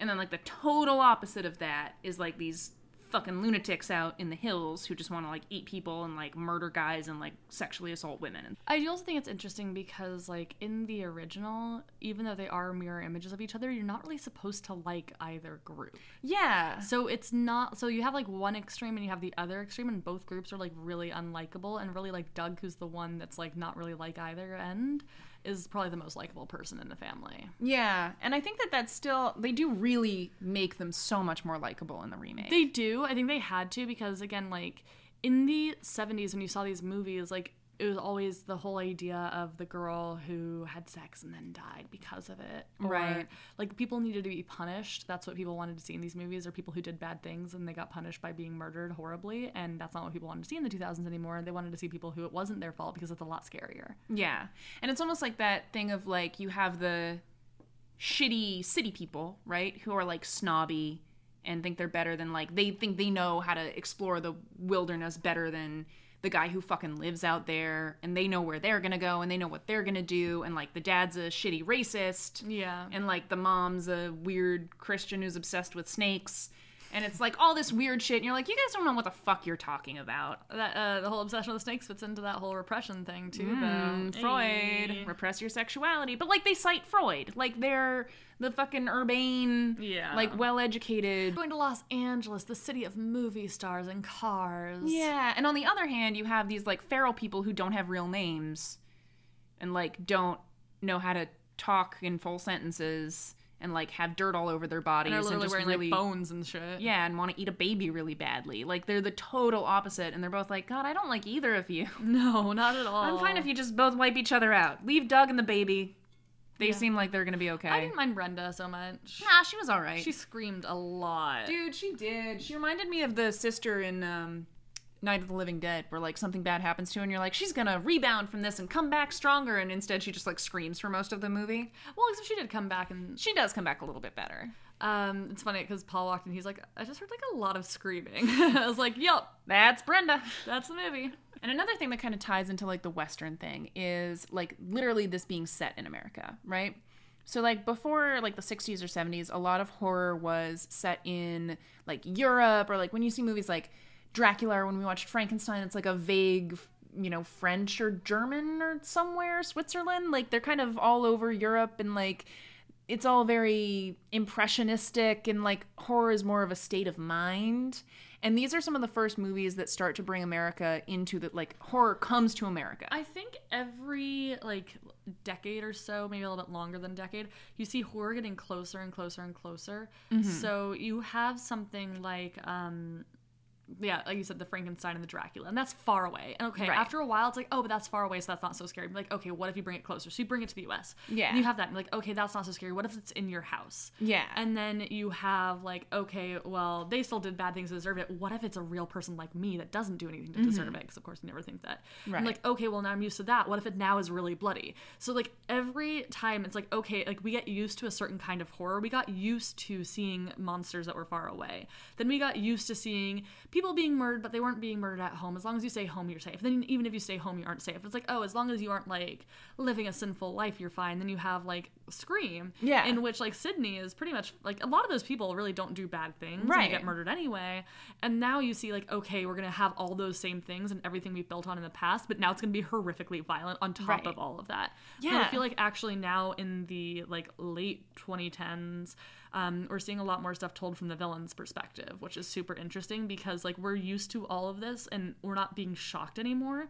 Speaker 2: and then like the total opposite of that is like these fucking lunatics out in the hills who just want to like eat people and like murder guys and like sexually assault women.
Speaker 1: I do also think it's interesting because, like, in the original, even though they are mirror images of each other, you're not really supposed to like either group.
Speaker 2: Yeah.
Speaker 1: So it's not. So you have, like, one extreme and you have the other extreme, and both groups are, like, really unlikable. And really, like, Doug, who's the one that's, like, not really like either end, is probably the most likable person in the family.
Speaker 2: Yeah. And I think that that's still they do really make them so much more likable in the remake.
Speaker 1: They do. I think they had to because again, like in the seventies when you saw these movies, like it was always the whole idea of the girl who had sex and then died because of it. Or,
Speaker 2: Right.
Speaker 1: Like people needed to be punished. That's what people wanted to see in these movies, or people who did bad things and they got punished by being murdered horribly. And that's not what people wanted to see in the two thousands anymore. They wanted to see people who it wasn't their fault because it's a lot scarier.
Speaker 2: yeah. And it's almost like that thing of like you have the shitty city people, right? Who are like snobby and think they're better than like they think they know how to explore the wilderness better than the guy who fucking lives out there and they know where they're going to go and they know what they're going to do and like the dad's a shitty racist
Speaker 1: Yeah.
Speaker 2: and like the mom's a weird Christian who's obsessed with snakes and it's like all this weird shit and you're like you guys don't know what the fuck you're talking about.
Speaker 1: That uh, the whole obsession with the snakes fits into that whole repression thing too,
Speaker 2: Mm,
Speaker 1: though.
Speaker 2: Freud,
Speaker 1: eh.
Speaker 5: Ayy.
Speaker 2: repress your sexuality. But like they cite Freud, like they're the fucking urbane,
Speaker 5: Yeah.
Speaker 2: like well educated.
Speaker 1: going to Los Angeles, the city of movie stars and cars.
Speaker 2: Yeah, and on the other hand, you have these like feral people who don't have real names, and like don't know how to talk in full sentences, and like have dirt all over their bodies,
Speaker 1: And are literally
Speaker 2: just
Speaker 1: wearing
Speaker 2: really
Speaker 1: like bones and shit.
Speaker 2: yeah, and want to eat a baby really badly. Like they're the total opposite, and they're both like, God, I don't like either of you.
Speaker 1: No, not at all.
Speaker 2: I'm fine if you just both wipe each other out. Leave Doug and the baby. They seem like they're gonna be okay.
Speaker 1: I didn't mind Brenda so much.
Speaker 2: nah, she was all right.
Speaker 1: She screamed a lot.
Speaker 2: Dude, she did. She reminded me of the sister in um, Night of the Living Dead, where like something bad happens to her, and you're like, she's gonna rebound from this and come back stronger, and instead she just like screams for most of the movie.
Speaker 1: Well, except she did come back and
Speaker 2: She does come back a little bit better.
Speaker 1: um, it's funny because Paul walked in. He's like, I just heard like a lot of screaming. I was like, Yup,
Speaker 2: That's Brenda.
Speaker 1: that's the movie.
Speaker 2: And another thing that kind of ties into like the Western thing is like literally this being set in America, right? So like before like the 60s or 70s, a lot of horror was set in like Europe or like when you see movies like Dracula or when we watched Frankenstein, it's like a vague, you know, French or German or somewhere, Switzerland, like they're kind of all over Europe and like it's all very impressionistic and like horror is more of a state of mind and these are some of the first movies that start to bring america into the like horror comes to america
Speaker 1: I think every like decade or so, maybe a little bit longer than decade, you see horror getting closer and closer and closer.
Speaker 2: Mm-hmm.
Speaker 1: So you have something like um yeah, like you said, the Frankenstein and the Dracula, and that's far away. And okay,
Speaker 2: Right.
Speaker 1: after a while, it's like, oh, but that's far away, so that's not so scary. But like, okay, what if you bring it closer? So you bring it to the U.S.
Speaker 2: Yeah.
Speaker 1: and you have that. And like, okay, that's not so scary. What if it's in your house?
Speaker 2: yeah
Speaker 1: And then you have like, okay, well, they still did bad things to deserve it. What if it's a real person like me that doesn't do anything to deserve it? Because of course you never think that. And,
Speaker 2: Mm-hmm. Right.
Speaker 1: like, okay, well now I'm used to that. What if it now is really bloody? So like every time it's like, okay, like we get used to a certain kind of horror. We got used to seeing monsters that were far away. Then we got used to seeing people being murdered, but they weren't being murdered at home. As long as you stay home, you're safe. Then even if you stay home, you aren't safe. It's like, oh, as long as you aren't like living a sinful life, you're fine. Then you have like Scream,
Speaker 2: Yeah.
Speaker 1: in which like Sydney is pretty much like a lot of those people really don't do bad things and
Speaker 2: Right.
Speaker 1: get murdered anyway. And now you see like okay, we're gonna have all those same things and everything we've built on in the past, but now it's gonna be horrifically violent on top
Speaker 2: Right.
Speaker 1: of all of that. And I
Speaker 2: Yeah.
Speaker 1: feel like actually now in the like late 2010s, um, we're seeing a lot more stuff told from the villain's perspective, which is super interesting because like we're used to all of this and we're not being shocked anymore.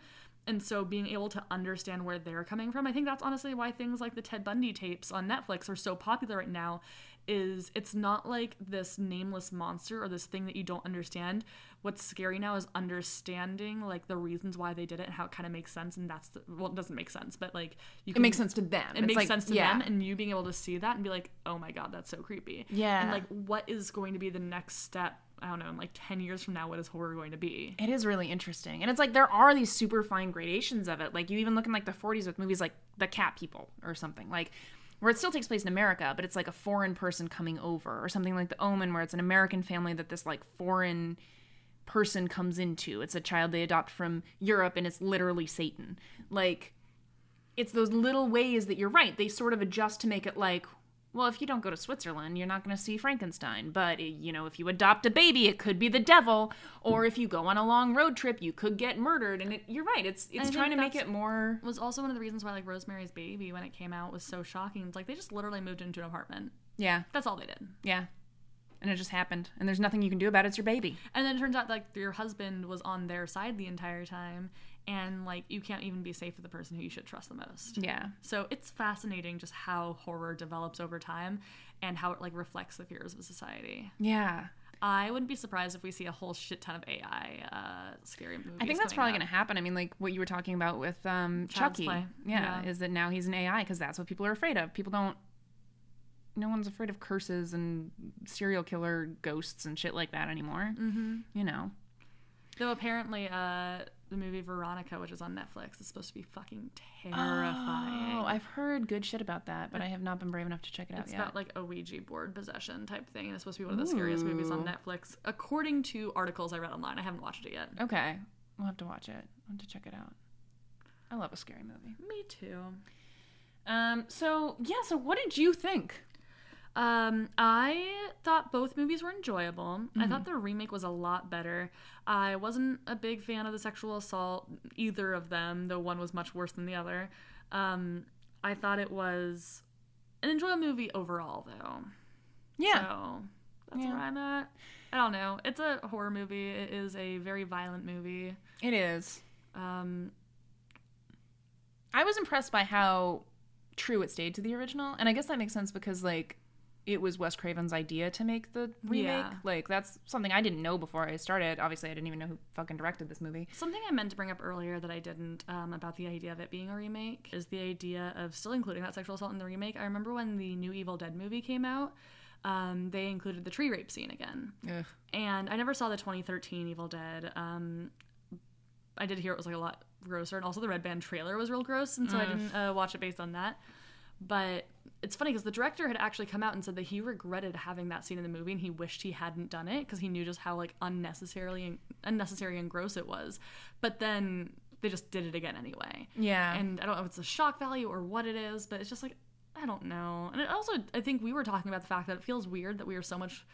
Speaker 1: And so being able to understand where they're coming from, I think that's honestly why things like the Ted Bundy tapes on Netflix are so popular right now is it's not like this nameless monster or this thing that you don't understand. What's scary now is understanding like the reasons why they did it and how it kind of makes sense and that's the, well it doesn't make sense, but like you
Speaker 2: it makes sense to them
Speaker 1: it makes sense to them and you being able to see that and be like oh my god that's so creepy
Speaker 2: Yeah.
Speaker 1: and like what is going to be the next step i don't know in like 10 years from now what is horror going to be
Speaker 2: it is really interesting and it's like there are these super fine gradations of it like you even look in like the 40s with movies like the cat people or something like where it still takes place in america but it's like a foreign person coming over or something like the omen where it's an american family that this like foreign person comes into it's a child they adopt from europe and it's literally satan like it's those little ways that you're right they sort of adjust to make it like well if you don't go to switzerland you're not going to see frankenstein but eh, you know if you adopt a baby it could be the devil or if you go on a long road trip you could get murdered and it, you're right it's
Speaker 1: I
Speaker 2: it's
Speaker 1: think
Speaker 2: trying to make
Speaker 1: that's-
Speaker 2: it more
Speaker 1: was also one of the reasons why like rosemary's baby when it came out was so shocking it's like they just literally moved into an apartment
Speaker 2: yeah
Speaker 1: that's all they did
Speaker 2: yeah and it just happened and there's nothing you can do about it it's your baby
Speaker 1: and then it turns out like your husband was on their side the entire time and like you can't even be safe with the person who you should trust the most
Speaker 2: yeah
Speaker 1: so it's fascinating just how horror develops over time and how it like reflects the fears of society
Speaker 2: yeah
Speaker 1: I wouldn't be surprised if we see a whole shit ton of AI uh, scary movies.
Speaker 2: I think that's probably going to happen. I mean, like what you were talking about with um,
Speaker 1: Child's
Speaker 2: Chucky.
Speaker 1: Play.
Speaker 2: Yeah,
Speaker 1: Yeah.
Speaker 2: is that now he's an AI because that's what people are afraid of. People don't. No one's afraid of curses and serial killer ghosts and shit like that anymore. Mm-hmm. You know.
Speaker 1: Though apparently, uh, the movie Veronica, which is on Netflix, is supposed to be fucking terrifying.
Speaker 2: Oh, I've heard good shit about that, but I have not been brave enough to check it out
Speaker 1: it's
Speaker 2: yet.
Speaker 1: about like a Ouija board possession type thing, and it's supposed to be one of the scariest movies on Netflix, according to articles I read online. I haven't watched it yet.
Speaker 2: okay, we'll have to watch it. I'll have to check it out. I love a scary movie.
Speaker 1: Me too.
Speaker 2: Um. So yeah. So what did you think?
Speaker 1: Um, I thought both movies were enjoyable. I thought
Speaker 2: Mm-hmm.
Speaker 1: the remake was a lot better. I wasn't a big fan of the sexual assault either of them, though one was much worse than the other. Um, I thought it was an enjoyable movie overall, though.
Speaker 2: Yeah.
Speaker 1: So that's
Speaker 2: Yeah.
Speaker 1: where I'm at. I don't know. It's a horror movie. It is a very violent movie.
Speaker 2: It is.
Speaker 1: Um,
Speaker 2: I was impressed by how true it stayed to the original, and I guess that makes sense because like it was Wes Craven's idea to make the remake.
Speaker 6: Yeah.
Speaker 2: Like that's something I didn't know before I started. Obviously, I didn't even know who fucking directed this movie.
Speaker 1: Something I meant to bring up earlier that I didn't um, about the idea of it being a remake is the idea of still including that sexual assault in the remake. I remember when the new Evil Dead movie came out, um, they included the tree rape scene again.
Speaker 2: Ugh.
Speaker 1: And I never saw the 2013 Evil Dead. Um, I did hear it was like a lot grosser, and also the Red Band trailer was real gross, and so I didn't uh, watch it based on that. But it's funny because the director had actually come out and said that he regretted having that scene in the movie, and he wished he hadn't done it because he knew just how like unnecessarily unnecessary and gross it was. But then they just did it again anyway.
Speaker 2: Yeah. And
Speaker 1: And I don't know if it's the shock value or what it is, but it's just like I don't know. And it also I think we were talking about the fact that it feels weird that we are so much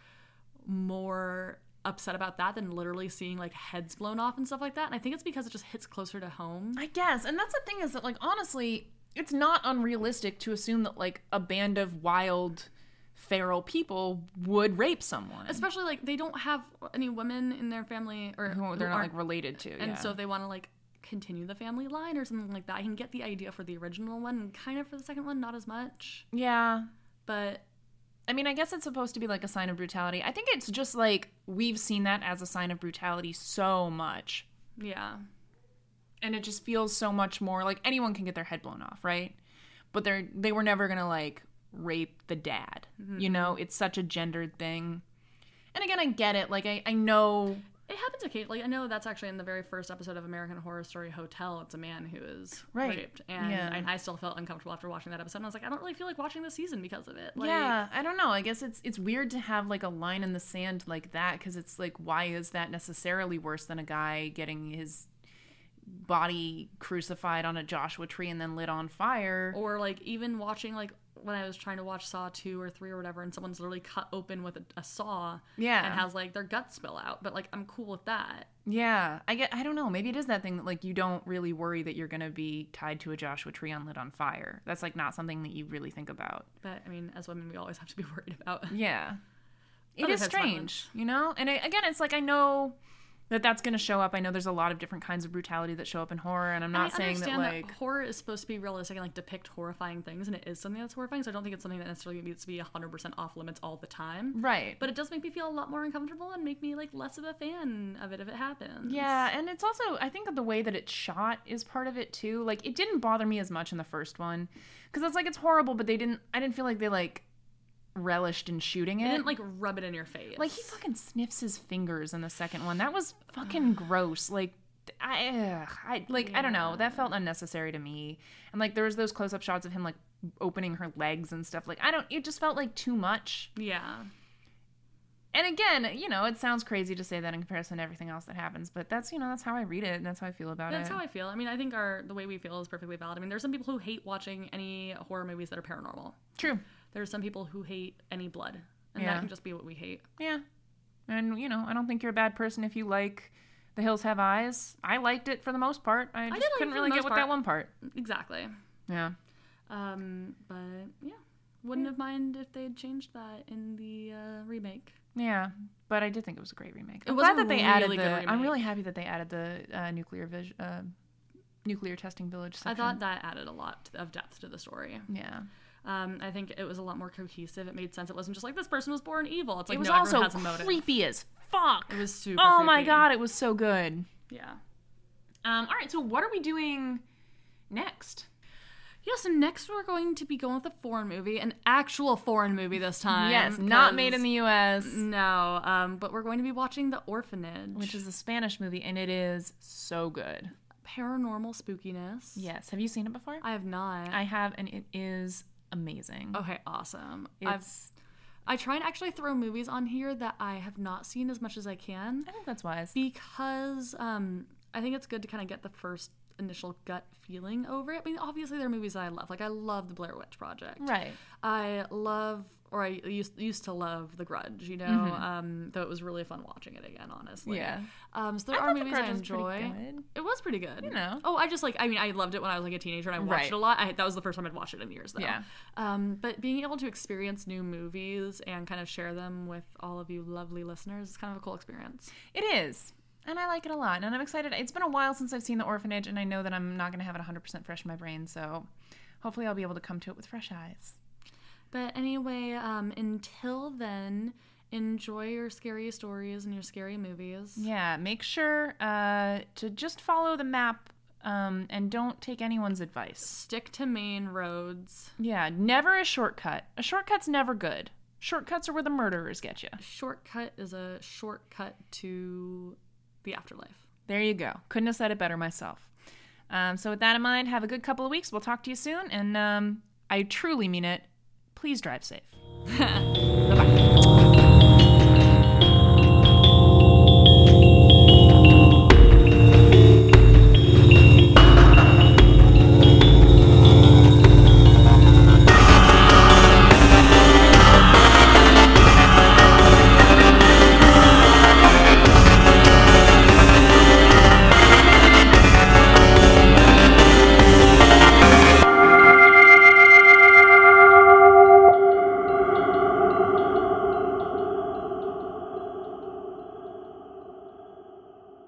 Speaker 1: more upset about that than literally seeing like heads blown off and stuff like that. And I think it's because it just hits closer to home.
Speaker 2: I guess, and that's the thing is that like honestly, it's not unrealistic to assume that like a band of wild feral people would rape someone
Speaker 1: Especially like they don't have any women in their family or
Speaker 2: who they're
Speaker 1: who
Speaker 2: not
Speaker 1: aren't-
Speaker 2: like related to.
Speaker 1: and
Speaker 2: yeah.
Speaker 1: so if they want to like continue the family line or something like that. I can get the idea for the original one and kind of for the second one not as much,
Speaker 2: yeah,
Speaker 1: but
Speaker 2: I mean, I guess it's supposed to be like a sign of brutality. I think it's just like we've seen that as a sign of brutality so much.
Speaker 1: yeah.
Speaker 2: And it just feels so much more like anyone can get their head blown off, right? But they're they were never gonna like rape the dad. You know, it's such a gendered thing. And again, I get it. Like I, I know
Speaker 1: It happens occasionally. I know that's actually in the very first episode of American Horror Story Hotel. It's a man who is
Speaker 2: Right.
Speaker 1: raped, and,
Speaker 2: Yeah.
Speaker 1: and I still felt uncomfortable after watching that episode. And I was like, I don't really feel like watching this season because of it. Like,
Speaker 2: yeah, I don't know. I guess it's it's weird to have like a line in the sand like that because it's like, why is that necessarily worse than a guy getting his body crucified on a Joshua tree and then lit on fire?
Speaker 1: Or like even watching like when I was trying to watch Saw two or three or whatever, and someone's literally cut open with a, a saw
Speaker 2: Yeah,
Speaker 1: and has like their guts spill out. But like I'm cool with that.
Speaker 2: yeah. I get. I don't know. Maybe it is that thing that like you don't really worry that you're gonna be tied to a Joshua tree and lit on fire. That's like not something that you really think about.
Speaker 1: But I mean, as women, we always have to be worried about.
Speaker 2: Yeah. It
Speaker 1: Other
Speaker 2: is
Speaker 1: types of
Speaker 2: strange,
Speaker 1: violence.
Speaker 2: you know? And I, again, it's like I know that that's going to show up. I know there's a lot of different kinds of brutality that show up in horror, and I'm
Speaker 1: And
Speaker 2: not
Speaker 1: I
Speaker 2: saying that
Speaker 1: understand
Speaker 2: like
Speaker 1: horror is supposed to be realistic and like depict horrifying things, and it is something that's horrifying. So I don't think it's something that necessarily needs to be 100 percent off limits all the time.
Speaker 2: right. But
Speaker 1: but it does make me feel a lot more uncomfortable and make me like less of a fan of it if it happens.
Speaker 2: yeah, and it's also I think the way that it's shot is part of it too. Like it didn't bother me as much in the first one cuz it's like it's horrible, but they didn't I didn't feel like they like relished in shooting
Speaker 1: and
Speaker 2: it.
Speaker 1: didn't like rub it in your face.
Speaker 2: Like he fucking sniffs his fingers in the second one. That was fucking gross. Like I, ugh, I like I don't know. That felt unnecessary to me. And like there was those close up shots of him like opening her legs and stuff. Like I don't. It just felt like too much.
Speaker 1: yeah,
Speaker 2: And again, you know, it sounds crazy to say that in comparison to everything else that happens. But that's you know that's how I read it and that's how I feel about
Speaker 1: that's
Speaker 2: it.
Speaker 1: how I feel. I mean, I think our the way we feel is perfectly valid. I mean, there's some people who hate watching any horror movies that are paranormal.
Speaker 2: True.
Speaker 1: There's some people who hate any blood, and
Speaker 2: Yeah.
Speaker 1: that can just be what we hate.
Speaker 2: Yeah. And you know I don't think you're a bad person if you like. The Hills Have Eyes. I liked it for the most part. I just
Speaker 1: did like it
Speaker 2: couldn't
Speaker 1: for the
Speaker 2: really get
Speaker 1: most
Speaker 2: with that
Speaker 1: part.
Speaker 2: one part.
Speaker 1: Exactly.
Speaker 2: Yeah.
Speaker 1: Um, but yeah, wouldn't have mind if they had changed that in the uh, remake.
Speaker 2: Yeah, but I did think it was a great remake. I'm
Speaker 1: was
Speaker 2: glad
Speaker 1: a
Speaker 2: that they added
Speaker 1: really
Speaker 2: the.
Speaker 1: good
Speaker 2: I'm
Speaker 1: remake.
Speaker 2: really happy that they added the uh, nuclear vis- uh, nuclear testing village. Section.
Speaker 1: I thought that added a lot of depth to the story.
Speaker 2: Yeah,
Speaker 1: Um, I think it was a lot more cohesive. It made sense. It wasn't just like this person was born evil. It's like
Speaker 2: it was
Speaker 1: no,
Speaker 2: also
Speaker 1: everyone has a motive.
Speaker 2: creepy as fuck.
Speaker 1: It was super.
Speaker 2: oh my
Speaker 1: creepy.
Speaker 2: god, it was so good.
Speaker 1: Yeah.
Speaker 2: Um, all right, so what are we doing next?
Speaker 1: Yeah. So next we're going to be going with a foreign movie, an actual foreign movie this time.
Speaker 2: yes, not
Speaker 1: 'cause-
Speaker 2: made in the U.S.,
Speaker 1: No. Um, but we're going to be watching The Orphanage,
Speaker 2: Mm, which is a Spanish movie, and it is so good.
Speaker 1: paranormal spookiness.
Speaker 2: Yes, have you seen it before?
Speaker 1: I have not.
Speaker 2: I have, and it is amazing.
Speaker 1: okay. Awesome. I've
Speaker 2: It's,
Speaker 1: I try and actually throw movies on here that I have not seen as much as I can.
Speaker 2: I think that's wise.
Speaker 1: because um, I think it's good to kind of get the first initial gut feeling over it. I mean, obviously there are movies that I love. Like I love the Blair Witch Project.
Speaker 2: Right.
Speaker 1: I love, or I used, used to love The Grudge. You know, um, though it was really fun watching it again. Honestly.
Speaker 2: Mm-hmm. Yeah.
Speaker 1: Um, so there
Speaker 2: I
Speaker 1: are
Speaker 2: thought The
Speaker 1: movies I
Speaker 2: Grudge was pretty
Speaker 1: enjoy.
Speaker 2: good.
Speaker 1: It was pretty good. You
Speaker 2: know.
Speaker 1: Oh, I just like. I mean, I loved it when I was like a teenager, and I watched
Speaker 2: Right.
Speaker 1: it a lot. I, that was the first time I'd watched it in years, though.
Speaker 2: Yeah.
Speaker 1: Um, but being able to experience new movies and kind of share them with all of you lovely listeners is kind of a cool experience.
Speaker 2: It is. And I like it a lot. And I'm excited. It's been a while since I've seen The Orphanage, and I know that I'm not going to have it 100% fresh in my brain. So hopefully I'll be able to come to it with fresh eyes.
Speaker 1: But anyway, um, until then, enjoy your scary stories and your scary movies.
Speaker 2: Yeah, make sure uh, to just follow the map um, and don't take anyone's advice.
Speaker 6: Stick to main roads.
Speaker 2: Yeah, never a shortcut. A shortcut's never good. Shortcuts are where the murderers get you.
Speaker 6: Shortcut is a shortcut to the afterlife.
Speaker 2: There you go. Couldn't have said it better myself. Um, so, with that in mind, have a good couple of weeks. We'll talk to you soon. And um, I truly mean it. Please drive safe.